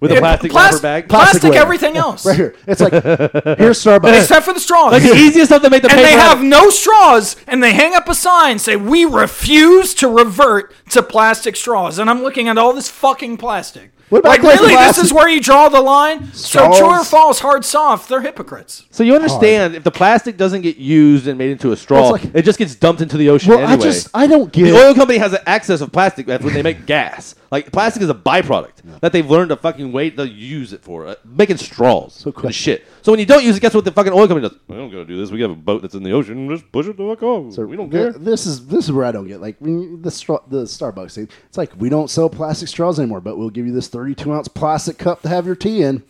Speaker 5: With a
Speaker 3: Yeah,
Speaker 5: plastic
Speaker 3: plas-
Speaker 5: rubber bag?
Speaker 3: plastic
Speaker 6: Plasticware.
Speaker 3: everything else,
Speaker 6: Right here, it's like here's Starbucks.
Speaker 3: except for the straws.
Speaker 5: Like the easiest stuff to make the
Speaker 3: and
Speaker 5: paper.
Speaker 3: they have no straws, and they hang up a sign say we refuse to revert to plastic straws. And I'm looking at all this fucking plastic.
Speaker 6: What about
Speaker 3: like
Speaker 6: glass
Speaker 3: really,
Speaker 6: plastic?
Speaker 3: this is where you draw the line. So true or
Speaker 6: Straws.
Speaker 3: false, hard, soft. They're hypocrites.
Speaker 5: so you understand if the plastic doesn't get used and made into a straw,
Speaker 6: Well, it's like-
Speaker 5: it just gets dumped into the ocean
Speaker 6: well,
Speaker 5: anyway.
Speaker 6: I just I don't get.
Speaker 5: The oil company has an excess of plastic when they make gas. Like plastic is a byproduct that they've learned to fucking wait to use it for, uh, making straws
Speaker 6: question.
Speaker 5: and shit. So when you don't use it, guess what the fucking oil company does? We don't gotta do this. We have a boat that's in the ocean. Just push it the fuck off.
Speaker 6: So
Speaker 5: we don't
Speaker 6: th-
Speaker 5: care.
Speaker 6: This is this is where I don't get like when you- the straw, the Starbucks thing. It's like we don't sell plastic straws anymore, but we'll give you this 32 ounce plastic cup to have your tea in.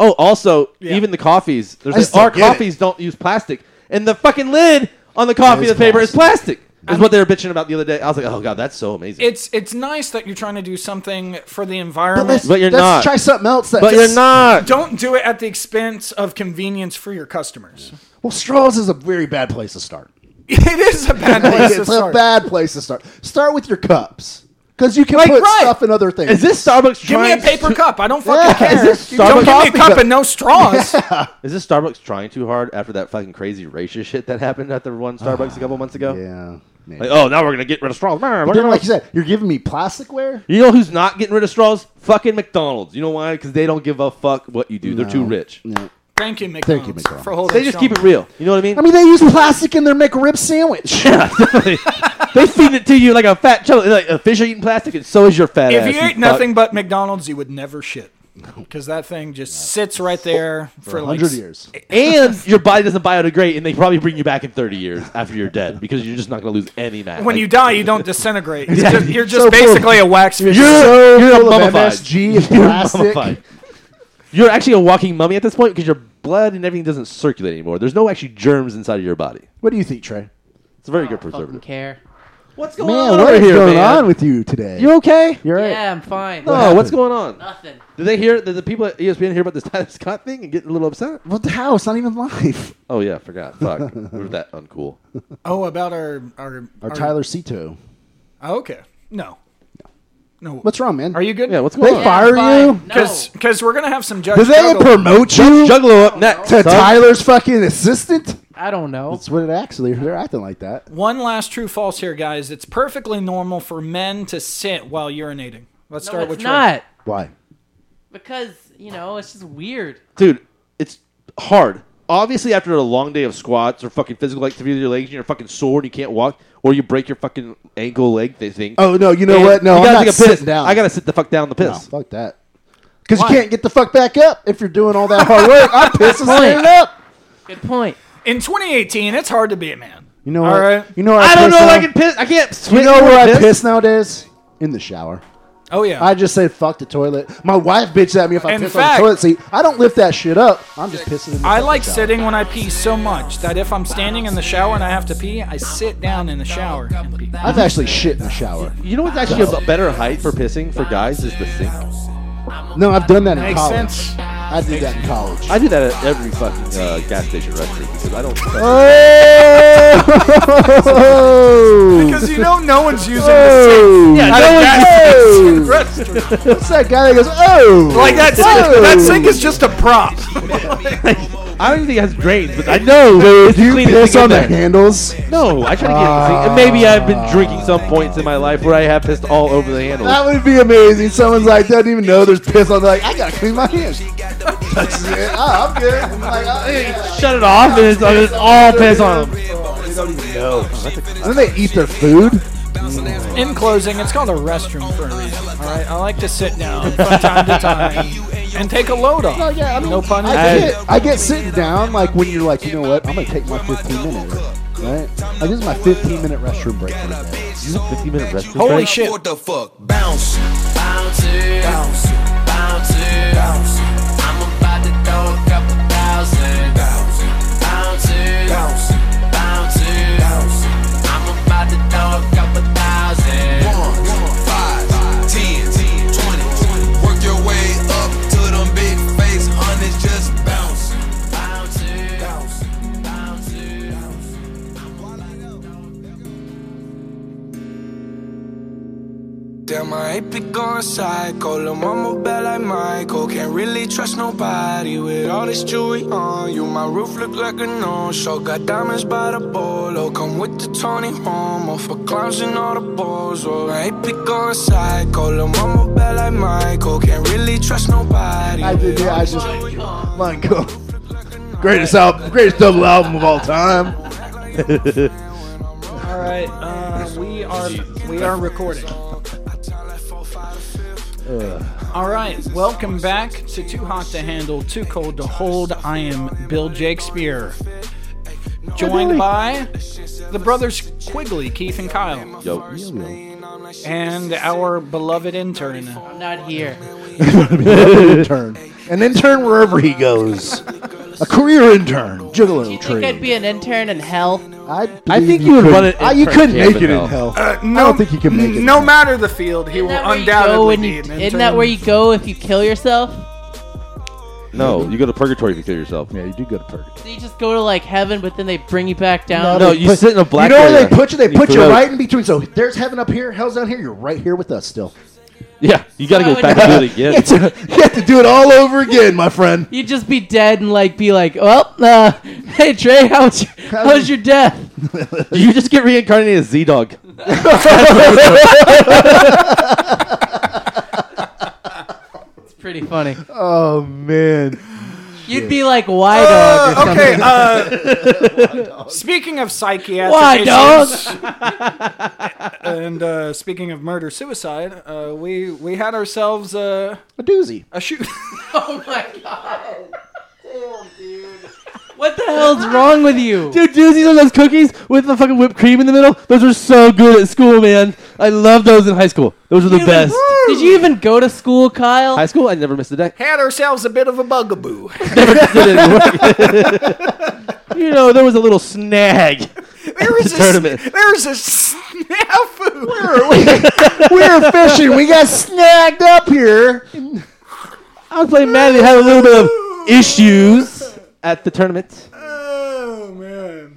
Speaker 5: Oh, also
Speaker 3: Yeah.
Speaker 5: even the coffees. There's
Speaker 6: I just
Speaker 5: our
Speaker 6: don't get it.
Speaker 5: coffees don't use plastic, and the fucking lid on the coffee,
Speaker 6: is
Speaker 5: the paper is plastic. Is what they were bitching about the other day. I was like, oh god, that's so amazing.
Speaker 3: It's it's nice that you're trying to do something for the environment.
Speaker 5: But you're
Speaker 6: let's
Speaker 5: not.
Speaker 6: Try something else. That
Speaker 5: but
Speaker 6: fits-
Speaker 5: you're not.
Speaker 3: Don't do it at the expense of convenience for your customers.
Speaker 6: Well, straws is a very bad place to start.
Speaker 3: It is a bad place to
Speaker 6: it's a
Speaker 3: start.
Speaker 6: bad place to start. Start with your cups. because you can
Speaker 3: Like,
Speaker 6: put
Speaker 3: right.
Speaker 6: stuff in other things.
Speaker 5: Is this Starbucks
Speaker 3: Give me
Speaker 5: trying
Speaker 3: a paper
Speaker 5: to-
Speaker 3: cup. I don't fucking
Speaker 6: Yeah,
Speaker 3: care.
Speaker 6: is this
Speaker 3: You don't give me
Speaker 6: Starbucks
Speaker 3: a cup
Speaker 6: cup?
Speaker 3: and no straws.
Speaker 5: Is this Starbucks trying too hard after that fucking crazy racist shit that happened at the one Starbucks a couple months ago?
Speaker 6: yeah. maybe.
Speaker 5: Like, oh, now we're gonna get rid of straws. Brr,
Speaker 6: But
Speaker 5: brr,
Speaker 6: then,
Speaker 5: brr.
Speaker 6: like you said, you're giving me plasticware.
Speaker 5: You know who's not getting rid of straws? Fucking McDonald's. You know why? Because they don't give a fuck what you do. They're too
Speaker 6: No.
Speaker 5: rich.
Speaker 6: No.
Speaker 3: Thank you, McDonald's,
Speaker 6: McDonald's.
Speaker 3: for holding.
Speaker 5: They just keep it real. You know what I mean?
Speaker 6: I mean, they use plastic in their McRib sandwich.
Speaker 5: they feed it to you like a fat chili. Like a fish are eating plastic, and so is your fat ass.
Speaker 3: If you ate
Speaker 5: fuck.
Speaker 3: nothing but McDonald's, you would never shit. Because that thing just sits right there for,
Speaker 6: for
Speaker 3: like
Speaker 6: 100 years.
Speaker 5: and your body doesn't biodegrade, and they probably bring you back in 30 years after you're dead because you're just not going to lose any mass.
Speaker 3: When
Speaker 5: Like,
Speaker 3: you die, you don't disintegrate. It's
Speaker 5: Yeah.
Speaker 3: just- you're just
Speaker 6: So full.
Speaker 3: basically a wax figure.
Speaker 5: you're, you're
Speaker 6: full of
Speaker 5: mummified.
Speaker 6: MSG and
Speaker 5: You're
Speaker 6: plastic.
Speaker 5: mummified. You're actually a walking mummy at this point because your blood and everything doesn't circulate anymore. There's no actually germs inside of your body.
Speaker 6: What do you think, Trey?
Speaker 5: It's a very good
Speaker 4: Fucking
Speaker 5: preservative.
Speaker 4: care.
Speaker 5: What's going
Speaker 6: Man,
Speaker 5: on
Speaker 6: what
Speaker 5: over
Speaker 6: is
Speaker 5: here,
Speaker 6: going
Speaker 5: man?
Speaker 6: on with you today?
Speaker 5: you okay?
Speaker 6: You're right.
Speaker 4: Yeah, I'm fine.
Speaker 5: No,
Speaker 6: happened?
Speaker 5: what's going on?
Speaker 4: Nothing.
Speaker 5: Did they hear? Did the people at E ESPN hear about this Tyler Scott thing and get a little upset?
Speaker 6: What the hell? It's not even live.
Speaker 5: Oh yeah, I forgot. Fuck, we're that uncool.
Speaker 3: Oh, about our our,
Speaker 6: Or Tyler Cito.
Speaker 3: Oh, okay, no, no.
Speaker 6: What's wrong, man?
Speaker 3: Are you good?
Speaker 5: Yeah, what's
Speaker 6: They
Speaker 5: going on?
Speaker 6: fire
Speaker 4: Fine.
Speaker 6: you?
Speaker 4: No.
Speaker 3: Because we're gonna have some judge.
Speaker 6: Do they
Speaker 3: Juggle.
Speaker 6: promote you
Speaker 5: Juggalo up next.
Speaker 6: to
Speaker 5: son.
Speaker 6: Tyler's fucking assistant?
Speaker 4: I don't know.
Speaker 6: That's what it actually. They're acting like that.
Speaker 3: One last true false here, guys. It's perfectly normal for men to sit while urinating. Let's
Speaker 4: no,
Speaker 3: start
Speaker 4: it's
Speaker 3: with Trey.
Speaker 4: not
Speaker 6: Why?
Speaker 4: because you know it's just weird.
Speaker 5: dude, it's hard. Obviously, after a long day of squats or fucking physical activity with your legs, and you're fucking sore and you can't walk, or you break your fucking ankle leg thi- thing.
Speaker 6: Oh no! You know
Speaker 5: and
Speaker 6: what? No,
Speaker 5: you
Speaker 6: I'm
Speaker 5: gotta
Speaker 6: not
Speaker 5: take a piss.
Speaker 6: sitting down.
Speaker 5: I gotta sit the fuck down the
Speaker 6: no,
Speaker 5: piss.
Speaker 6: fuck that. Because you
Speaker 3: Why?
Speaker 6: can't get the fuck back up if you're doing all that hard work. I'm pissing standing up.
Speaker 4: Good point.
Speaker 3: In 2018, it's hard to be a man.
Speaker 6: You know
Speaker 3: All
Speaker 6: what?
Speaker 3: right.
Speaker 6: You know where
Speaker 5: I don't
Speaker 6: piss
Speaker 5: know. if
Speaker 6: now?
Speaker 5: I can piss. I can't.
Speaker 6: You
Speaker 5: Sweat
Speaker 6: know
Speaker 5: and
Speaker 6: where I
Speaker 5: piss.
Speaker 6: piss nowadays? In the shower.
Speaker 3: Oh yeah.
Speaker 6: I just say fuck the toilet. My wife bitches at me if I
Speaker 3: In
Speaker 6: piss
Speaker 3: fact-
Speaker 6: on the toilet seat. I don't lift that shit up. I'm just pissing. In the
Speaker 3: I
Speaker 6: fucking
Speaker 3: like
Speaker 6: shower.
Speaker 3: sitting when I pee so much that if I'm standing in the shower and I have to pee, I sit down in the shower and pee.
Speaker 6: I've actually shit in the shower.
Speaker 5: You know what's actually a b- better height for pissing for guys is the sink.
Speaker 6: No, I've done that in
Speaker 3: Makes
Speaker 6: college.
Speaker 3: sense.
Speaker 6: I did that in college.
Speaker 5: I do that at every fucking uh, gas station restroom because I don't.
Speaker 6: Uh. Oh!
Speaker 3: Because you know no one's using
Speaker 6: Oh,
Speaker 5: Yeah,
Speaker 3: I
Speaker 5: no
Speaker 3: don't
Speaker 5: one-
Speaker 6: oh.
Speaker 3: the restroom.
Speaker 6: What's that guy that goes, oh?
Speaker 3: Like that,
Speaker 6: oh.
Speaker 3: that sink is just a prop.
Speaker 5: I don't even think it has drains, but I know. it's
Speaker 6: Do you
Speaker 5: clean as
Speaker 6: piss
Speaker 5: it
Speaker 6: on the
Speaker 5: gets.
Speaker 6: handles?
Speaker 5: No, I try to get it.
Speaker 6: Ah.
Speaker 5: and Maybe I've been drinking some points in my life where I have pissed all over the handle.
Speaker 6: That would be amazing. Someone's like, doesn't even know there's piss on. They're like, I gotta clean my hands. Touches it. Oh, I'm good. I'm like, oh, yeah.
Speaker 5: Shut it off and it's, it's all piss on them.
Speaker 6: And then they eat their food.
Speaker 3: In closing, it's called a restroom for a reason. All right, I like to sit down from time to time and take a load off.
Speaker 6: yeah, I mean,
Speaker 3: No pun
Speaker 6: I
Speaker 5: intended.
Speaker 6: get, I get sitting down like when you're like, you know what? I'm gonna take my 15 minute, right? Like this is my 15 minute restroom break. for the day.
Speaker 5: This is a 15 minute restroom.
Speaker 3: Holy
Speaker 5: break?
Speaker 3: shit!
Speaker 2: What the fuck? Bounce, bounce it, bounce, bounce it, bounce. I'm about to throw a couple thousand. Bounce, bounce it, bounce, bounce it, bounce. I'm about to throw a couple thousand.
Speaker 9: One, five, ten, twenty. Work your way up to them big face hundreds. Just bounce, bounce it, bounce, bounce it.
Speaker 7: Damn, I ain't be going psycho. Lil' mama bad like Michael. Can't really trust nobody with all this jewelry on you. My roof look like a no-show. Got diamonds by the bolo. Come with the Tony Homo for clowns and all the balls. Oh, I ain't be going psycho. Lil' mama bad like Michael. Can't really trust nobody.
Speaker 6: I did that. I just Michael, greatest album, greatest double album of all time.
Speaker 3: All right, uh, we are we are recording. All right, welcome back to Too Hot to Handle, Too Cold to Hold. I am Bill Jakespeare, joined by the brothers Quigley, Keith and Kyle,
Speaker 5: Yo.
Speaker 3: and our beloved intern.
Speaker 4: I'm not here.
Speaker 6: intern, an intern wherever he goes, a career intern,
Speaker 4: Do you
Speaker 6: gigolo
Speaker 4: think I'd
Speaker 6: tree.
Speaker 4: be an intern in hell?
Speaker 6: I,
Speaker 5: I
Speaker 6: believe
Speaker 5: think you would
Speaker 6: could-
Speaker 5: run an
Speaker 6: Ah, you
Speaker 5: intern
Speaker 6: couldn't
Speaker 5: camp
Speaker 6: make
Speaker 5: in
Speaker 6: it in
Speaker 5: hell.
Speaker 6: hell. I don't think you can make it.
Speaker 3: No matter the field, he will
Speaker 4: Isn't that where you
Speaker 3: undoubtedly
Speaker 4: go when
Speaker 3: be
Speaker 4: you-
Speaker 3: an
Speaker 4: Isn't that
Speaker 3: intern.
Speaker 4: where you go if you kill yourself?
Speaker 5: No, you go to purgatory if you kill yourself.
Speaker 6: Yeah, you do go to purgatory.
Speaker 4: So you just go to like heaven, but then they bring you back down.
Speaker 5: No, you
Speaker 6: Put-
Speaker 5: sit in a black
Speaker 6: You know where
Speaker 5: area.
Speaker 6: they put you? They
Speaker 5: You
Speaker 6: put you
Speaker 5: float.
Speaker 6: right in between. So there's heaven up here, hell's down here. You're right here with us still.
Speaker 5: Yeah, you got to
Speaker 4: So
Speaker 5: go
Speaker 4: I
Speaker 5: back
Speaker 4: would-
Speaker 5: and do it again.
Speaker 6: It's a- you have to do it all over again, my friend.
Speaker 4: You'd just be dead and like be like, well, uh, hey Trey, how was your, how was your death?
Speaker 5: you just get reincarnated as Z Dog.
Speaker 4: It's pretty funny.
Speaker 6: Oh man,
Speaker 4: You'd be like Y
Speaker 3: Oh
Speaker 4: dog or something.
Speaker 10: okay, uh,
Speaker 3: Speaking of psychiatric
Speaker 4: Why,
Speaker 3: issues, and uh, speaking of murder suicide, uh, we we had ourselves uh,
Speaker 6: a doozy.
Speaker 3: a shoot.
Speaker 4: Oh my god. Damn, dude. What the hell's wrong with you?
Speaker 5: Dude, doozies on those cookies with the fucking whipped cream in the middle. Those were so good at school, man. I loved those in high school. Those were the
Speaker 4: You even-
Speaker 5: best.
Speaker 4: Did you even go to school, Kyle?
Speaker 5: High school, I never missed a day.
Speaker 3: had ourselves a bit of a bugaboo.
Speaker 5: you know, there was a little snag.
Speaker 3: There was a
Speaker 5: Tournament.
Speaker 3: there was a snafu.
Speaker 6: we were fishing. We got snagged up here.
Speaker 5: I was playing Madden. They had a little bit of issues at the tournament.
Speaker 3: oh man.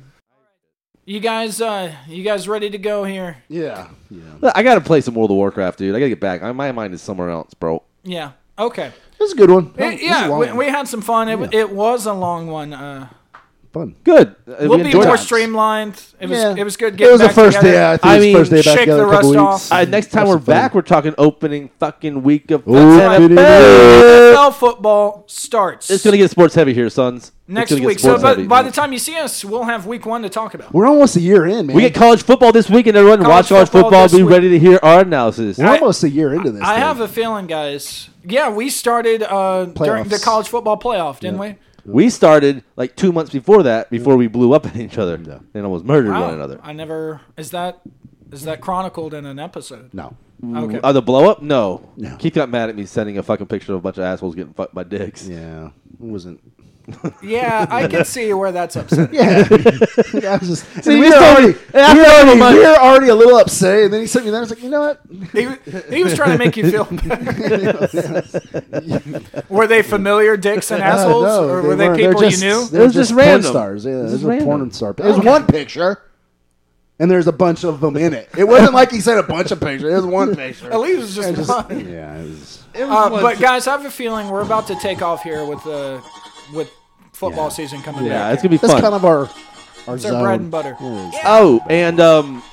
Speaker 3: You guys, uh, you guys ready to go here?
Speaker 6: Yeah.
Speaker 5: Look, I got to play some World of Warcraft, dude. I got to get back. I, my mind is somewhere else, bro.
Speaker 3: Yeah. Okay.
Speaker 6: Oh, This is a good one.
Speaker 3: It- yeah, we, we had some fun. It, w it was a long one. Uh,
Speaker 6: fun.
Speaker 5: Good. Uh, we
Speaker 3: we'll be
Speaker 5: enjoyed
Speaker 3: more
Speaker 5: it.
Speaker 3: streamlined. It was
Speaker 6: Yeah.
Speaker 3: it was good.
Speaker 6: it
Speaker 3: Getting
Speaker 6: was the
Speaker 3: back
Speaker 6: first
Speaker 3: together.
Speaker 6: day. I think
Speaker 5: I
Speaker 6: it was
Speaker 5: mean,
Speaker 6: first day back
Speaker 3: shake
Speaker 6: together.
Speaker 3: the
Speaker 6: a couple
Speaker 3: rust off.
Speaker 6: weeks.
Speaker 5: Uh, next time
Speaker 6: Have
Speaker 5: we're
Speaker 6: some fun.
Speaker 5: back, we're talking opening fucking week of
Speaker 6: Ooh,
Speaker 5: NFL.
Speaker 3: NFL football starts
Speaker 5: Uh, It's gonna get sports heavy here, sons. It's
Speaker 3: next
Speaker 5: gonna get
Speaker 3: week. So,
Speaker 5: sports
Speaker 3: but
Speaker 5: heavy.
Speaker 3: by the time you see us, we'll have week one to talk about.
Speaker 6: We're almost a year in, man.
Speaker 5: we get college football this weekend, everyone watch college
Speaker 3: football
Speaker 5: football.
Speaker 3: this
Speaker 5: Be
Speaker 3: week.
Speaker 5: ready to hear our analysis.
Speaker 6: We're almost a year into this.
Speaker 3: I
Speaker 6: thing.
Speaker 3: have a feeling, guys. Yeah, we started uh, during the
Speaker 6: Playoffs.
Speaker 3: college football playoff, didn't we?
Speaker 5: We started like two months before that, before we blew up at each other and almost murdered
Speaker 3: Wow.
Speaker 5: one another.
Speaker 3: Oh, I never is that is that chronicled in an episode?
Speaker 6: no.
Speaker 3: Okay.
Speaker 5: Uh, the blow up? No.
Speaker 6: No.
Speaker 5: Keith got mad at me sending a fucking picture of a bunch of assholes getting fucked by dicks.
Speaker 6: Yeah, it wasn't.
Speaker 3: yeah, I can see where that's upsetting.
Speaker 6: Yeah, I was just. and
Speaker 5: you
Speaker 6: we were
Speaker 5: just told
Speaker 6: already,
Speaker 5: me- that's
Speaker 6: we were
Speaker 5: not
Speaker 6: already,
Speaker 5: my-
Speaker 6: we were already a little upset, and then he sent me that. I was like, you know what?
Speaker 3: He, he was trying to make you feel better. were they familiar dicks and assholes,
Speaker 6: Uh, no,
Speaker 3: or were they,
Speaker 6: weren't. They're
Speaker 3: people
Speaker 6: just-
Speaker 3: you knew?
Speaker 6: they're
Speaker 5: It was just
Speaker 6: porn
Speaker 5: random.
Speaker 6: stars. Yeah,
Speaker 5: It was
Speaker 6: those
Speaker 5: just
Speaker 6: were porn
Speaker 5: random.
Speaker 6: star. There's one picture, and there's a bunch of them in it. It wasn't like he sent a bunch of pictures. There's one picture.
Speaker 3: At least it was just, one.
Speaker 6: yeah, it was.
Speaker 3: Uh, but guys, I have a feeling we're about to take off here with uh, with football season coming
Speaker 5: Yeah,
Speaker 3: back.
Speaker 5: it's gonna be
Speaker 6: That's
Speaker 5: fun.
Speaker 6: kind of our our
Speaker 3: it's our bread and
Speaker 6: zone.
Speaker 3: butter.
Speaker 5: oh, and um,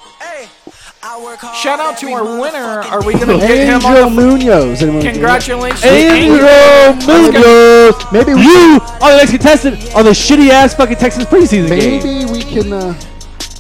Speaker 3: Shout out to our winner. Are we gonna get him
Speaker 6: Angel
Speaker 3: on the?
Speaker 6: Munoz. Anyone do that?
Speaker 3: Congratulations,
Speaker 5: Andrew Munoz.
Speaker 6: Maybe we-
Speaker 5: you are the next contestant on the shitty ass fucking Texas preseason game.
Speaker 6: Maybe we can uh,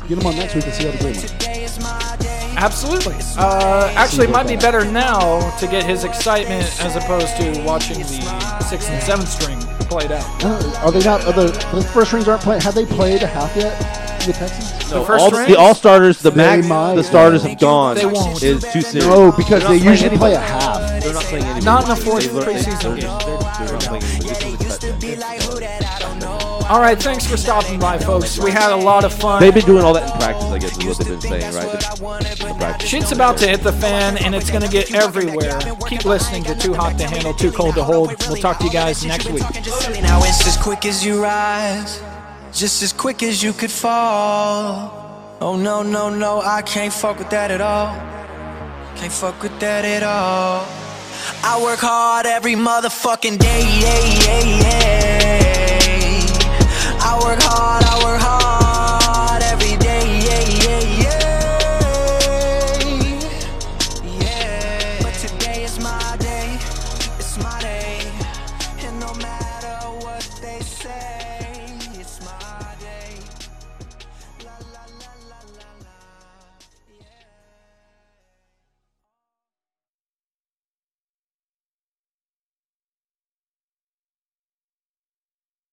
Speaker 6: get him on next week and see how the game went.
Speaker 3: Absolutely. Uh, actually, it might be better now to get his excitement as opposed to watching the six and seven string played out.
Speaker 6: Uh, Are they not? Are the, the first rings aren't playing. Have they played a half yet? The Texans?
Speaker 3: The
Speaker 5: all,
Speaker 3: first
Speaker 5: the
Speaker 3: ring.
Speaker 5: all starters, the max,
Speaker 6: might.
Speaker 5: the starters have gone.
Speaker 3: They won't.
Speaker 5: Is too soon.
Speaker 6: No, because they usually play a half.
Speaker 5: They're not playing anybody.
Speaker 3: Not in the fourth
Speaker 5: They've learned-
Speaker 3: preseason
Speaker 5: they're-
Speaker 3: game.
Speaker 5: they're not playing anybody. This is a cut down.
Speaker 3: All right, thanks for stopping by, folks. We had a lot of fun.
Speaker 5: They've been doing all that in practice, I guess, is what they've been saying, right? The- the practice.
Speaker 3: Shit's about to hit the fan, and it's going to get everywhere. Keep listening to Too Hot to Handle, Too Cold to Hold. We'll talk to you guys next week.
Speaker 2: Now it's as quick as you rise, just as quick as you could fall. Oh no, no, no, I can't fuck with that at all. Can't fuck with that at all. I work hard every motherfucking day, yeah, yeah, yeah. I work hard